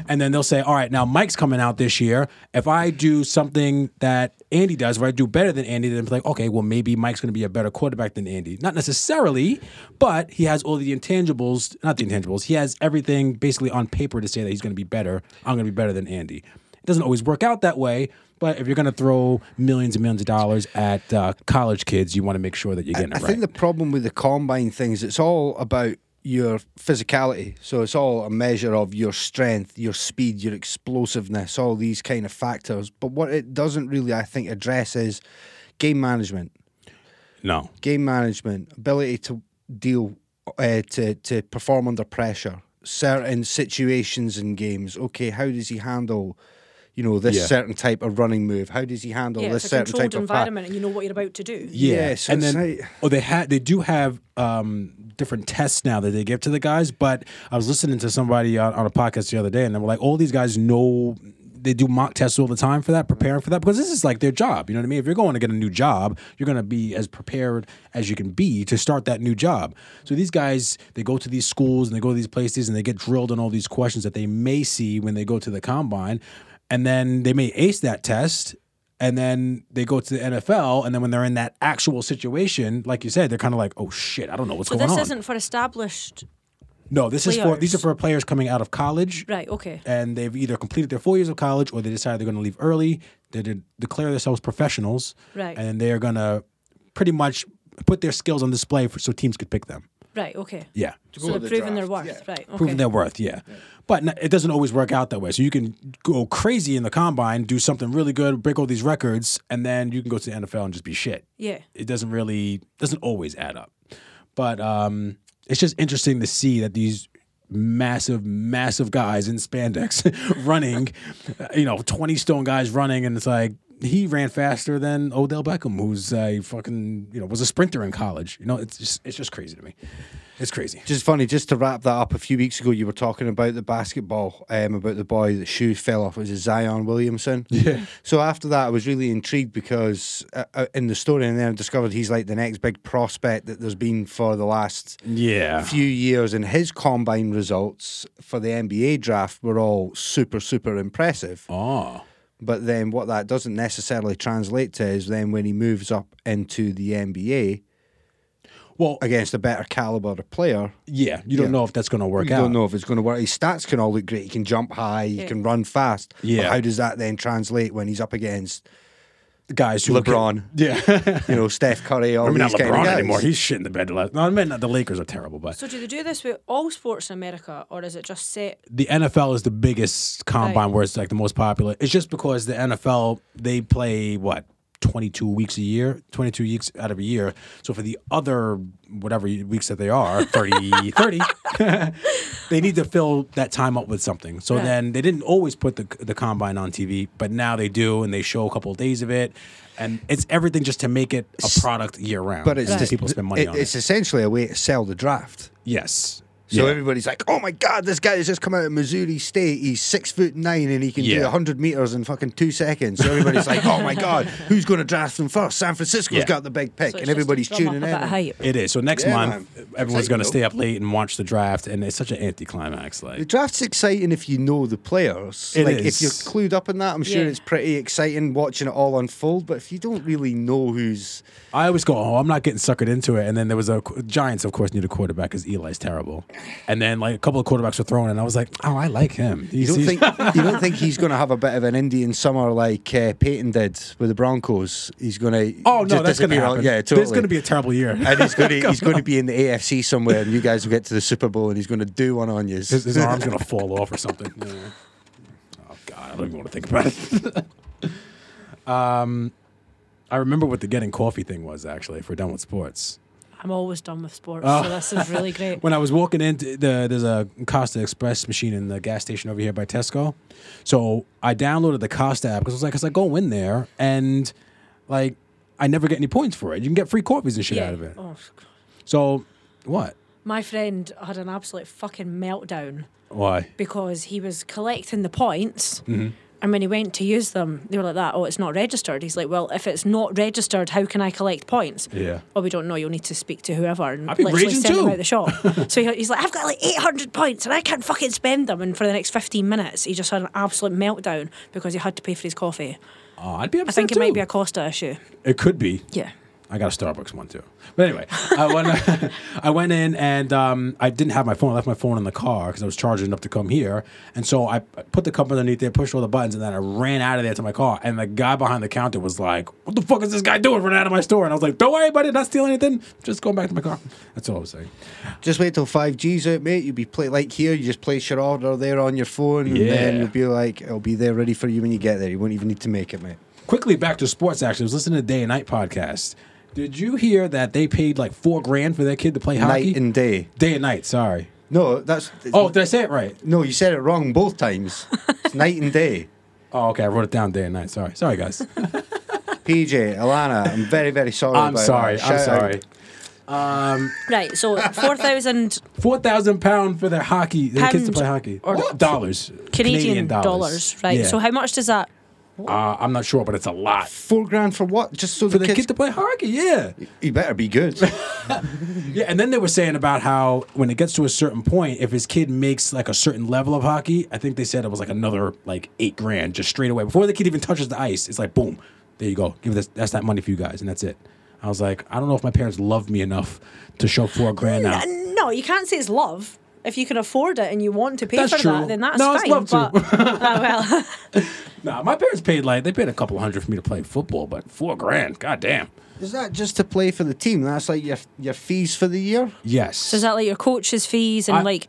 Speaker 1: and then they'll say, all right, now Mike's coming out this year. If I do something that Andy does, if I do better than Andy, then it's like, okay, well, maybe Mike's going to be a better quarterback than Andy. Not necessarily, but he has all the intangibles, not the intangibles, he has everything basically on paper to say that he's going to be better. I'm going to be better than Andy. It doesn't always work out that way, but if you're going to throw millions and millions of dollars at uh, college kids, you want to make sure that you're getting
Speaker 4: I
Speaker 1: it right.
Speaker 4: think the problem with the combine things, it's all about your physicality. So it's all a measure of your strength, your speed, your explosiveness, all these kind of factors. But what it doesn't really, I think, address is game management,
Speaker 1: no.
Speaker 4: game management, ability to deal, uh, to to perform under pressure, certain situations in games. Okay, how does he handle? You know this
Speaker 1: Yeah.
Speaker 4: certain type of running move. How does he handle
Speaker 2: yeah,
Speaker 4: this
Speaker 2: it's a
Speaker 4: certain
Speaker 2: controlled
Speaker 4: type of pass?
Speaker 2: environment, and you know what you're about to do.
Speaker 1: Yeah,
Speaker 4: Yeah, so
Speaker 1: and
Speaker 4: it's
Speaker 1: then
Speaker 4: like-
Speaker 1: oh, they had they do have um, different tests now that they give to the guys. But I was listening to somebody on, on a podcast the other day, and they were like, all these guys know they do mock tests all the time for that, preparing for that because this is like their job. You know what I mean? If you're going to get a new job, you're going to be as prepared as you can be to start that new job. So these guys, they go to these schools and they go to these places and they get drilled on all these questions that they may see when they go to the combine, and then they may ace that test and then they go to the NFL, and then when they're in that actual situation, like you said, they're kind of like, "Oh shit, I don't know what's
Speaker 2: So
Speaker 1: going
Speaker 2: this
Speaker 1: on."
Speaker 2: isn't for established,
Speaker 1: no, this is for these are
Speaker 2: players.
Speaker 1: for players coming out of college,
Speaker 2: right? Okay.
Speaker 1: and they've either completed their four years of college or they decide they're going to leave early. They de- declare themselves professionals,
Speaker 2: Right.
Speaker 1: And they are going to pretty much put their skills on display for, so teams could pick them.
Speaker 2: Right. Okay.
Speaker 1: Yeah,
Speaker 2: So they're proving their worth. Right. Okay.
Speaker 1: proving their worth. Yeah. But n- it doesn't always work out that way. So you can go crazy in the combine, do something really good, break all these records, and then you can go to the NFL and just be shit.
Speaker 2: Yeah.
Speaker 1: It doesn't really doesn't always add up. But um it's just interesting to see that these massive massive guys in spandex running, uh, you know, 20 stone guys running and it's like he ran faster than Odell Beckham, who's a fucking, you know, was a sprinter in college. You know, it's just it's just crazy to me. It's crazy.
Speaker 4: Just funny, just to wrap that up. A few weeks ago, you were talking about the basketball, um, about the boy that shoe fell off. It was it Zion Williamson? Yeah. So after that, I was really intrigued because uh, uh, in the story, and then I discovered he's like the next big prospect that there's been for the last
Speaker 1: Yeah.
Speaker 4: few years, and his combine results for the NBA draft were all super, super impressive.
Speaker 1: Oh.
Speaker 4: But then what that doesn't necessarily translate to is then when he moves up into the NBA
Speaker 1: Well, uh,
Speaker 4: against a better caliber of player.
Speaker 1: yeah, you don't
Speaker 4: Yeah.
Speaker 1: know if that's going to work
Speaker 4: You
Speaker 1: out.
Speaker 4: don't know if it's going to work. His stats can all look great. He can jump high. He
Speaker 2: Yeah.
Speaker 4: can run fast. But
Speaker 1: Yeah.
Speaker 4: how does that then translate when he's up against,
Speaker 1: Guys, who
Speaker 4: LeBron.
Speaker 1: Yeah, I
Speaker 4: you know, Steph Curry? All
Speaker 1: mean not
Speaker 4: these kind of
Speaker 1: LeBron
Speaker 4: guys?
Speaker 1: anymore. He's shit in the bed. Last. No, I mean the Lakers are terrible, but
Speaker 2: So do they do this with all sports in America, or is it just set?
Speaker 1: the NFL is the biggest combine
Speaker 2: Right.
Speaker 1: where it's like the most popular. It's just because the NFL they play what twenty two weeks a year, twenty two weeks out of a year. So for the other whatever weeks that they are, 30, 30 they need to fill that time up with something. So
Speaker 2: Right.
Speaker 1: then they didn't always put the the combine on TV, but now they do, and they show a couple of days of it, and it's everything just to make it a product year round.
Speaker 4: But it's
Speaker 1: and
Speaker 4: just,
Speaker 1: people spend money
Speaker 4: it-
Speaker 1: on
Speaker 4: It's
Speaker 1: it.
Speaker 4: essentially a way to sell the draft.
Speaker 1: Yes.
Speaker 4: So
Speaker 1: Yeah.
Speaker 4: everybody's like, "Oh my God, this guy has just come out of Missouri State. He's six foot nine and he can
Speaker 1: Yeah.
Speaker 4: do hundred meters in fucking two seconds." So everybody's like, "Oh my God, who's going to draft him first? San Francisco's
Speaker 1: Yeah.
Speaker 4: got the big pick,
Speaker 2: So it's
Speaker 4: and
Speaker 2: just to
Speaker 4: everybody's
Speaker 2: drum
Speaker 4: tuning in."
Speaker 2: up A bit of hype.
Speaker 1: It is. So next
Speaker 4: Yeah,
Speaker 1: month,
Speaker 4: man.
Speaker 1: everyone's going to
Speaker 4: Exciting,
Speaker 1: stay up late and watch the draft, and it's such an anticlimax.
Speaker 4: The
Speaker 1: Like,
Speaker 4: draft's exciting if you know the players.
Speaker 1: It
Speaker 4: like
Speaker 1: is.
Speaker 4: if you're clued up in that, I'm sure
Speaker 2: Yeah.
Speaker 4: it's pretty exciting watching it all unfold. But if you don't really know who's
Speaker 1: I always go, "Oh, I'm not getting suckered into it." And then there was a Giants, of course, need a quarterback because Eli's terrible. And then like a couple of quarterbacks were thrown, and I was like, oh, I like him. He's,
Speaker 4: You don't
Speaker 1: he's-
Speaker 4: think you don't think he's going to have a bit of an Indian summer like uh, Peyton did with the Broncos? He's going to
Speaker 1: oh no, that's gonna
Speaker 4: disappear.
Speaker 1: happen.
Speaker 4: Yeah,
Speaker 1: There's
Speaker 4: totally.
Speaker 1: gonna be a terrible year.
Speaker 4: and he's going to he's going to be in the AFC somewhere, and you guys will get to the Super Bowl, and he's going to do one on you.
Speaker 1: his, his arm's gonna fall off or something. Yeah. Oh god, I don't even want to think about it. um, I remember what the getting coffee thing was actually. If we're done with sports,
Speaker 2: I'm always done with sports, so this is really great.
Speaker 1: Ah. when I was walking into the there's a Costa Express machine in the gas station over here by Tesco, so I downloaded the Costa app because I was like, 'cause I go in there and like I never get any points for it. You can get free coffees and shit out of it.
Speaker 2: Oh, God.
Speaker 1: So what?
Speaker 2: my friend had an absolute fucking meltdown
Speaker 1: Why?
Speaker 2: because he was collecting the points.
Speaker 1: Mm-hmm.
Speaker 2: And when he went to use them, they were like that. Oh, it's not registered. He's like, well, if it's not registered, how can I collect points?
Speaker 1: Yeah.
Speaker 2: Oh, we don't know. You'll need to speak to whoever and
Speaker 1: I'd be
Speaker 2: literally
Speaker 1: raging
Speaker 2: send
Speaker 1: too.
Speaker 2: them out the shop. so he, he's like, I've got like 800 points and I can't fucking spend them. And for the next 15 minutes, he just had an absolute meltdown because he had to pay for his coffee.
Speaker 1: Oh, I'd be
Speaker 2: I
Speaker 1: upset
Speaker 2: think it might
Speaker 1: too.
Speaker 2: be a Costa issue.
Speaker 1: It could be.
Speaker 2: Yeah.
Speaker 1: I got a Starbucks one too. But anyway, I went, I went in and um, I didn't have my phone. I left my phone in the car because I was charging it up to come here. And so I I put the cup underneath there, pushed all the buttons, and then I ran out of there to my car. And the guy behind the counter was like, What the fuck is this guy doing running out of my store? And I was like, Don't worry about it. Not stealing anything. Just going back to my car. That's all I was saying.
Speaker 4: Just wait till five G's out, mate. You'll be play like here. You just place your order there on your phone, and then
Speaker 1: Yeah.
Speaker 4: you'll be like, "It'll be there ready for you when you get there. You won't even need to make it, mate."
Speaker 1: Quickly back to sports, actually. I was listening to the Day and Night podcast. Did you hear that they paid like four grand for their kid to play hockey?
Speaker 4: Night and day.
Speaker 1: Day and night, sorry.
Speaker 4: No, that's
Speaker 1: Oh, did I say it right?
Speaker 4: no. You said it wrong both times. It's night and day.
Speaker 1: Oh, okay. I wrote it down day and night. Sorry. Sorry, guys.
Speaker 4: PJ, Alana, I'm very, very sorry.
Speaker 1: I'm
Speaker 4: about that.
Speaker 1: sorry. I'm
Speaker 4: Shout out.
Speaker 1: sorry.
Speaker 2: Right. So 4,000
Speaker 1: Four thousand pound for their hockey, their kids to
Speaker 2: Pound
Speaker 1: play hockey,
Speaker 2: or-
Speaker 1: What? dollars,
Speaker 2: Canadian, dollars. Right.
Speaker 1: Yeah.
Speaker 2: So how much does that?
Speaker 1: uh, I'm not sure, but it's a lot
Speaker 4: Four grand for what? Just so
Speaker 1: for
Speaker 4: the
Speaker 1: the
Speaker 4: kids.
Speaker 1: kid to play hockey. Yeah,
Speaker 4: he better be good.
Speaker 1: yeah. And then they were saying about how when it gets to a certain point, if his kid makes like a certain level of hockey, I think they said it was like another like eight grand just straight away before the kid even touches the ice. It's like boom, there you go. Give this that's that money for you guys, and that's it. I was like, I don't know if my parents loved me enough to show four grand out.
Speaker 2: No, you can't say it's love. If you can afford it and you want to pay
Speaker 1: That's
Speaker 2: for
Speaker 1: true.
Speaker 2: that, then that's
Speaker 1: No, it's
Speaker 2: fine.
Speaker 1: love too.
Speaker 2: but Ah, well,
Speaker 1: Nah, my parents paid like they paid a couple hundred for me to play football, but four grand, goddamn.
Speaker 4: Is that just to play for the team? That's like your your fees for the year.
Speaker 1: Yes,
Speaker 2: so is that like your coach's fees and
Speaker 1: I-
Speaker 2: like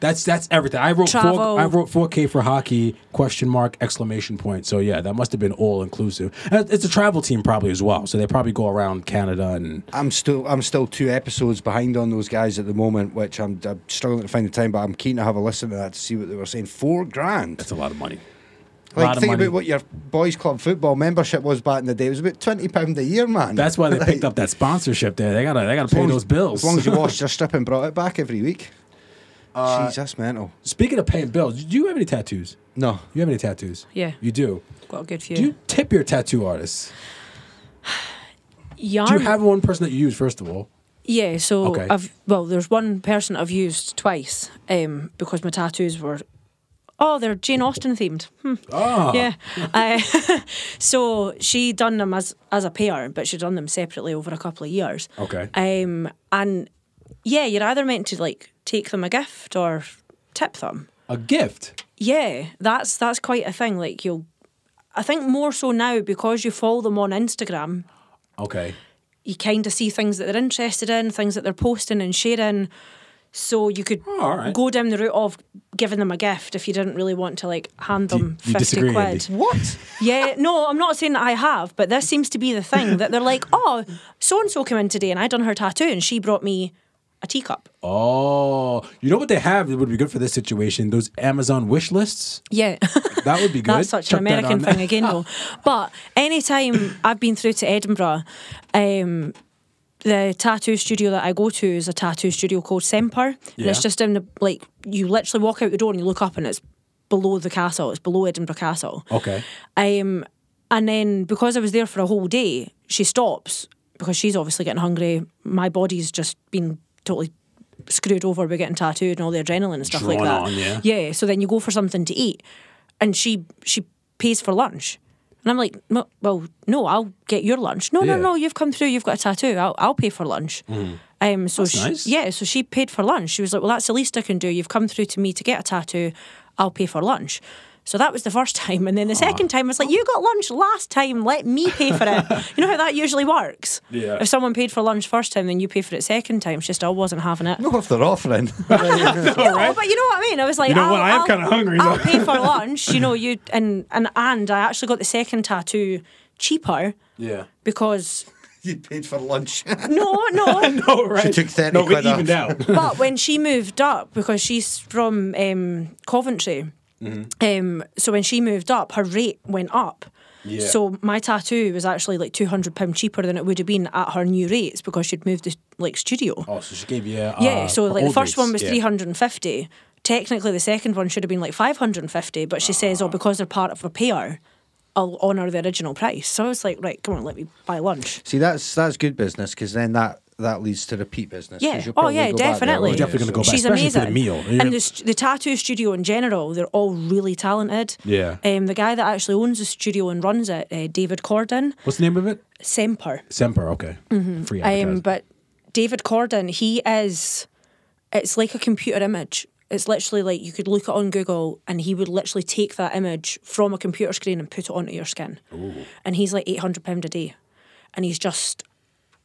Speaker 1: that's that's everything. I wrote
Speaker 2: Travel.
Speaker 1: four, I wrote four K for hockey question mark exclamation point. So yeah, that must have been all inclusive. And It's a travel team probably as well, so they probably go around Canada and
Speaker 4: I'm still I'm still two episodes behind on those guys at the moment, which I'm, I'm struggling to find the time. But I'm keen to have a listen to that to see what they were saying. Four grand.
Speaker 1: that's a lot of money. A
Speaker 4: Like
Speaker 1: lot of
Speaker 4: think
Speaker 1: money.
Speaker 4: about what your boys' club football membership was back in the day. It was about twenty pound a year, man.
Speaker 1: that's why they picked up that sponsorship there. They gotta they gotta pay
Speaker 4: long as-
Speaker 1: those bills.
Speaker 4: As long as you washed your strip and brought it back every week.
Speaker 3: Uh,
Speaker 4: Jeez, that's mental.
Speaker 1: Speaking of paying bills, do you have any tattoos?
Speaker 4: No,
Speaker 1: You have any tattoos?
Speaker 2: Yeah.
Speaker 1: you do.
Speaker 2: got a good few?
Speaker 1: Do you tip your tattoo artists?
Speaker 2: yarn.
Speaker 1: Do you have one person that you use first of all?
Speaker 2: yeah. So
Speaker 1: Okay.
Speaker 2: I've well, there's one person I've used twice um, because my tattoos were. Oh, they're Jane Austen themed. Hmm.
Speaker 1: Oh,
Speaker 2: Yeah. I- so she done them as as a pair, but she done them separately over a couple of years.
Speaker 1: Okay.
Speaker 2: Um, and yeah, you're either meant to like take them a gift or tip them.
Speaker 1: a gift.
Speaker 2: Yeah, that's that's quite a thing. Like you'll, I think more so now because you follow them on Instagram,
Speaker 1: Okay.
Speaker 2: you kind of see things that they're interested in, things that they're posting and sharing. So you could
Speaker 1: Oh, all right.
Speaker 2: go down the route of giving them a gift if you didn't really want to like hand
Speaker 1: you-
Speaker 2: them
Speaker 1: you
Speaker 2: fifty
Speaker 1: disagree,
Speaker 2: quid.
Speaker 1: Andy?
Speaker 4: what?
Speaker 2: Yeah, no, I'm not saying that I have, but this seems to be the thing that they're like, oh, so and so came in today and I done her tattoo and she brought me a teacup.
Speaker 1: Oh, you know what they have that would be good for this situation? Those Amazon wish lists.
Speaker 2: Yeah.
Speaker 1: That would be good.
Speaker 2: That's such
Speaker 1: Chuck
Speaker 2: an
Speaker 1: that
Speaker 2: American
Speaker 1: on
Speaker 2: thing
Speaker 1: there.
Speaker 2: again, though. But anytime I've been through to Edinburgh, um, the tattoo studio that I go to is a tattoo studio called Semper, and it's
Speaker 1: Yeah.
Speaker 2: just down the like you literally walk out the door and you look up and it's below the castle. It's below Edinburgh Castle.
Speaker 1: Okay.
Speaker 2: Um, and then because I was there for a whole day, she stops because she's obviously getting hungry. My body's just been totally screwed over by getting tattooed and all the adrenaline and stuff like
Speaker 1: Drawn
Speaker 2: that.
Speaker 1: on, yeah.
Speaker 2: So then you go for something to eat, and she she pays for lunch. And I'm like, "No, well, no, I'll get your lunch. No,
Speaker 1: Yeah. Mm.
Speaker 2: no, no, you've come through, you've got a tattoo, I'll, I'll pay for lunch. Um, so
Speaker 1: That's
Speaker 2: she,
Speaker 1: nice.
Speaker 2: yeah, so she paid for lunch. She was like, "Well, that's the least I can do. You've come through to me to get a tattoo. I'll pay for lunch." So that was the first time, and then the second time I was like, "You got lunch last time. Let me pay for it." you know how that usually works.
Speaker 1: Yeah.
Speaker 2: If someone paid for lunch first time, then you pay for it second time. She still wasn't having it.
Speaker 4: Not if they're offering.
Speaker 2: You know, but you know what I mean. I was like,
Speaker 1: You know
Speaker 2: I'll,
Speaker 1: what? I am
Speaker 2: I'll-
Speaker 1: kinda hungry,
Speaker 2: I'll
Speaker 1: though.
Speaker 2: pay for lunch. You know, you and and and I actually got the second tattoo cheaper
Speaker 1: Yeah.
Speaker 2: because
Speaker 3: You paid for lunch.
Speaker 2: no, no.
Speaker 1: Oh, right.
Speaker 4: She took 30
Speaker 1: No,
Speaker 4: quid
Speaker 1: it evened out.
Speaker 2: but when she moved up, because she's from um, Coventry,
Speaker 1: Mm-hmm.
Speaker 2: um, so when she moved up, her rate went up.
Speaker 1: Yeah.
Speaker 2: So my tattoo was actually like two hundred pound cheaper than it would have been at her new rates because she'd moved to like studio.
Speaker 1: oh, so she gave you. Uh,
Speaker 2: Yeah, so like the
Speaker 1: old
Speaker 2: first
Speaker 1: rates.
Speaker 2: one was
Speaker 1: Yeah.
Speaker 2: 350. Technically, the second one should have been like 550, but she says,
Speaker 1: Ah.
Speaker 2: oh, because they're part of a payer, I'll honour the original price. So I was like, right, come on, let me buy lunch.
Speaker 4: See, that's that's good business because then that that leads to repeat business. 'cause
Speaker 2: Yeah.
Speaker 4: you'll
Speaker 2: Oh
Speaker 4: probably
Speaker 2: yeah,
Speaker 4: go back there,
Speaker 2: definitely.
Speaker 4: won't
Speaker 1: You're definitely
Speaker 4: you?
Speaker 1: gonna go back,
Speaker 2: She's
Speaker 1: especially for
Speaker 2: amazing.
Speaker 1: the meal.
Speaker 2: And the, st- the tattoo studio in general, they're all really talented.
Speaker 1: Yeah.
Speaker 2: Um, the guy that actually owns the studio and runs it, uh, David Corden,
Speaker 1: What's the name of it?
Speaker 2: Semper.
Speaker 1: Semper. Okay. Free
Speaker 2: Um,
Speaker 1: advertising.
Speaker 2: but David Corden, he is. It's like a computer image. It's literally like you could look it on Google, and he would literally take that image from a computer screen and put it onto your skin. And he's like eight hundred pound a day, and he's just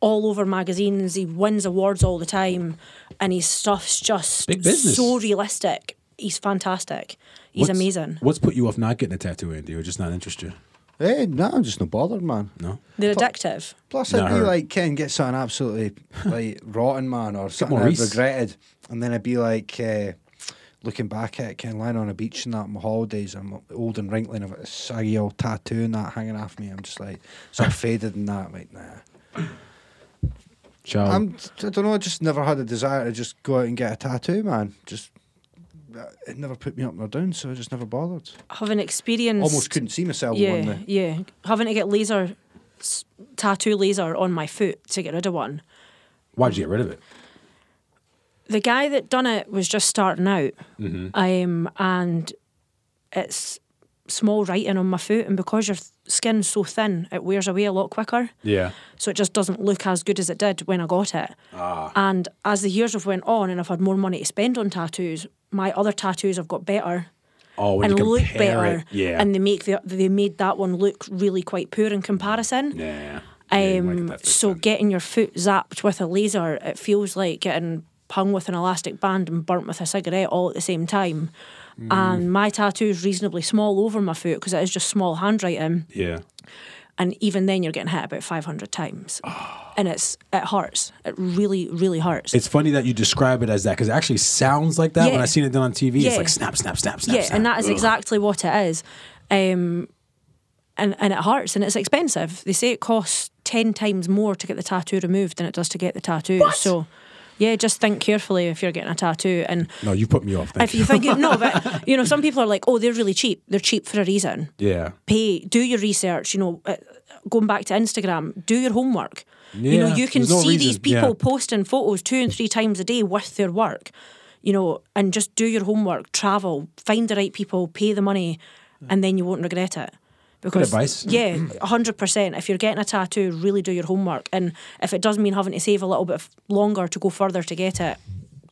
Speaker 2: all over magazines. He wins awards all the time, and his stuff's just
Speaker 1: Big business.
Speaker 2: so realistic. He's fantastic. He's
Speaker 1: What's-
Speaker 2: amazing.
Speaker 1: What's put you off not getting a tattoo, Andy, or just not interested?
Speaker 4: Hey, Eh, no, I'm just not bothered, man.
Speaker 1: No.
Speaker 2: They're addictive.
Speaker 4: Plus,
Speaker 1: Nah,
Speaker 4: I'd be
Speaker 1: her-
Speaker 4: like, Ken, get something absolutely like rotten, man, or something
Speaker 1: more
Speaker 4: I
Speaker 1: Reese.
Speaker 4: regretted, and then I'd be like, uh, looking back at it, Ken, lying on a beach and that on my holidays, I'm old and wrinkly, and I've got a saggy old tattoo and that hanging off me. I'm just like, so I'm faded and that, like, nah.
Speaker 1: Child.
Speaker 4: I'm, I don't know. I just never had a desire to just go out and get a tattoo, man. Just uh, it never put me up nor down, so I just never bothered.
Speaker 2: Having experienced
Speaker 4: Almost couldn't see myself.
Speaker 2: yeah,
Speaker 4: One day.
Speaker 2: yeah. Having to get laser s- tattoo laser on my foot to get rid of one.
Speaker 1: Why'd you get rid of it?
Speaker 2: The guy that done it was just starting out,
Speaker 1: Mm-hmm.
Speaker 2: um, and it's small writing on my foot, and because your th- skin's so thin, it wears away a lot quicker.
Speaker 1: Yeah.
Speaker 2: So it just doesn't look as good as it did when I got it.
Speaker 1: Ah.
Speaker 2: And as the years have went on, and I've had more money to spend on tattoos, my other tattoos have got better
Speaker 1: Oh, when
Speaker 2: and
Speaker 1: you
Speaker 2: look
Speaker 1: compare
Speaker 2: better.
Speaker 1: it. Yeah.
Speaker 2: And they make the, they made that one look really quite poor in comparison.
Speaker 1: yeah. Yeah, you might get
Speaker 2: Um,
Speaker 1: that fixed
Speaker 2: so
Speaker 1: then.
Speaker 2: getting your foot zapped with a laser, it feels like getting hung with an elastic band and burnt with a cigarette all at the same time.
Speaker 1: Mm.
Speaker 2: And my tattoo is reasonably small over my foot because it is just small handwriting,
Speaker 1: Yeah.
Speaker 2: and even then you're getting hit about five hundred times,
Speaker 1: Ah.
Speaker 2: and it's it hurts. It really, really hurts.
Speaker 1: It's funny that you describe it as that because it actually sounds like that when
Speaker 2: Yeah.
Speaker 1: I seen it done on TV. It's
Speaker 2: Yeah.
Speaker 1: like snap, snap, snap, snap.
Speaker 2: yeah,
Speaker 1: snap.
Speaker 2: and that is
Speaker 1: Ugh.
Speaker 2: exactly what it is. Um, and and it hurts, and it's expensive. They say it costs ten times more to get the tattoo removed than it does to get the tattoo. So, yeah, just think carefully if you're getting a tattoo. And
Speaker 1: No, you put me off. Thank
Speaker 2: if
Speaker 1: you.
Speaker 2: you think you no, but you know, some people are like, oh, they're really cheap. They're cheap for a reason.
Speaker 1: Yeah.
Speaker 2: Pay, do your research. You know, uh, going back to Instagram, do your homework. you know,
Speaker 1: Yeah,
Speaker 2: you can
Speaker 1: there's no
Speaker 2: see these
Speaker 1: reason, yeah.
Speaker 2: people posting photos two and three times a day with their work. You know, and just do your homework, travel, find the right people, pay the money, and then you won't regret it. Because
Speaker 1: advice.
Speaker 2: yeah, hundred percent. If you're getting a tattoo, really do your homework, and if it does mean having to save a little bit f- longer to go further to get it,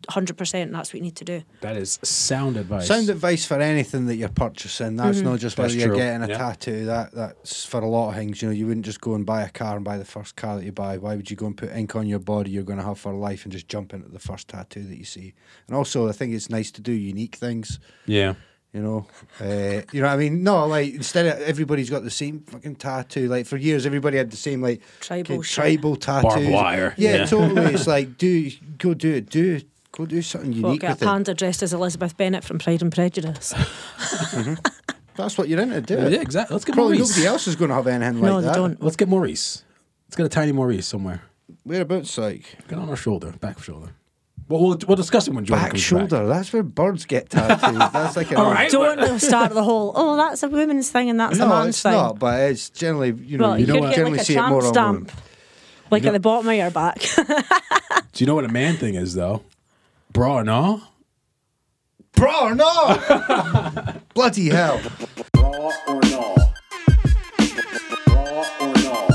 Speaker 2: hundred percent. That's what you need to do.
Speaker 1: That is sound advice.
Speaker 4: Sound advice for anything that you're purchasing. That's
Speaker 2: Mm-hmm.
Speaker 4: not just
Speaker 1: That's
Speaker 4: whether you're
Speaker 1: true,
Speaker 4: getting a
Speaker 1: yeah.
Speaker 4: tattoo. That that's for a lot of things. You know, you wouldn't just go and buy a car and buy the first car that you buy. Why would you go and put ink on your body you're going to have for life and just jump into the first tattoo that you see? And also, I think it's nice to do unique things.
Speaker 1: yeah.
Speaker 4: You know, uh, you know what I mean. No, like instead of everybody's got the same fucking tattoo. Like for years, everybody had the same like
Speaker 2: Tribal
Speaker 4: ki-
Speaker 2: shit.
Speaker 4: tribal tattoos.
Speaker 1: wire.
Speaker 4: Yeah,
Speaker 1: Yeah.
Speaker 4: totally. It's like do go do it. Do go do something
Speaker 2: Well,
Speaker 4: unique
Speaker 2: get
Speaker 4: with
Speaker 2: a
Speaker 4: it.
Speaker 2: panda dressed as Elizabeth Bennet from Pride and Prejudice.
Speaker 4: That's what you're into. Do
Speaker 1: Yeah,
Speaker 4: it.
Speaker 1: exactly. Let's get
Speaker 4: Probably
Speaker 1: Maurice.
Speaker 4: nobody else is going to have anything
Speaker 2: No,
Speaker 4: like
Speaker 2: they
Speaker 4: that.
Speaker 2: don't.
Speaker 1: Let's get Maurice. Let's get a tiny Maurice somewhere.
Speaker 4: Whereabouts, like
Speaker 1: Get on our shoulder, back shoulder. Well, we'll, we'll discuss it when Jordan
Speaker 4: back
Speaker 1: comes
Speaker 4: shoulder. That's where birds get tattoos. that's like an
Speaker 1: All right.
Speaker 2: Don't start the whole. Oh, that's a woman's thing and that's a
Speaker 4: No,
Speaker 2: man's
Speaker 4: it's
Speaker 2: thing.
Speaker 4: not. But it's generally you know
Speaker 2: Well,
Speaker 4: you,
Speaker 2: you,
Speaker 4: don't
Speaker 2: could get
Speaker 4: generally
Speaker 2: like a
Speaker 4: see it
Speaker 2: tramp
Speaker 4: more on
Speaker 2: stamp,
Speaker 4: women.
Speaker 2: like at the bottom of your back.
Speaker 1: Do you know what a man thing is though? Bra and all.
Speaker 4: Bro, no! Bloody hell!
Speaker 7: Raw or no? Raw or no?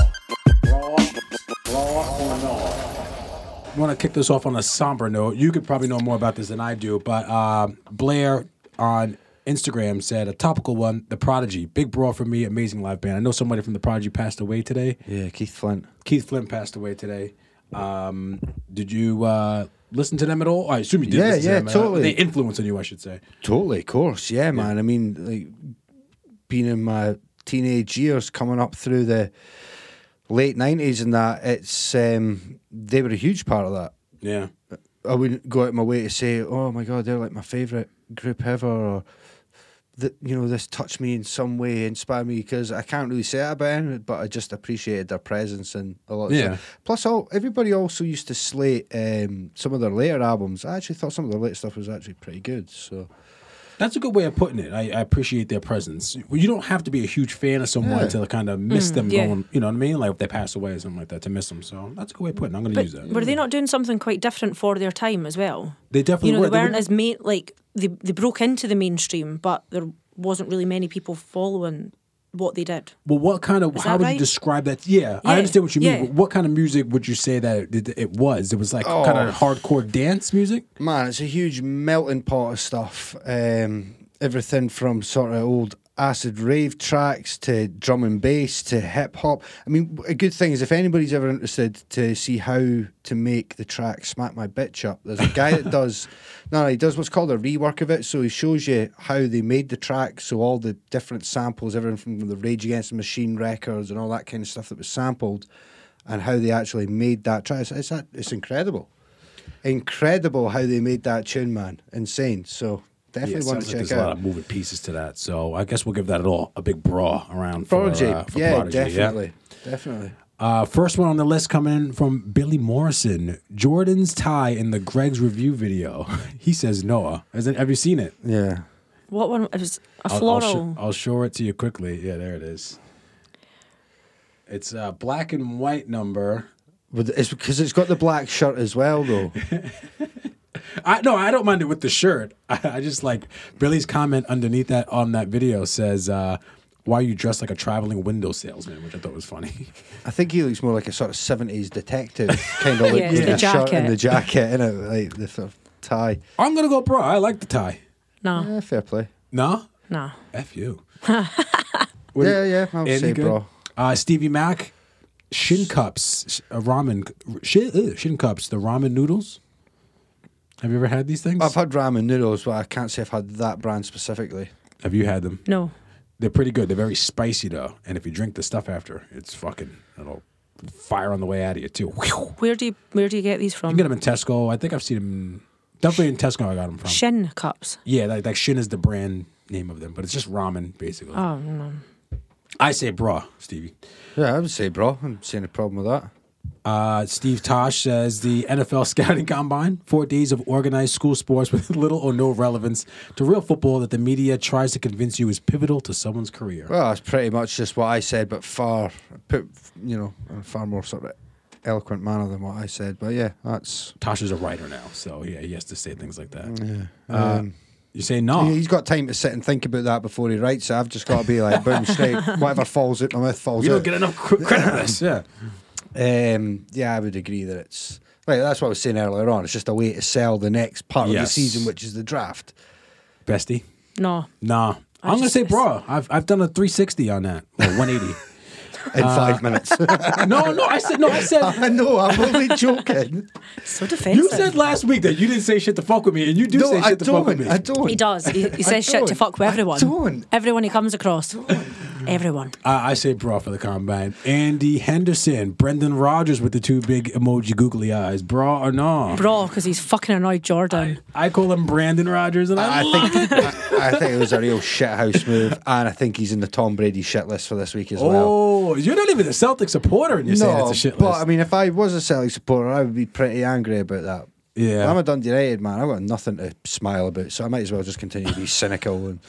Speaker 7: Raw, raw or no?
Speaker 1: want to kick this off on a somber note. You could probably know more about this than I do, but uh, Blair on Instagram said a topical one: The Prodigy, big brawl for me, amazing live band. I know somebody from The Prodigy passed away today.
Speaker 4: Yeah, Keith Flint.
Speaker 1: Keith Flynn passed away today. Um, did you uh, listen to them at all? I assume you did.
Speaker 4: Yeah,
Speaker 1: listen to
Speaker 4: yeah,
Speaker 1: them. Uh,
Speaker 4: totally.
Speaker 1: They influence on you, I should say.
Speaker 4: Totally, of course. Yeah, man. I mean, like being in my teenage years, coming up through the late nineties and that, it's um, they were a huge part of that.
Speaker 1: Yeah,
Speaker 4: I wouldn't go out of my way to say, "Oh my God, they're like my favorite group ever," or that you know this touched me in some way, inspired me because I can't really say that about anyone, but I just appreciated their presence and a lot. Of
Speaker 1: Yeah.
Speaker 4: stuff. Plus, all everybody also used to slate um, some of their later albums. I actually thought some of their late stuff was actually pretty good. So.
Speaker 1: that's a good way of putting it. I, I appreciate their presence. Well, You don't have to be a huge fan of someone
Speaker 4: Yeah.
Speaker 1: to kind of miss them
Speaker 2: Mm, yeah.
Speaker 1: going. You know what I mean? Like if they pass away or something like that, to miss them. So that's a good way of putting. it. I'm going to
Speaker 2: But
Speaker 1: use that.
Speaker 2: were they not doing something quite different for their time as well?
Speaker 1: They definitely
Speaker 2: you know,
Speaker 1: were.
Speaker 2: they
Speaker 1: They
Speaker 2: weren't
Speaker 1: were-
Speaker 2: as main like they, they broke into the mainstream, but there wasn't really many people following what they did.
Speaker 1: Well, what kind of?
Speaker 2: Is
Speaker 1: How
Speaker 2: that
Speaker 1: would you
Speaker 2: right?
Speaker 1: describe that? Yeah, I
Speaker 2: Yeah,
Speaker 1: understand what you mean.
Speaker 2: yeah.
Speaker 1: But what kind of music would you say that it, it was? It was like
Speaker 4: Oh.
Speaker 1: kind of hardcore dance music.
Speaker 4: Man, it's a huge melting pot of stuff. Um, everything from sort of old acid rave tracks to drum and bass to hip hop. I mean, a good thing is if anybody's ever interested to see how to make the track "Smack My Bitch Up," there's a guy that does. No, no, he does what's called a rework of it. So he shows you how they made the track. So all the different samples, everything from the Rage Against the Machine records and all that kind of stuff that was sampled, and how they actually made that track. It's, it's, it's incredible incredible how they made that tune, man. Insane. So
Speaker 1: Yeah,
Speaker 4: definitely
Speaker 1: it
Speaker 4: want
Speaker 1: sounds
Speaker 4: to
Speaker 1: like
Speaker 4: check
Speaker 1: there's a lot
Speaker 4: out.
Speaker 1: of moving pieces to that. So I guess we'll give that at all a big bra around for,
Speaker 4: Prodigy.
Speaker 1: uh, for
Speaker 4: yeah,
Speaker 1: Prodigy,
Speaker 4: definitely. Definitely.
Speaker 1: Uh, first one on the list coming in from Billy Morrison. Jordan's tie in the Greg's review video. he says Noah. Has it, have you seen it?
Speaker 4: Yeah.
Speaker 2: What one? It was a
Speaker 1: I'll-
Speaker 2: floral.
Speaker 1: I'll, sh- I'll show it to you quickly. Yeah, there it is. It's a black and white number.
Speaker 4: But it's because it's got the black shirt as well, though.
Speaker 1: I no, I don't mind it with the shirt. I, I just like Billy's comment underneath that on that video says, uh, "Why are you dressed like a traveling window salesman?" Which I thought was funny.
Speaker 4: I think he looks more like a sort of seventies detective kind of look
Speaker 2: it's
Speaker 4: with
Speaker 2: the
Speaker 4: shirt and the
Speaker 2: jacket.
Speaker 4: jacket in it, like the sort of tie.
Speaker 1: I'm gonna go bra. I like the tie.
Speaker 2: nah,
Speaker 4: Yeah, fair play.
Speaker 1: No,
Speaker 2: nah.
Speaker 1: f you.
Speaker 4: Yeah, yeah, I would
Speaker 1: Andy,
Speaker 4: say,
Speaker 1: good?
Speaker 4: bro.
Speaker 1: Uh, Stevie Mac, shin cups, uh, ramen, shin, ugh, shin cups, the ramen noodles. Have you ever had these things?
Speaker 4: I've had ramen noodles, but I can't say I've had that brand specifically.
Speaker 1: Have you had them?
Speaker 2: No.
Speaker 1: They're pretty good. They're very spicy though, and if you drink the stuff after, it's fucking it'll fire on the way out of you too. Whew.
Speaker 2: Where do you where do you get these
Speaker 1: You can
Speaker 2: from?
Speaker 1: get them in Tesco. I think I've seen them definitely in Tesco. I got them from.
Speaker 2: Shin cups.
Speaker 1: Yeah, like, like Shin is the brand name of them, but it's just ramen basically.
Speaker 2: Oh no.
Speaker 1: I say bra, Stevie.
Speaker 4: Yeah, I would say, bro. I'm seeing a problem with that.
Speaker 1: Uh, Steve Tosh says the NFL scouting combine, four days of organized school sports with little or no relevance to real football that the media tries to convince you is pivotal to someone's career.
Speaker 4: Well, that's pretty much just what I said, but far, put, you know, in a far more sort of eloquent manner than what I said. But yeah, that's
Speaker 1: Tosh is a writer now, so yeah, he has to say things like that. Uh,
Speaker 4: um,
Speaker 1: you say no.
Speaker 4: he- he's got time to sit and think about that before he writes. it. I've just got to be like, boom, straight, whatever falls out my mouth falls
Speaker 1: You
Speaker 4: out.
Speaker 1: don't get enough cr- credit for this. Yeah.
Speaker 4: Um, yeah, I would agree that it's like that's what I was saying earlier on. It's just a way to sell the next part of the
Speaker 1: Yes.
Speaker 4: season, which is the draft.
Speaker 1: Bestie?
Speaker 2: No.
Speaker 1: Nah. I am going to
Speaker 2: just-
Speaker 1: say bra. I've, I've done a 360 on that, or 180.
Speaker 4: In
Speaker 1: Uh,
Speaker 4: five minutes.
Speaker 1: no, no, I said, no, I said,
Speaker 4: I know, I'm only joking.
Speaker 2: So defensive.
Speaker 1: you said last week that you didn't say shit to fuck with me, and you do
Speaker 4: no,
Speaker 1: say shit
Speaker 4: I
Speaker 1: to fuck with
Speaker 4: don't.
Speaker 1: me.
Speaker 4: I don't.
Speaker 2: he does. He, he says shit to
Speaker 4: don't.
Speaker 2: fuck with
Speaker 4: I
Speaker 2: everyone.
Speaker 4: don't.
Speaker 2: Everyone he comes across. Everyone.
Speaker 1: I, I say bra for the combine. Andy Henderson, Brendan Rogers with the two big emoji googly eyes. Bra or nah?
Speaker 2: Bro, because he's fucking annoyed Jordan.
Speaker 1: I call him Brandon Rogers, and I,
Speaker 4: I
Speaker 1: love
Speaker 4: think I, I think it was a real shithouse move, and I think he's in the Tom Brady shit list for this week as well.
Speaker 1: Oh, you're not even a Celtic supporter, and you're saying it's a shit
Speaker 4: but
Speaker 1: list.
Speaker 4: I mean, if I was a Celtic supporter, I would be pretty angry about that.
Speaker 1: Yeah.
Speaker 4: I'm a Dundee United man. I've got nothing to smile about, so I might as well just continue to be cynical.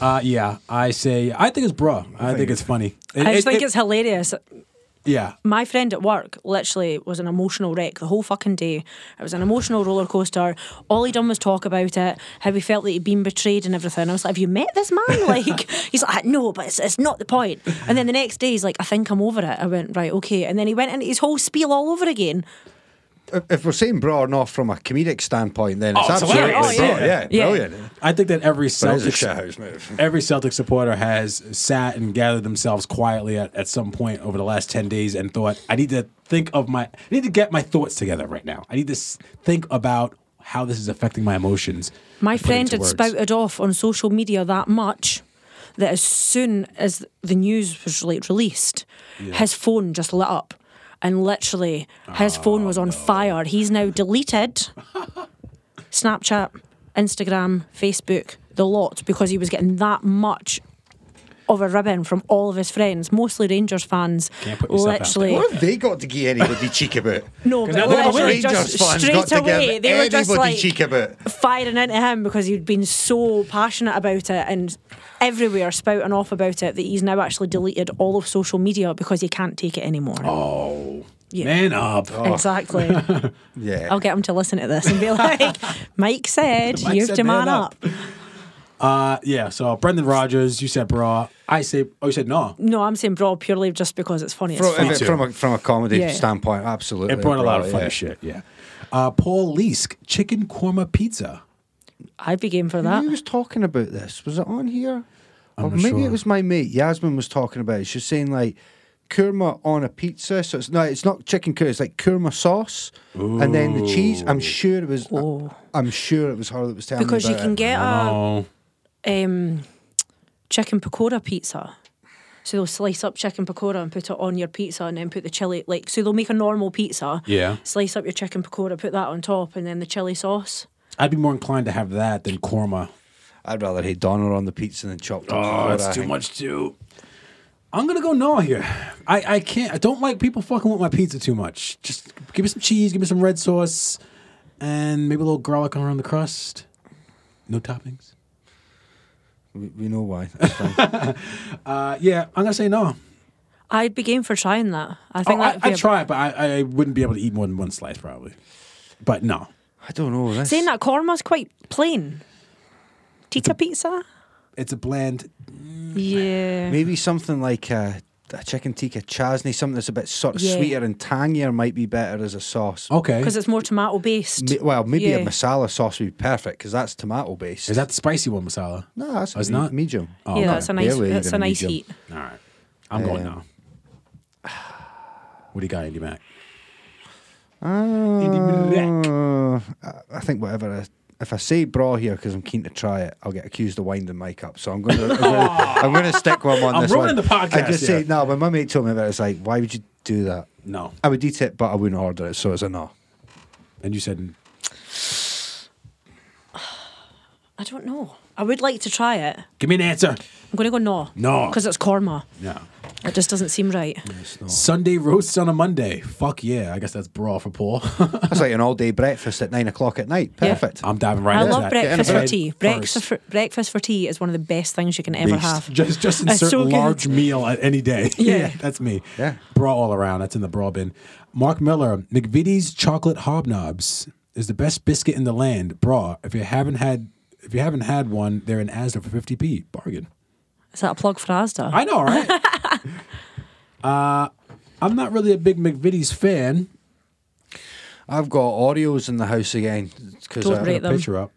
Speaker 4: And
Speaker 1: uh, yeah, I say I think it's bra. I, think, it's funny. It-
Speaker 2: I just
Speaker 1: it-
Speaker 2: think
Speaker 1: it-
Speaker 2: it's hilarious.
Speaker 1: yeah.
Speaker 2: My friend at work literally was an emotional wreck the whole fucking day. It was an emotional roller coaster. All he done was talk about it, how he felt that he'd been betrayed and everything. I was like, "Have you met this man?" Like, he's like, "No, but it's, it's not the point." And then the next day, he's like, "I think I'm over it." I went, "Right, okay." And then he went into his whole spiel all over again.
Speaker 4: if, if we're saying bra or not from a comedic standpoint, then it's
Speaker 1: Oh, it's
Speaker 4: absolutely
Speaker 1: hilarious.
Speaker 4: bra.
Speaker 2: Oh, yeah.
Speaker 4: Yeah,
Speaker 2: Yeah.
Speaker 4: brilliant.
Speaker 1: I think that every
Speaker 4: But it's a
Speaker 1: Celtic
Speaker 4: shithouse move.
Speaker 1: every Celtic supporter has sat and gathered themselves quietly at, at some point over the last 10 days and thought, I need to think of my, I need to get my thoughts together right now. I need to s- think about how this is affecting my emotions.
Speaker 2: My
Speaker 1: and put it
Speaker 2: friend
Speaker 1: into
Speaker 2: had
Speaker 1: words.
Speaker 2: spouted off on social media that much that as soon as the news was like released, his phone just lit up. And literally, his
Speaker 1: Ah,
Speaker 2: phone was on fire. He's now deleted Snapchat, Instagram, Facebook, the lot, because he was getting that much of a ribbon from all of his friends, mostly Rangers fans.
Speaker 1: Can't put yourself out
Speaker 2: literally,
Speaker 4: What have they got to give anybody cheek about?
Speaker 2: no, but
Speaker 1: now they're gonna
Speaker 2: literally
Speaker 1: win.
Speaker 2: just
Speaker 4: Rangers fans
Speaker 2: straight
Speaker 4: got to
Speaker 2: away,
Speaker 4: give
Speaker 2: they were just
Speaker 4: anybody
Speaker 2: like
Speaker 4: cheek about.
Speaker 2: firing into him because he'd been so passionate about it and everywhere spouting off about it that he's now actually deleted all of social media because he can't take it anymore.
Speaker 1: Oh,
Speaker 2: Yeah. Oh.
Speaker 1: man up.
Speaker 2: Exactly.
Speaker 4: Yeah.
Speaker 2: I'll get him to listen to this and be like, Mike said,
Speaker 1: Mike
Speaker 2: you have
Speaker 1: said
Speaker 2: to man
Speaker 1: man up."
Speaker 2: up.
Speaker 1: Uh, yeah, so Brendan Rogers, you said bra. I say, oh, you said no.
Speaker 2: No, I'm saying broad purely just because it's funny. as
Speaker 4: From,
Speaker 2: fuck.
Speaker 4: if it- from a from a comedy
Speaker 2: Yeah.
Speaker 4: standpoint, absolutely.
Speaker 1: It brought a lot
Speaker 4: bra,
Speaker 1: of funny
Speaker 4: yeah.
Speaker 1: shit, yeah. Uh, Paul Leesk, chicken korma pizza.
Speaker 2: I'd be game for that.
Speaker 4: Who was talking about this? Was it on here? or
Speaker 1: not
Speaker 4: maybe
Speaker 1: sure.
Speaker 4: it was my mate Yasmin was talking about it. She's saying like kurma on a pizza. So it's no, it's not chicken curry. It's like kurma sauce, and then the cheese. I'm sure it was.
Speaker 2: Oh.
Speaker 4: I'm sure it was her that was telling
Speaker 2: Because
Speaker 4: me
Speaker 2: you
Speaker 4: about
Speaker 2: can
Speaker 4: it.
Speaker 2: get a
Speaker 1: Oh,
Speaker 2: um, chicken pakora pizza. So they'll slice up chicken pakora and put it on your pizza and then put the chili, like, so they'll make a normal pizza.
Speaker 1: yeah.
Speaker 2: slice up your chicken pakora, put that on top, and then the chili sauce.
Speaker 1: I'd be more inclined to have that than korma.
Speaker 4: I'd rather have doner on the pizza than chopped. up
Speaker 1: Oh,
Speaker 4: before,
Speaker 1: it's
Speaker 4: I
Speaker 1: too
Speaker 4: think.
Speaker 1: much too. I'm gonna go no here. I, I can't. I don't like people fucking with my pizza too much. Just give me some cheese, give me some red sauce, and maybe a little garlic around the crust. No toppings.
Speaker 4: We, we know why. It's fine.
Speaker 1: Uh, yeah, I'm gonna say no.
Speaker 2: I'd be game for trying that. I
Speaker 1: Oh,
Speaker 2: think
Speaker 1: I,
Speaker 2: that'd be
Speaker 1: I'd
Speaker 2: a-
Speaker 1: try it, but I, I wouldn't be able to eat more than one slice probably. But no,
Speaker 4: I don't know. This,
Speaker 2: Saying that korma's quite plain. Tikka pizza?
Speaker 1: it's a bland.
Speaker 2: Yeah.
Speaker 4: Maybe something like a, a chicken tikka chasni, something that's a bit sort of
Speaker 2: Yeah.
Speaker 4: sweeter and tangier, might be better as a sauce.
Speaker 1: Okay,
Speaker 2: Because it's more tomato based.
Speaker 4: Ma- well, maybe a
Speaker 2: Yeah.
Speaker 4: masala sauce would be perfect because that's tomato based.
Speaker 1: is that the spicy one masala?
Speaker 4: No, that's
Speaker 1: Oh, it's
Speaker 4: me-
Speaker 1: not?
Speaker 4: medium.
Speaker 1: Oh,
Speaker 2: yeah,
Speaker 1: okay.
Speaker 2: that's a nice,
Speaker 4: Barely
Speaker 2: that's a
Speaker 4: even a
Speaker 2: nice
Speaker 4: medium.
Speaker 2: heat.
Speaker 1: All right, I'm going
Speaker 4: Um,
Speaker 1: no. What do you got, Andy Mac?
Speaker 4: Uh, I- I think whatever. I, if I say bra here because I'm keen to try it, I'll get accused of winding mic up. So I'm going to I'm going to stick one on
Speaker 1: I'm
Speaker 4: this
Speaker 1: ruining
Speaker 4: one.
Speaker 1: the podcast
Speaker 4: I just
Speaker 1: here.
Speaker 4: say no. When my mate told me about it, it's like, why would you do that?
Speaker 1: No,
Speaker 4: I would eat it, but I wouldn't order it. So it's a no.
Speaker 1: and you said
Speaker 2: I don't know. I would like to try it. I'm
Speaker 1: Give me an answer.
Speaker 2: going to go no.
Speaker 1: No.
Speaker 2: Because it's korma.
Speaker 1: No.
Speaker 2: It just doesn't seem right.
Speaker 1: Sunday roasts on a Monday. Fuck yeah. I guess that's brawl for Paul.
Speaker 4: That's like an all day breakfast at nine o'clock at night.
Speaker 2: Yeah.
Speaker 4: Perfect.
Speaker 1: I'm diving right
Speaker 2: I
Speaker 1: into
Speaker 2: love
Speaker 1: that.
Speaker 2: breakfast
Speaker 1: Get in
Speaker 2: for
Speaker 1: bed
Speaker 2: tea.
Speaker 1: first.
Speaker 2: Breakfast for, breakfast for tea is one of the best things you can ever
Speaker 4: Beast.
Speaker 2: have.
Speaker 1: Just, just insert
Speaker 2: so good.
Speaker 1: large meal at any day.
Speaker 2: Yeah.
Speaker 1: that's me.
Speaker 4: Yeah.
Speaker 1: Brawl all around. That's in the brawl bin. Mark Miller, McVitie's chocolate hobnobs is the best biscuit in the land. Brawl. If you haven't had if you haven't had one, they're in Asda for 50p. Bargain.
Speaker 2: Is that a plug for Asda?
Speaker 1: I know, right? uh, I'm not really a big McVitie's fan.
Speaker 4: I've got Oreos in the house again because
Speaker 2: Don't rate them.
Speaker 1: Picture up.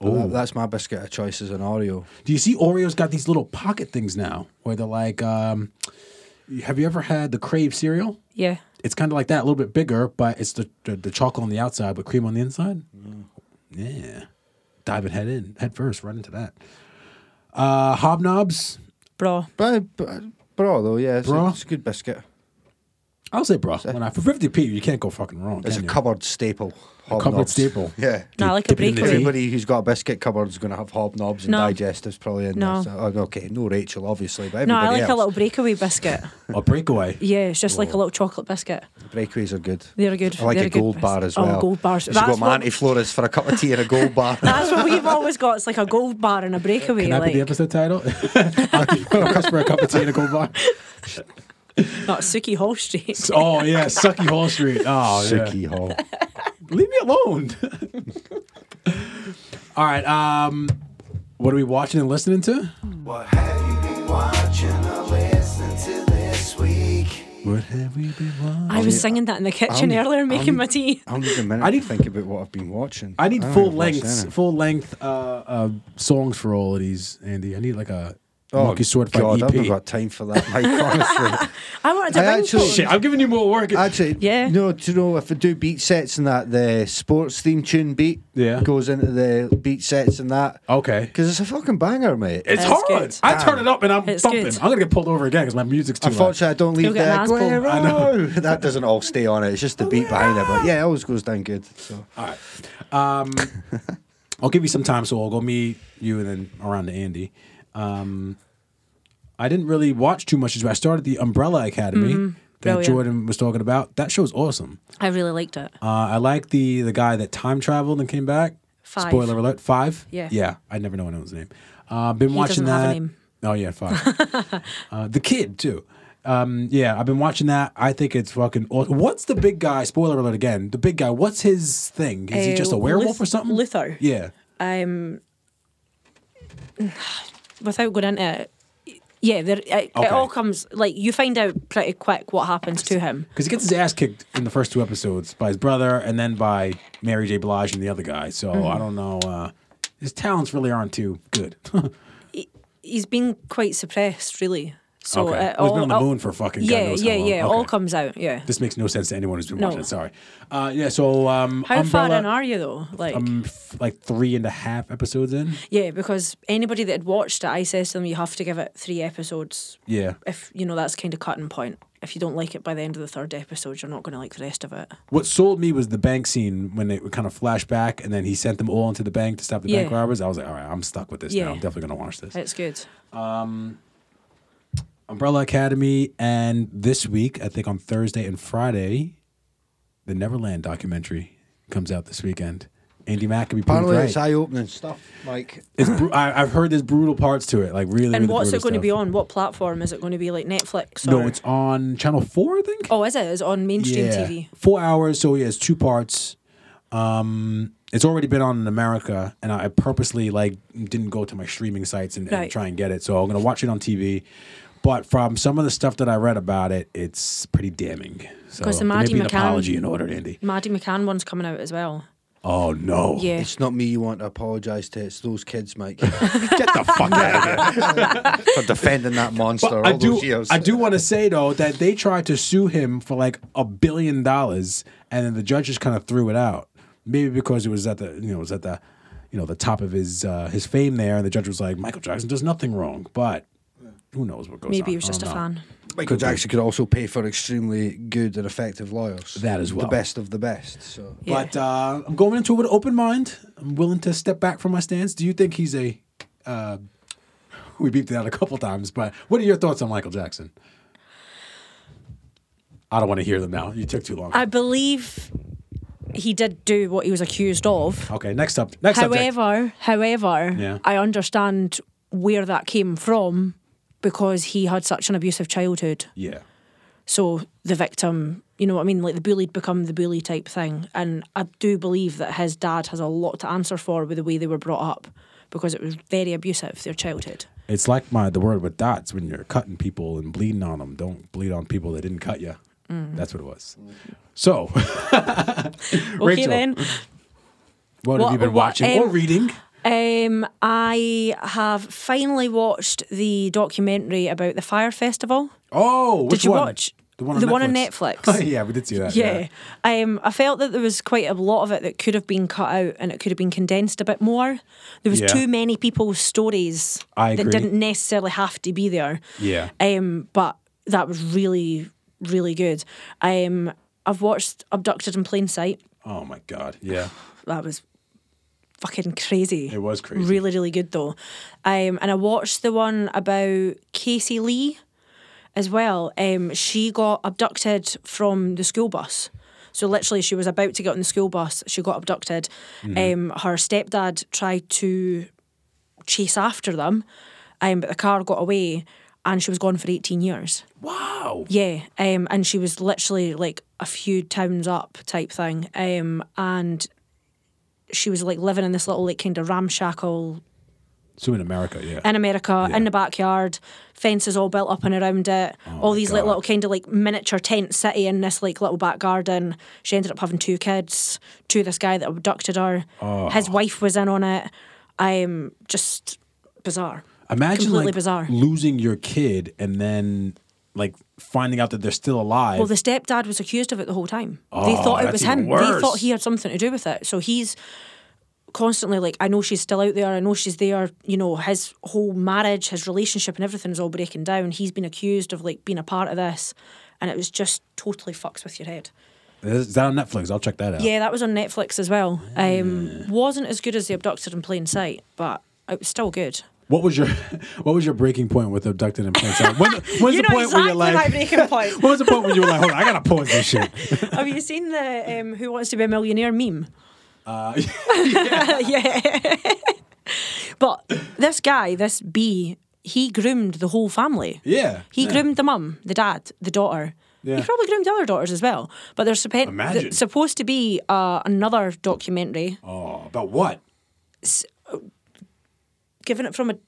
Speaker 4: that's my biscuit of choice is an Oreo.
Speaker 1: Do you see Oreos got these little pocket things now where they're like, um, have you ever had the Crave cereal?
Speaker 2: yeah.
Speaker 1: It's kind of like that, a little bit bigger, but it's the, the, the chocolate on the outside, but cream on the inside. Yeah. Dive it head in, head first, right into that. Uh, hobnobs,
Speaker 2: Bro.
Speaker 4: But, but bra though, yeah, it's,
Speaker 1: Bra?
Speaker 4: A, it's a good biscuit.
Speaker 1: I'll say, bro, when I, for 50p, you can't go fucking wrong.
Speaker 4: It's a
Speaker 1: can you?
Speaker 4: cupboard staple.
Speaker 1: cupboard
Speaker 4: Hobnobs.
Speaker 1: staple.
Speaker 4: Yeah.
Speaker 2: No, I like a
Speaker 1: dip it in the
Speaker 2: breakfast.
Speaker 1: tea.
Speaker 4: Everybody who's got a biscuit cupboard is going to have hobnobs and
Speaker 2: No.
Speaker 4: digestives probably in
Speaker 2: No.
Speaker 4: there. So, oh, okay, no Rachel, obviously, but
Speaker 2: No,
Speaker 4: everybody
Speaker 2: I like
Speaker 4: else.
Speaker 2: a little breakaway biscuit.
Speaker 1: A breakaway.
Speaker 2: Yeah, it's just like a little chocolate biscuit.
Speaker 4: Breakaways are good.
Speaker 2: They're good.
Speaker 4: I like
Speaker 2: They're
Speaker 4: a
Speaker 2: good
Speaker 4: gold
Speaker 2: bis-
Speaker 4: bar as
Speaker 2: Oh,
Speaker 4: well.
Speaker 2: gold bars.
Speaker 4: You should
Speaker 2: That's
Speaker 4: go
Speaker 2: what-
Speaker 4: Manti Flores for a cup of tea and a gold bar.
Speaker 1: Oh,
Speaker 2: That's what we've always got. It's like a gold bar and a breakaway.
Speaker 1: Can that
Speaker 2: like,
Speaker 1: be the episode title? I'll take a customer a cup of tea and a cold bar.
Speaker 2: Not Suki Hall Street.
Speaker 1: Oh, yeah. Sucky Hall Street. Oh, yeah.
Speaker 4: Suki Hall.
Speaker 1: Leave me alone. All right. Um, what are we watching and listening to?
Speaker 8: What have you been watching or listening to this week?
Speaker 1: What have we be one?
Speaker 2: I was singing that in the kitchen
Speaker 4: I'm-
Speaker 2: earlier, making
Speaker 4: I'm-
Speaker 2: my tea.
Speaker 4: I'll need a minute
Speaker 1: I need-
Speaker 4: to think about what I've been watching.
Speaker 1: I need
Speaker 4: don't
Speaker 1: full
Speaker 4: think I've watched
Speaker 1: lengths,
Speaker 4: any.
Speaker 1: full length uh, uh, songs for all of these, Andy. I need like a monkey sword fight
Speaker 4: Oh,
Speaker 1: E
Speaker 4: God, I've
Speaker 1: EP.
Speaker 4: never got time for that, Mike, honestly.
Speaker 2: I wanted to
Speaker 4: I
Speaker 2: ring
Speaker 4: actually-
Speaker 1: Oh, Shit, I'm giving you more work.
Speaker 4: Actually,
Speaker 2: Yeah.
Speaker 4: No, do you know if I do beat sets and that, the sports theme tune beat
Speaker 1: Yeah.
Speaker 4: goes into the beat sets and that.
Speaker 1: okay.
Speaker 4: Because it's a fucking banger, mate.
Speaker 1: It's
Speaker 2: That's
Speaker 1: hard.
Speaker 2: good.
Speaker 1: I turn it up and I'm
Speaker 2: It's
Speaker 1: thumping.
Speaker 2: good.
Speaker 1: I'm gonna get pulled over again because my music's too loud.
Speaker 4: Unfortunately, I don't leave
Speaker 2: You'll get
Speaker 4: that.
Speaker 2: an asshole.
Speaker 1: I know.
Speaker 4: that doesn't all stay on it. It's just the beat behind it. But yeah, it always goes down good. So
Speaker 1: All right. Um, I'll give you some time, so I'll go me, you, and then around to Andy. Um, I didn't really watch too much. I started the Umbrella Academy
Speaker 2: Mm-hmm.
Speaker 1: that
Speaker 2: Brilliant.
Speaker 1: Jordan was talking about. That show's awesome.
Speaker 2: I really liked it.
Speaker 1: Uh, I like the the guy that time traveled and came back.
Speaker 2: Five.
Speaker 1: Spoiler alert. Five.
Speaker 2: Yeah.
Speaker 1: Yeah. I never know anyone's name. Uh, been watching
Speaker 2: doesn't have a
Speaker 1: that.
Speaker 2: name.
Speaker 1: Oh yeah, five. uh, the kid too. Um, yeah, I've been watching that. I think it's fucking. Aw- what's the big guy? Spoiler alert again. The big guy. What's his thing? Is he
Speaker 2: Uh,
Speaker 1: just a werewolf
Speaker 2: Luth-
Speaker 1: or something?
Speaker 2: Luthor.
Speaker 1: Yeah.
Speaker 2: Without going into it, yeah, there, it,
Speaker 1: Okay.
Speaker 2: it all comes like you find out pretty quick what happens to him.
Speaker 1: Because he gets his ass kicked in the first two episodes by his brother and then by Mary J. Blige and the other guy. So
Speaker 2: Mm-hmm.
Speaker 1: I don't know. Uh, his talents really aren't too good.
Speaker 2: He's been quite suppressed, really. So
Speaker 1: Okay.
Speaker 2: it
Speaker 1: Well, he's been
Speaker 2: all- uh,
Speaker 1: on the
Speaker 2: all-
Speaker 1: moon for fucking God
Speaker 2: yeah,
Speaker 1: knows how
Speaker 2: yeah,
Speaker 1: long.
Speaker 2: yeah. It all
Speaker 1: Okay.
Speaker 2: comes out. Yeah.
Speaker 1: this makes no sense to anyone who's been
Speaker 2: No.
Speaker 1: watching it. Sorry. Uh, yeah. So um,
Speaker 2: How far
Speaker 1: Umbrella- um,
Speaker 2: in are you though? Like,
Speaker 1: I'm f- like three and a half episodes in.
Speaker 2: yeah, because anybody that had watched it, I says to them, you have to give it three episodes.
Speaker 1: Yeah.
Speaker 2: If you know that's kind of cutting point. If you don't like it by the end of the third episode, you're not going to like the rest of it.
Speaker 1: What sold me was the bank scene when it kind of flashed back, and then he sent them all into the bank to stop the bank
Speaker 2: Yeah.
Speaker 1: robbers. I was like, all right, I'm stuck with this
Speaker 2: Yeah.
Speaker 1: now. I'm definitely gonna watch this.
Speaker 2: It's good.
Speaker 1: Umbrella Academy, and this week, I think on Thursday and Friday, the Neverland documentary comes out this weekend. Andy Mack can be proved
Speaker 4: apparently
Speaker 1: right.
Speaker 4: it's eye opening stuff, Mike.
Speaker 1: It's bru- I, I've heard there's brutal parts to it, like really.
Speaker 2: And
Speaker 1: really brutal
Speaker 2: what's it going to
Speaker 1: stuff.
Speaker 2: be on? What platform is it going to be? Like Netflix? Or...
Speaker 1: No, it's on Channel Four, I think.
Speaker 2: Oh, is it? It's on mainstream TV.
Speaker 1: Four hours, so yeah, it's two parts. Um, it's already been on in America, and I purposely like didn't go to my streaming sites and, and
Speaker 2: Right.
Speaker 1: try and get it. So I'm gonna watch it on TV. But from some of the stuff that I read about it, it's pretty damning. So
Speaker 2: 'Cause the
Speaker 1: there may
Speaker 2: Maddie
Speaker 1: be an
Speaker 2: McCann-
Speaker 1: apology in order, Andy.
Speaker 2: Maddie McCann one's coming out as well.
Speaker 1: Oh no!
Speaker 2: Yeah.
Speaker 4: It's not me you want to apologise to. It's those kids, Mike,
Speaker 1: Get the fuck out of here.
Speaker 4: for defending that monster
Speaker 1: But
Speaker 4: all
Speaker 1: I
Speaker 4: those
Speaker 1: do,
Speaker 4: years.
Speaker 1: I do want to say though that they tried to sue him for like a billion dollars, and then the judge just kind of threw it out. Maybe because it was at the you know it was at the you know the top of his uh, his fame there, and the judge was like, Michael Jackson does nothing wrong, but who knows what goes on?
Speaker 2: Maybe he was
Speaker 1: I
Speaker 2: just a
Speaker 1: don't know.
Speaker 2: fan.
Speaker 4: Michael Jackson could also pay for extremely good and effective lawyers.
Speaker 1: That as well.
Speaker 4: The best of the best. So
Speaker 2: Yeah.
Speaker 1: But uh, I'm going into it with an open mind. I'm willing to step back from my stance. Do you think he's a? Uh, we beeped it out a couple times, but what are your thoughts on Michael Jackson? I don't want to hear them now. You took too long.
Speaker 2: I believe he did do what he was accused of.
Speaker 1: Okay, next up. Next subject.
Speaker 2: however, however,
Speaker 1: Yeah.
Speaker 2: I understand where that came from because he had such an abusive childhood.
Speaker 1: Yeah.
Speaker 2: So the victim, you know what I mean, like the bullied become the bully type thing. And I do believe that his dad has a lot to answer for with the way they were brought up because it was very abusive their childhood.
Speaker 1: It's like my the word with dots when you're cutting people and bleeding on them. Don't bleed on people that didn't cut you.
Speaker 2: Mm.
Speaker 1: That's what it was. So,
Speaker 2: Okay
Speaker 1: Rachel,
Speaker 2: then.
Speaker 1: what, have
Speaker 2: What-
Speaker 1: you been
Speaker 2: what,
Speaker 1: watching or
Speaker 2: um,
Speaker 1: reading?
Speaker 2: Um, I have finally watched the documentary about the fire festival.
Speaker 1: Oh, which
Speaker 2: you
Speaker 1: one?
Speaker 2: watch
Speaker 1: the one on
Speaker 2: the
Speaker 1: Netflix?
Speaker 2: one on Netflix?
Speaker 1: yeah, we did see that.
Speaker 2: Yeah. Um, I felt that there was quite a lot of it that could have been cut out and it could have been condensed a bit more. There was
Speaker 1: Yeah.
Speaker 2: too many people's stories
Speaker 1: I
Speaker 2: that
Speaker 1: agree.
Speaker 2: didn't necessarily have to be there.
Speaker 1: Yeah.
Speaker 2: Um, but that was really, really good. Um, I've watched Abducted in Plain Sight.
Speaker 1: Oh my god. Yeah.
Speaker 2: That was fucking crazy.
Speaker 1: It was crazy.
Speaker 2: Really, really good though. Um, and I watched the one about Casey Lee as well. Um, she got abducted from the school bus. So literally, she was about to get on the school bus. She got abducted. Um, her stepdad tried to chase after them, um, but the car got away, and she was gone for eighteen years.
Speaker 1: Wow.
Speaker 2: Yeah, um, and she was literally like a few towns up type thing, um, and she was like living in this little like kind of ramshackle
Speaker 1: So in America, yeah.
Speaker 2: in America, in the backyard, fences all built up and around it, all these like
Speaker 1: Oh God.
Speaker 2: little kind of like miniature tent city in this like little back garden. She ended up having two kids, to this guy that abducted her.
Speaker 1: Oh.
Speaker 2: His wife was in on it. I'm just bizarre.
Speaker 1: Imagine
Speaker 2: completely
Speaker 1: like,
Speaker 2: bizarre.
Speaker 1: losing your kid and then like finding out that they're still alive.
Speaker 2: Well, the stepdad was accused of it the whole time. they
Speaker 1: Oh,
Speaker 2: thought it
Speaker 1: that's
Speaker 2: was
Speaker 1: even
Speaker 2: him. They
Speaker 1: worse.
Speaker 2: thought he had something to do with it. So he's constantly like, I know she's still out there. I know she's there. You know, his whole marriage, his relationship, and everything is all breaking down. He's been accused of like being a part of this, and it was just totally fucks with your head.
Speaker 1: Is that on Netflix? I'll check that out.
Speaker 2: Yeah, that was on Netflix as well. Um, wasn't as good as the abducted in plain sight, but it was still good.
Speaker 1: What was your What was your breaking point with abducted and plain sight? When, when's the
Speaker 2: you know
Speaker 1: point
Speaker 2: exactly
Speaker 1: where you're
Speaker 2: my
Speaker 1: like,
Speaker 2: breaking point.
Speaker 1: when was the point when you were like, hold on, I gotta pause this shit?
Speaker 2: Have you seen the um, Who Wants to Be a Millionaire meme? Uh, yeah. but this guy, this B, he groomed the whole family.
Speaker 1: Yeah,
Speaker 2: He
Speaker 1: yeah.
Speaker 2: groomed the mum, the dad, the daughter.
Speaker 1: Yeah.
Speaker 2: He probably groomed the other daughters as well. But there's suppo-
Speaker 1: Imagine.
Speaker 2: th- supposed to be uh, another documentary
Speaker 1: Oh, about what?
Speaker 2: given it from a I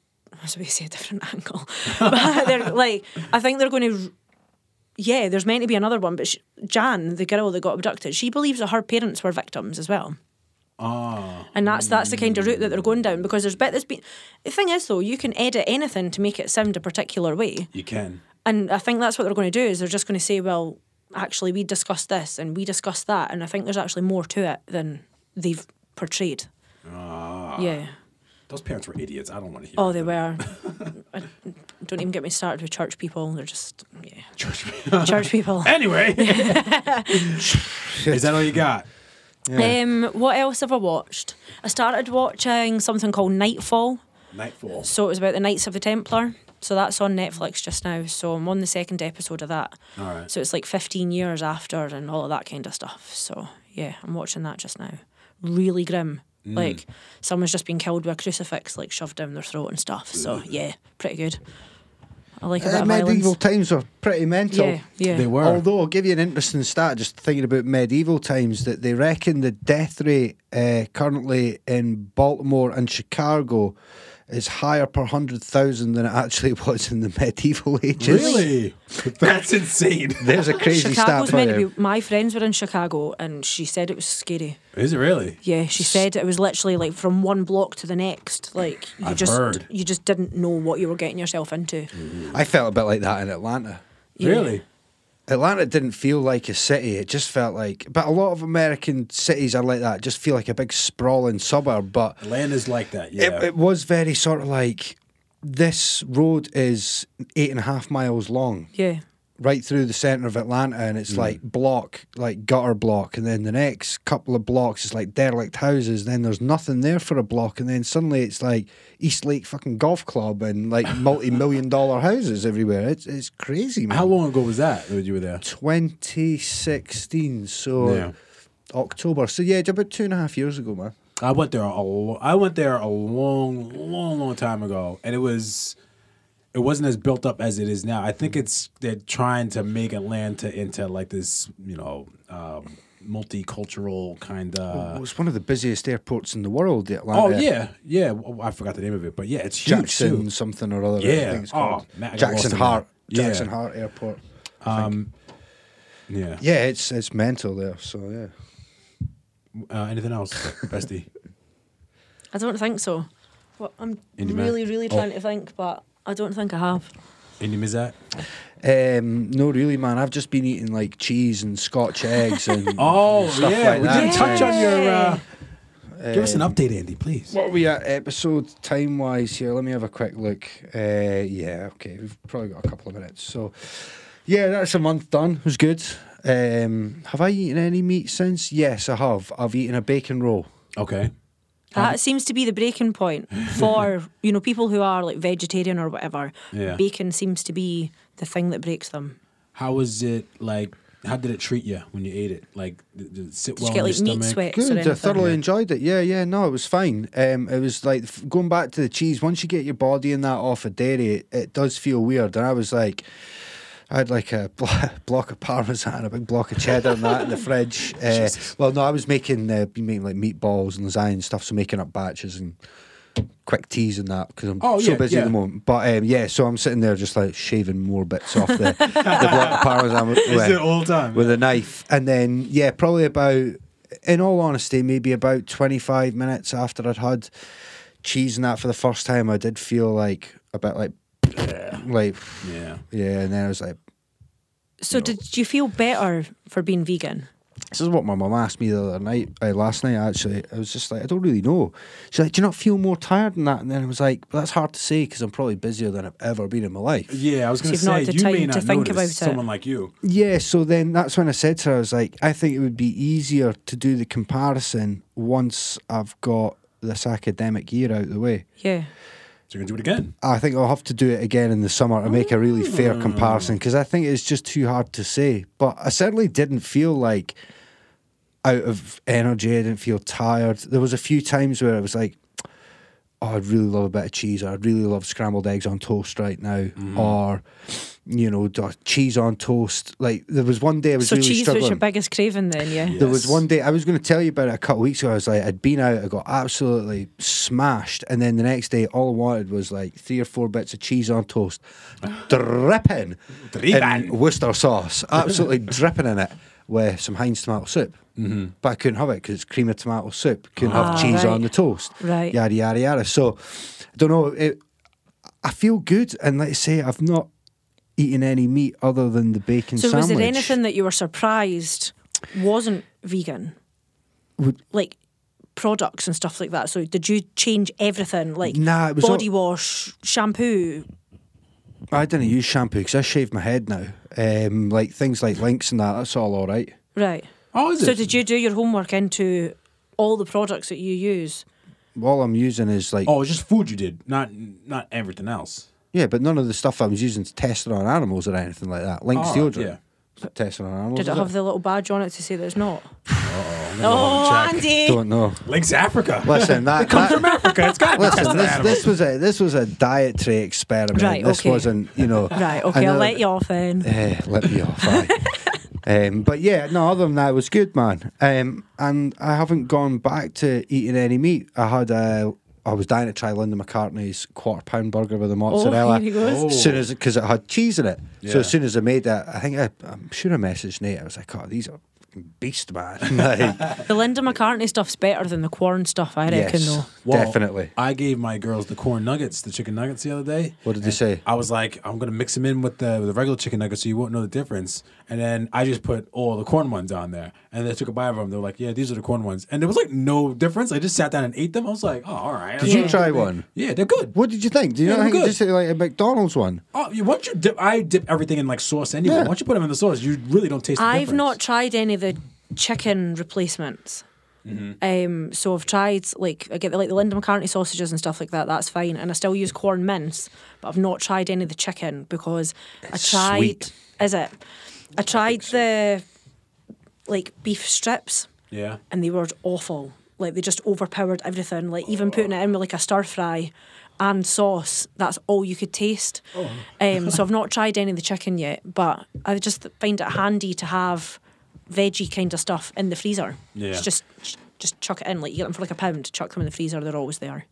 Speaker 2: was about to say a different angle, but they're like I think they're going to. Yeah, there's meant to be another one, but she, Jan, the girl that got abducted, she believes that her parents were victims as well. Ah. And that's that's the kind of route that they're going down because there's bit that's been. The thing is though, you can edit anything to make it sound a particular way,
Speaker 1: You can.
Speaker 2: and I think that's what they're going to do is they're just going to say, well, actually we discussed this and we discussed that, and I think there's actually more to it than they've portrayed. Ah. Yeah.
Speaker 1: Those parents were idiots. I don't want to hear.
Speaker 2: Oh, they were. I- Don't even get me started with church people. They're just yeah,
Speaker 1: Church.
Speaker 2: church people.
Speaker 1: anyway, is that all you got?
Speaker 2: Um, what else have I watched? I started watching something called Nightfall.
Speaker 1: Nightfall.
Speaker 2: So it was about the Knights of the Templar. So that's on Netflix just now. So I'm on the second episode of that.
Speaker 1: All right.
Speaker 2: So it's like 15 years after and all of that kind of stuff. So yeah, I'm watching that just now. Really grim. Like someone's just been killed with a crucifix, like shoved down their throat and stuff. So yeah, pretty good. I like a bit
Speaker 4: Uh,
Speaker 2: of
Speaker 4: medieval
Speaker 2: violence.
Speaker 4: times were pretty mental.
Speaker 2: Yeah, yeah.
Speaker 1: They were.
Speaker 4: Although I'll give you an interesting stat, just thinking about medieval times, that they reckon the death rate uh, currently in Baltimore and Chicago is higher per hundred thousand than it actually was in the medieval ages.
Speaker 1: Really? That's insane.
Speaker 4: There's a crazy
Speaker 2: Chicago's
Speaker 4: stat for
Speaker 2: meant to
Speaker 4: you.
Speaker 2: be. My friends were in Chicago, and she said it was scary.
Speaker 1: Is it really?
Speaker 2: Yeah, she said it was literally like from one block to the next. Like you
Speaker 1: I've
Speaker 2: just
Speaker 1: heard.
Speaker 2: you just didn't know what you were getting yourself into.
Speaker 4: I felt a bit like that in Atlanta.
Speaker 2: Yeah.
Speaker 1: Really?
Speaker 4: Atlanta didn't feel like a city. It just felt like, but a lot of American cities are like that. Just feel like a big sprawling suburb. But
Speaker 1: Atlanta's like that. Yeah.
Speaker 4: it, it was very sort of like this road is eight and a half miles long.
Speaker 2: Yeah,
Speaker 4: right through the center of Atlanta, and it's like block, like gutter block, and then the next couple of blocks is like derelict houses. Then there's nothing there for a block, and then suddenly it's like East Lake fucking golf club and like multi-million dollar houses everywhere. It's it's crazy, man.
Speaker 1: How long ago was that when you were there?
Speaker 4: 2016, so
Speaker 1: Yeah.
Speaker 4: October. So yeah, about two and a half years ago, man.
Speaker 1: I went there a lo- I went there a long, long, long time ago, and it was it wasn't as built up as it is now. I think it's they're trying to make Atlanta into like this, you know, um, multicultural kind
Speaker 4: Well,
Speaker 1: of.
Speaker 4: it's one of the busiest airports in the world, the Atlanta.
Speaker 1: Uh, Oh yeah, yeah. w- I forgot the name of it, but yeah, it's huge
Speaker 4: Jackson
Speaker 1: too.
Speaker 4: something or other. I
Speaker 1: Yeah.
Speaker 4: think it's
Speaker 1: Oh,
Speaker 4: called.
Speaker 1: man, I got lost
Speaker 4: Jackson
Speaker 1: in that.
Speaker 4: Hart.
Speaker 1: Yeah.
Speaker 4: Jackson Hart Airport.
Speaker 1: Yeah.
Speaker 4: Yeah, it's it's mental there. So yeah.
Speaker 1: Uh, anything else, bestie?
Speaker 2: I don't think so. Well, I'm
Speaker 1: Indie man.
Speaker 2: really, really
Speaker 1: Oh.
Speaker 2: trying to think, but I don't think I have.
Speaker 1: Any mizat?
Speaker 4: Um, no, really, man. I've just been eating like cheese and Scotch eggs and
Speaker 1: Oh
Speaker 4: stuff
Speaker 1: yeah,
Speaker 4: like
Speaker 1: we
Speaker 4: that.
Speaker 1: didn't touch on your. Uh,
Speaker 2: Yeah.
Speaker 1: give us an update, Andy, please.
Speaker 4: What are we at episode time wise here? Let me have a quick look. Uh, yeah, okay, we've probably got a couple of minutes. So, yeah, that's a month done. It was good. Um, have I eaten any meat since? Yes, I have. I've eaten a bacon roll.
Speaker 1: Okay.
Speaker 2: That seems to be the breaking point for you know people who are like vegetarian or whatever.
Speaker 1: Yeah.
Speaker 2: Bacon seems to be the thing that breaks them.
Speaker 1: How was it like? How did it treat you when you ate it? Like, did, did it sit
Speaker 2: Did
Speaker 1: well
Speaker 2: you get
Speaker 1: in
Speaker 2: like
Speaker 1: your
Speaker 2: meat
Speaker 1: stomach?
Speaker 2: sweats or
Speaker 4: Good.
Speaker 2: anything?
Speaker 4: I thoroughly enjoyed it. Yeah, yeah. No, it was fine. Um, it was like f- going back to the cheese. Once you get your body and that off of dairy, it, it does feel weird. And I was like, I had like a blo- block of parmesan, a big block of cheddar, and that in the fridge. Uh, well, no, I was making uh, been making like meatballs and lasagna and stuff, so making up batches and quick teas and that because I'm
Speaker 1: Oh,
Speaker 4: so
Speaker 1: yeah,
Speaker 4: busy
Speaker 1: yeah.
Speaker 4: at the moment. But um, yeah, so I'm sitting there just like shaving more bits off the, the block of parmesan with,
Speaker 1: Is it all time?
Speaker 4: with a knife. And then yeah, probably about in all honesty, maybe about 25 minutes after I'd had cheese and that for the first time, I did feel like a bit like like
Speaker 1: Yeah.
Speaker 4: yeah, and then I was like.
Speaker 2: So did you feel better for being vegan?
Speaker 4: This is what my mum asked me the other night, uh, last night actually. I was just like, I don't really know. She's like, Do you not feel more tired than that? And then I was like, well, That's hard to say because I'm probably busier than I've ever been in my life.
Speaker 1: Yeah, I was going
Speaker 2: you've
Speaker 1: to
Speaker 2: not
Speaker 1: say
Speaker 2: had the
Speaker 1: you may
Speaker 2: time
Speaker 1: not
Speaker 2: to think
Speaker 1: notice
Speaker 2: about it.
Speaker 1: someone like you.
Speaker 4: Yeah, so then that's when I said to her, I was like, I think it would be easier to do the comparison once I've got this academic year out the way.
Speaker 2: Yeah.
Speaker 1: So you're going to do it again.
Speaker 4: I think I'll have to do it again in the summer to make a really
Speaker 2: Ah.
Speaker 4: fair comparison because I think it's just too hard to say. But I certainly didn't feel like out of energy. I didn't feel tired. There was a few times where I was like, "Oh, I'd really love a bit of cheese," or "I'd really love scrambled eggs on toast right now,"
Speaker 2: Mm.
Speaker 4: or you know, "Oh, cheese on toast. Like there was one day I was
Speaker 2: So
Speaker 4: really
Speaker 2: cheese
Speaker 4: struggling.
Speaker 2: was your biggest craving then, yeah?
Speaker 1: Yeah.
Speaker 4: There was
Speaker 1: Yes.
Speaker 4: one day I was going to tell you about it a couple of weeks ago. I was like, I'd been out, I got absolutely smashed, and then the next day, all I wanted was like three or four bits of cheese on toast, dripping
Speaker 1: Dripping.
Speaker 4: in Worcester sauce, absolutely dripping in it with some Heinz tomato soup. Mm-hmm. But I couldn't have it because it's cream of tomato soup. Couldn't have
Speaker 2: Ah,
Speaker 4: cheese
Speaker 2: right.
Speaker 4: on the toast.
Speaker 2: Right.
Speaker 4: Yada yada yada. So I don't know. It, I feel good, and let's say I've not eaten any meat other than the bacon
Speaker 2: So
Speaker 4: sandwich.
Speaker 2: was there anything that you were surprised wasn't vegan?
Speaker 4: Would-
Speaker 2: like products and stuff like that. So did you change everything? Like
Speaker 4: Nah, it was
Speaker 2: body
Speaker 4: all-
Speaker 2: wash, shampoo.
Speaker 4: I didn't use shampoo because I shave my head now. Um, like things like links and that, that's all all right.
Speaker 2: Right.
Speaker 1: Oh, is
Speaker 2: So
Speaker 1: it?
Speaker 2: did you do your homework into all the products that you use?
Speaker 4: All I'm using is like,
Speaker 1: Oh, it's just food you did, not not everything else.
Speaker 4: yeah, but none of the stuff I was using to test it on animals or anything like that. Links
Speaker 1: Oh,
Speaker 4: deodorant. Testing on animals.
Speaker 2: Did it
Speaker 4: is
Speaker 2: have the little badge on it to say there's not?
Speaker 1: Oh,
Speaker 2: Oh,
Speaker 1: check.
Speaker 2: Andy.
Speaker 4: Don't know.
Speaker 1: Links Africa.
Speaker 4: Listen, that. that
Speaker 1: Africa. It's got to
Speaker 4: listen, this, this was a this was a dietary experiment.
Speaker 2: Right,
Speaker 4: this
Speaker 2: okay.
Speaker 4: wasn't, you know.
Speaker 2: Right, okay, I'll let you off then.
Speaker 4: Eh, let me off. Aye. Um, but yeah, no. Other than that, it was good, man. Um, and I haven't gone back to eating any meat. I had a, I was dying to try Linda McCartney's quarter pound burger with the mozzarella.
Speaker 2: here he goes.
Speaker 1: Oh.
Speaker 4: As soon as because it had cheese in it.
Speaker 1: Yeah.
Speaker 4: So as soon as I made that, I think I, I'm sure I messaged Nate. I was like, "Oh, these are fucking beast, man!" like,
Speaker 2: The Linda McCartney stuff's better than the corn stuff, I reckon,
Speaker 4: yes,
Speaker 2: though.
Speaker 1: Well,
Speaker 4: definitely.
Speaker 1: I gave my girls the corn nuggets, the chicken nuggets the other day.
Speaker 4: What did they
Speaker 1: and
Speaker 4: say?
Speaker 1: I was like, I'm gonna mix them in with the, with the regular chicken nuggets, so you won't know the difference. And then I just put all the corn ones on there, and they took a bite of them. They were like, Yeah, these are the corn ones, and there was like no difference. I just sat down and ate them. I was like, Oh, all right.
Speaker 4: Did you try one?
Speaker 1: Yeah, they're good.
Speaker 4: What did you think? Do you
Speaker 1: Yeah,
Speaker 4: not
Speaker 1: they're
Speaker 4: think it
Speaker 1: good.
Speaker 4: just like a McDonald's one?
Speaker 1: Oh, you, once you dip, I dip everything in like sauce anyway.
Speaker 4: Yeah.
Speaker 1: Once you put them in the sauce, you really don't taste. The
Speaker 2: I've
Speaker 1: difference.
Speaker 2: not tried any of the chicken replacements.
Speaker 1: Mm-hmm.
Speaker 2: Um, so I've tried like I get the, like the Linda McCartney sausages and stuff like that. That's fine, and I still use corn mince, but I've not tried any of the chicken because I tried.
Speaker 4: sweet.
Speaker 2: Is it? I tried the like beef strips,
Speaker 1: Yeah.
Speaker 2: and they were awful. Like they just overpowered everything. Like even putting it in with like a stir fry and sauce, that's all you could taste. Um, so I've not tried any of the chicken yet, but I just find it handy to have veggie kind of stuff in the freezer.
Speaker 1: Yeah.
Speaker 2: It's just just chuck it in. Like you get them for like a pound, chuck them in the freezer. They're always there.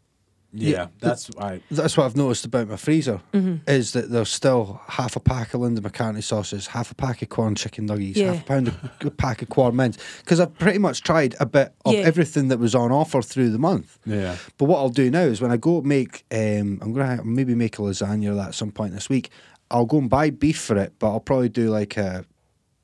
Speaker 1: Yeah, that's I.
Speaker 4: that's what I've noticed about my freezer
Speaker 2: Mm-hmm.
Speaker 4: is that there's still half a pack of Linda McCartney sauces, half a pack of corn chicken nuggets,
Speaker 2: Yeah.
Speaker 4: half a pound of a pack of corn mints. Because I've pretty much tried a bit of
Speaker 2: Yeah.
Speaker 4: everything that was on offer through the month.
Speaker 1: Yeah.
Speaker 4: But what I'll do now is when I go make, um, I'm gonna ha- maybe make a lasagna or that at some point this week. I'll go and buy beef for it, but I'll probably do like a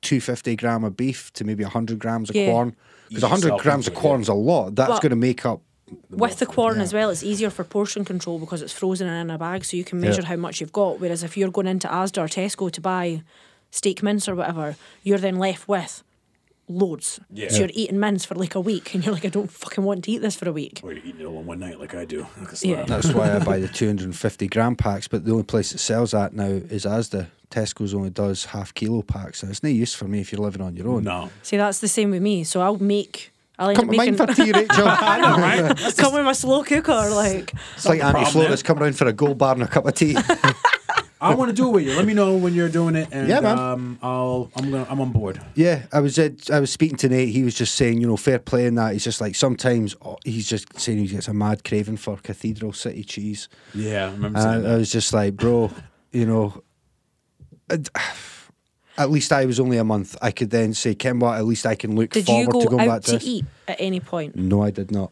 Speaker 4: 250 gram of beef to maybe 100 grams of
Speaker 2: Yeah.
Speaker 4: corn. Because
Speaker 1: Ease
Speaker 4: 100
Speaker 1: yourself
Speaker 4: grams
Speaker 1: into
Speaker 4: of
Speaker 1: it, yeah.
Speaker 4: corn's a lot. That's
Speaker 2: But-
Speaker 4: going to make up
Speaker 2: With the corn as well, it's easier for portion control because it's frozen and in a bag, so you can measure how much you've got. Whereas if you're going into Asda or Tesco to buy steak mince or whatever, you're then left with loads.
Speaker 1: Yeah.
Speaker 2: So you're eating mince for like a week, and you're like, I don't fucking want to eat this for a week.
Speaker 1: Or you're eating it all in one night like I do. Like a slob.
Speaker 2: Yeah.
Speaker 4: That's why I buy the 250 gram packs, but the only place that sells that now is Asda. Tesco's only does half kilo packs, and it's no use for me if you're living on your own.
Speaker 1: No.
Speaker 2: See, that's the same with me. So I'll make. I'll end
Speaker 4: Come
Speaker 2: up
Speaker 4: to mine
Speaker 2: making.
Speaker 4: for tea, Rachel.
Speaker 2: come with my slow cooker, like.
Speaker 4: It's like Andy
Speaker 1: problem,
Speaker 4: Flores come round for a gold bar and a cup of tea.
Speaker 1: I want to do it with you. Let me know when you're doing it, and
Speaker 4: Yeah, man.
Speaker 1: um, I'll I'm gonna I'm on board.
Speaker 4: Yeah, I was uh, I was speaking to Nate. He was just saying, you know, fair play in that. He's just like sometimes oh, he's just saying he gets a mad craving for Cathedral City cheese.
Speaker 1: Yeah, I remember saying
Speaker 4: And I, I
Speaker 1: that.
Speaker 4: was just like, bro, you know, I'd- at least I was only a month. I could then say, Ken, what? At least I can look
Speaker 2: Did
Speaker 4: forward
Speaker 2: you go
Speaker 4: to going back
Speaker 2: out
Speaker 4: to,
Speaker 2: to
Speaker 4: this."
Speaker 2: eat at any point?
Speaker 4: No, I did not.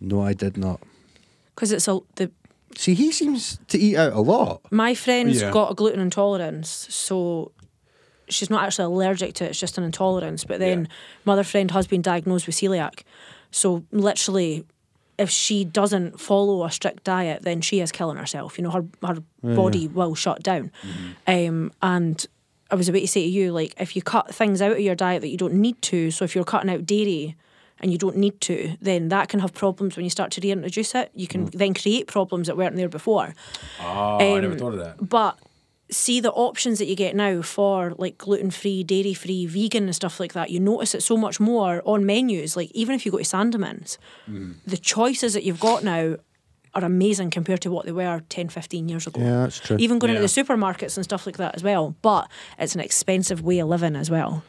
Speaker 4: No, I did not.
Speaker 2: Because it's a the
Speaker 4: See, he seems to eat out a lot.
Speaker 2: my friend's
Speaker 1: Yeah.
Speaker 2: got a gluten intolerance, so she's not actually allergic to it. It's just an intolerance. But then my other friend has been diagnosed with celiac, so literally, if she doesn't follow a strict diet, then she is killing herself. You know, her her body will shut down. Um, and I was about to say to you, like, if you cut things out of your diet that you don't need to, so if you're cutting out dairy. And you don't need to, then that can have problems when you start to reintroduce it. You can then create problems that weren't there before.
Speaker 1: Oh, I never
Speaker 2: um,
Speaker 1: thought of that.
Speaker 2: But see the options that you get now for like gluten free, dairy free, vegan and stuff like that. You notice it so much more on menus. Like even if you go to Sandeman's, the choices that you've got now are amazing compared to what they were 10, 15 years ago.
Speaker 4: Yeah, that's true.
Speaker 2: Even going
Speaker 1: Yeah.
Speaker 2: into the supermarkets and stuff like that as well. But it's an expensive way of living as well.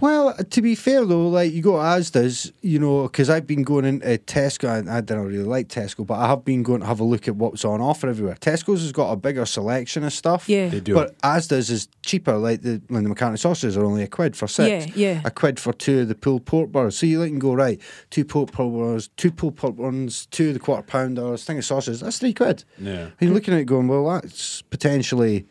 Speaker 4: Well, to be fair though, like you go to Asda's, you know, because I've been going into Tesco, and I don't really like Tesco, but I have been going to have a look at what's on offer everywhere. Tesco's has got a bigger selection of stuff.
Speaker 2: Yeah. They
Speaker 1: do.
Speaker 4: But Asda's is cheaper. Like the when the McCartney sausages are only a quid for six.
Speaker 2: Yeah, yeah.
Speaker 4: A quid for two of the pulled pork burgers. So you like can go right, two pulled pork burgers, two pulled pork ones, two of the quarter pounders, thing of sausages. That's three quid.
Speaker 1: Yeah.
Speaker 4: And you're looking at it going, well, that's potentially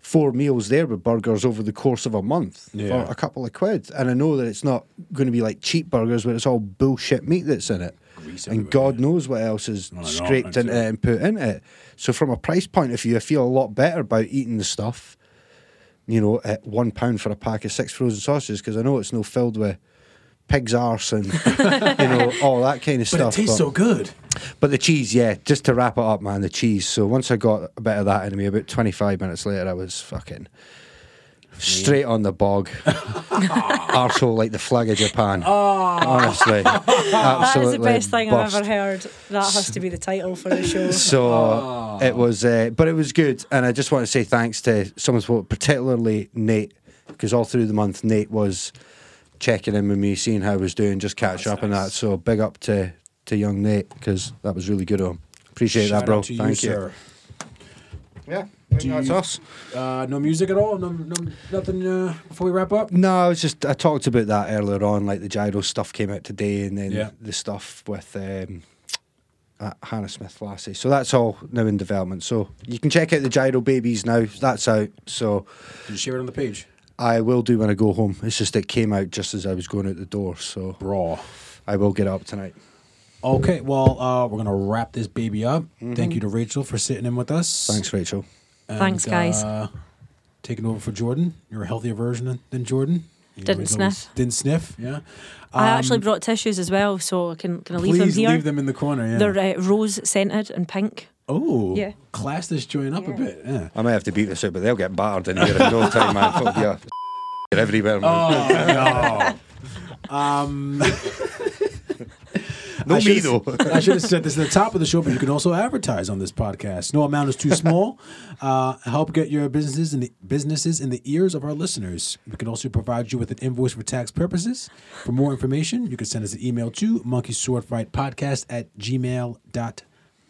Speaker 4: four meals there with burgers over the course of a month
Speaker 1: Yeah.
Speaker 4: for a couple of quid. And I know that it's not going to be like cheap burgers where it's all bullshit meat that's in it. and
Speaker 1: everywhere,
Speaker 4: God knows what else is
Speaker 1: I know,
Speaker 4: scraped
Speaker 1: I
Speaker 4: into
Speaker 1: know.
Speaker 4: it and put into it. So from a price point of view, I feel a lot better about eating the stuff, you know, at one pound for a pack of six frozen sausages because I know it's no filled with pig's arse and you know all that kind of
Speaker 1: But
Speaker 4: stuff.
Speaker 1: it tastes
Speaker 4: but-
Speaker 1: so good.
Speaker 4: but the cheese, yeah, just to wrap it up, man, the cheese. So once I got a bit of that in me, about 25 minutes later, I was fucking straight on the bog. Arsehole like the flag of Japan. Honestly.
Speaker 2: Ah. That is
Speaker 4: Absolutely.
Speaker 2: the best thing
Speaker 4: burst.
Speaker 2: I've ever heard. That has to be the title for the show.
Speaker 4: So
Speaker 1: Oh.
Speaker 4: it was, uh, but it was good. And I just want to say thanks to someone, particularly Nate, because all through the month, Nate was checking in with me, seeing how I was doing, just catch up and that. So big up to, to young Nate, because that was really good of him. Appreciate
Speaker 1: Shout
Speaker 4: that, bro.
Speaker 1: out to you,
Speaker 4: Thank you.
Speaker 1: sir.
Speaker 4: Yeah,
Speaker 1: Do
Speaker 4: that's
Speaker 1: you-
Speaker 4: us.
Speaker 1: Uh, no music at all. No, no nothing uh, before we wrap up.
Speaker 4: No, I was just I talked about that earlier on, like the gyro stuff came out today, and then
Speaker 1: Yeah.
Speaker 4: the stuff with um, uh, Hannah Smith Lassie. So that's all now in development. So you can check out the gyro babies now. That's out. So
Speaker 1: Did you share it on the page?
Speaker 4: I will do when I go home. It's just it came out just as I was going out the door. So
Speaker 1: Raw.
Speaker 4: I will get it up tonight.
Speaker 1: Okay, well, uh, we're gonna wrap this baby up. Thank you to Rachel for sitting in with us.
Speaker 4: Mm-hmm. Thanks, Rachel.
Speaker 1: And,
Speaker 2: Thanks, guys.
Speaker 1: Uh, taking over for Jordan. You're a healthier version than Jordan. You
Speaker 2: Didn't
Speaker 1: he's always-
Speaker 2: sniff.
Speaker 1: Didn't sniff. Yeah.
Speaker 2: I actually brought tissues as well, so can can I leave them
Speaker 1: Please
Speaker 2: here?
Speaker 1: leave them in the corner. Yeah.
Speaker 2: They're uh, rose scented and pink.
Speaker 1: oh,
Speaker 2: Yeah.
Speaker 1: Class this joint up a bit. Yeah.
Speaker 4: I may have to beat this out, but they'll get battered in here in no time, man. Fuck yeah. Everywhere, man.
Speaker 1: Oh no. um. I should've- I should have said this at the top of the show, but you can also advertise on this podcast. No amount is too small. Uh, help get your businesses in the businesses in the ears of our listeners. We can also provide you with an invoice for tax purposes. For more information, you can send us an email to monkeyswordfightpodcast at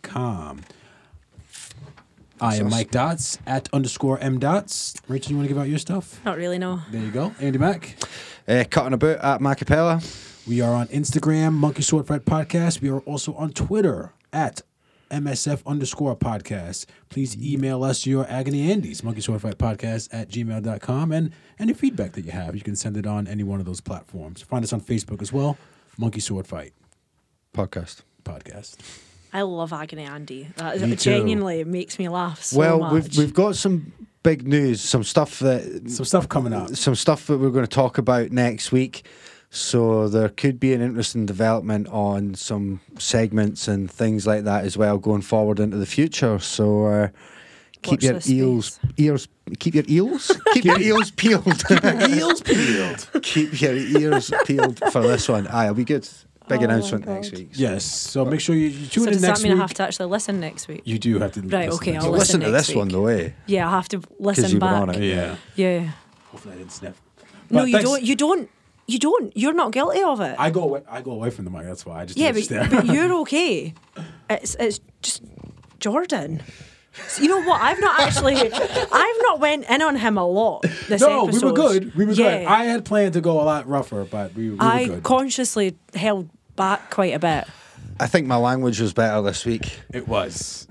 Speaker 1: gmail.com. I am Mike Dots at underscore M Dots. Rachel, you want to give out your stuff?
Speaker 2: Not really, no.
Speaker 1: There you go. Andy Mack.
Speaker 4: Uh, cutting about at Macapella.
Speaker 1: We are on Instagram, Monkey Sword Fight Podcast. We are also on Twitter at MSF underscore podcast. Please email us your agony andies, monkey sword fight podcast at gmail.com. And any feedback that you have, you can send it on any one of those platforms. Find us on Facebook as well, Monkey Sword Fight
Speaker 4: Podcast.
Speaker 1: Podcast.
Speaker 2: I love Agony Andy. That
Speaker 1: Me
Speaker 2: it
Speaker 1: too.
Speaker 2: genuinely makes me laugh so
Speaker 4: well,
Speaker 2: much.
Speaker 4: we've we've got some big news, some stuff that
Speaker 1: Some stuff coming up.
Speaker 4: some stuff that we're going to talk about next week. So there could be an interesting development on some segments and things like that as well going forward into the future. So uh, keep
Speaker 2: Watch
Speaker 4: your
Speaker 2: this
Speaker 4: eels ears keep your eels keep your ears peeled
Speaker 1: Eels peeled.
Speaker 4: keep your ears peeled for this one. Aye, it'll be good.
Speaker 3: Big
Speaker 2: Oh my
Speaker 3: announcement
Speaker 2: God.
Speaker 3: next week.
Speaker 1: Yes. So make sure you, you tune
Speaker 2: So
Speaker 1: in
Speaker 2: does
Speaker 1: next
Speaker 2: that mean
Speaker 1: week.
Speaker 2: I have to actually listen next week?
Speaker 1: You do have to.
Speaker 2: Right, okay,
Speaker 1: next
Speaker 3: So
Speaker 2: I'll
Speaker 1: week.
Speaker 3: listen,
Speaker 2: listen
Speaker 3: to this
Speaker 2: next
Speaker 3: one
Speaker 2: week.
Speaker 3: though, eh?
Speaker 2: yeah, I have to listen
Speaker 3: you've been
Speaker 2: back.
Speaker 3: on it.
Speaker 1: Yeah.
Speaker 2: Yeah.
Speaker 1: Hopefully I didn't sniff.
Speaker 2: No,
Speaker 1: But
Speaker 2: you
Speaker 1: thanks.
Speaker 2: don't. You don't. You don't. You're not guilty of it.
Speaker 1: I go away. I go away from the mic. That's why I just
Speaker 2: yeah,
Speaker 1: yeah,
Speaker 2: but,
Speaker 1: there.
Speaker 2: but you're okay. It's it's just Jordan. So you know what? I've not actually. I've not went in on him a lot. This
Speaker 1: no, we were
Speaker 2: episode.
Speaker 1: good. We were good.
Speaker 2: Yeah.
Speaker 1: I had planned to go a lot rougher, but we, we were
Speaker 2: I
Speaker 1: good.
Speaker 2: consciously held back quite a bit.
Speaker 4: I think my language was better this week.
Speaker 1: it was.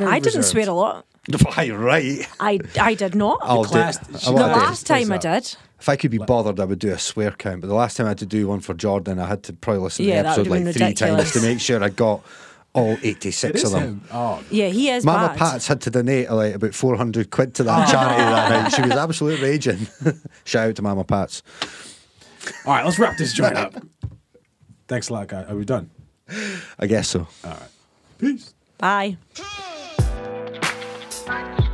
Speaker 2: I didn't swear a lot.
Speaker 4: Why, right?
Speaker 2: I I did not.
Speaker 4: I'll do
Speaker 1: class-
Speaker 4: it.
Speaker 1: she-
Speaker 4: I
Speaker 2: the
Speaker 4: will do it.
Speaker 2: last time I
Speaker 1: up.
Speaker 2: did.
Speaker 4: If I could be bothered, I would do a swear count. But the last time I had to do one for Jordan, I had to probably listen to
Speaker 2: Yeah,
Speaker 4: the
Speaker 2: that would
Speaker 4: episode
Speaker 2: have
Speaker 4: like
Speaker 2: been
Speaker 4: three
Speaker 2: ridiculous.
Speaker 4: times to make sure I got all
Speaker 1: It
Speaker 4: 86
Speaker 1: is
Speaker 4: of them.
Speaker 1: him. Oh,
Speaker 2: Yeah, he is
Speaker 4: Mama
Speaker 2: bad.
Speaker 4: Pats had to donate uh, like about 400 quid to that charity that night. She was absolutely raging. Shout out to Mama Pats.
Speaker 1: all right. Let's wrap this joint up. Thanks a lot, guys. Are we done?
Speaker 4: I guess so.
Speaker 1: Peace.
Speaker 2: Bye.
Speaker 5: Thank you.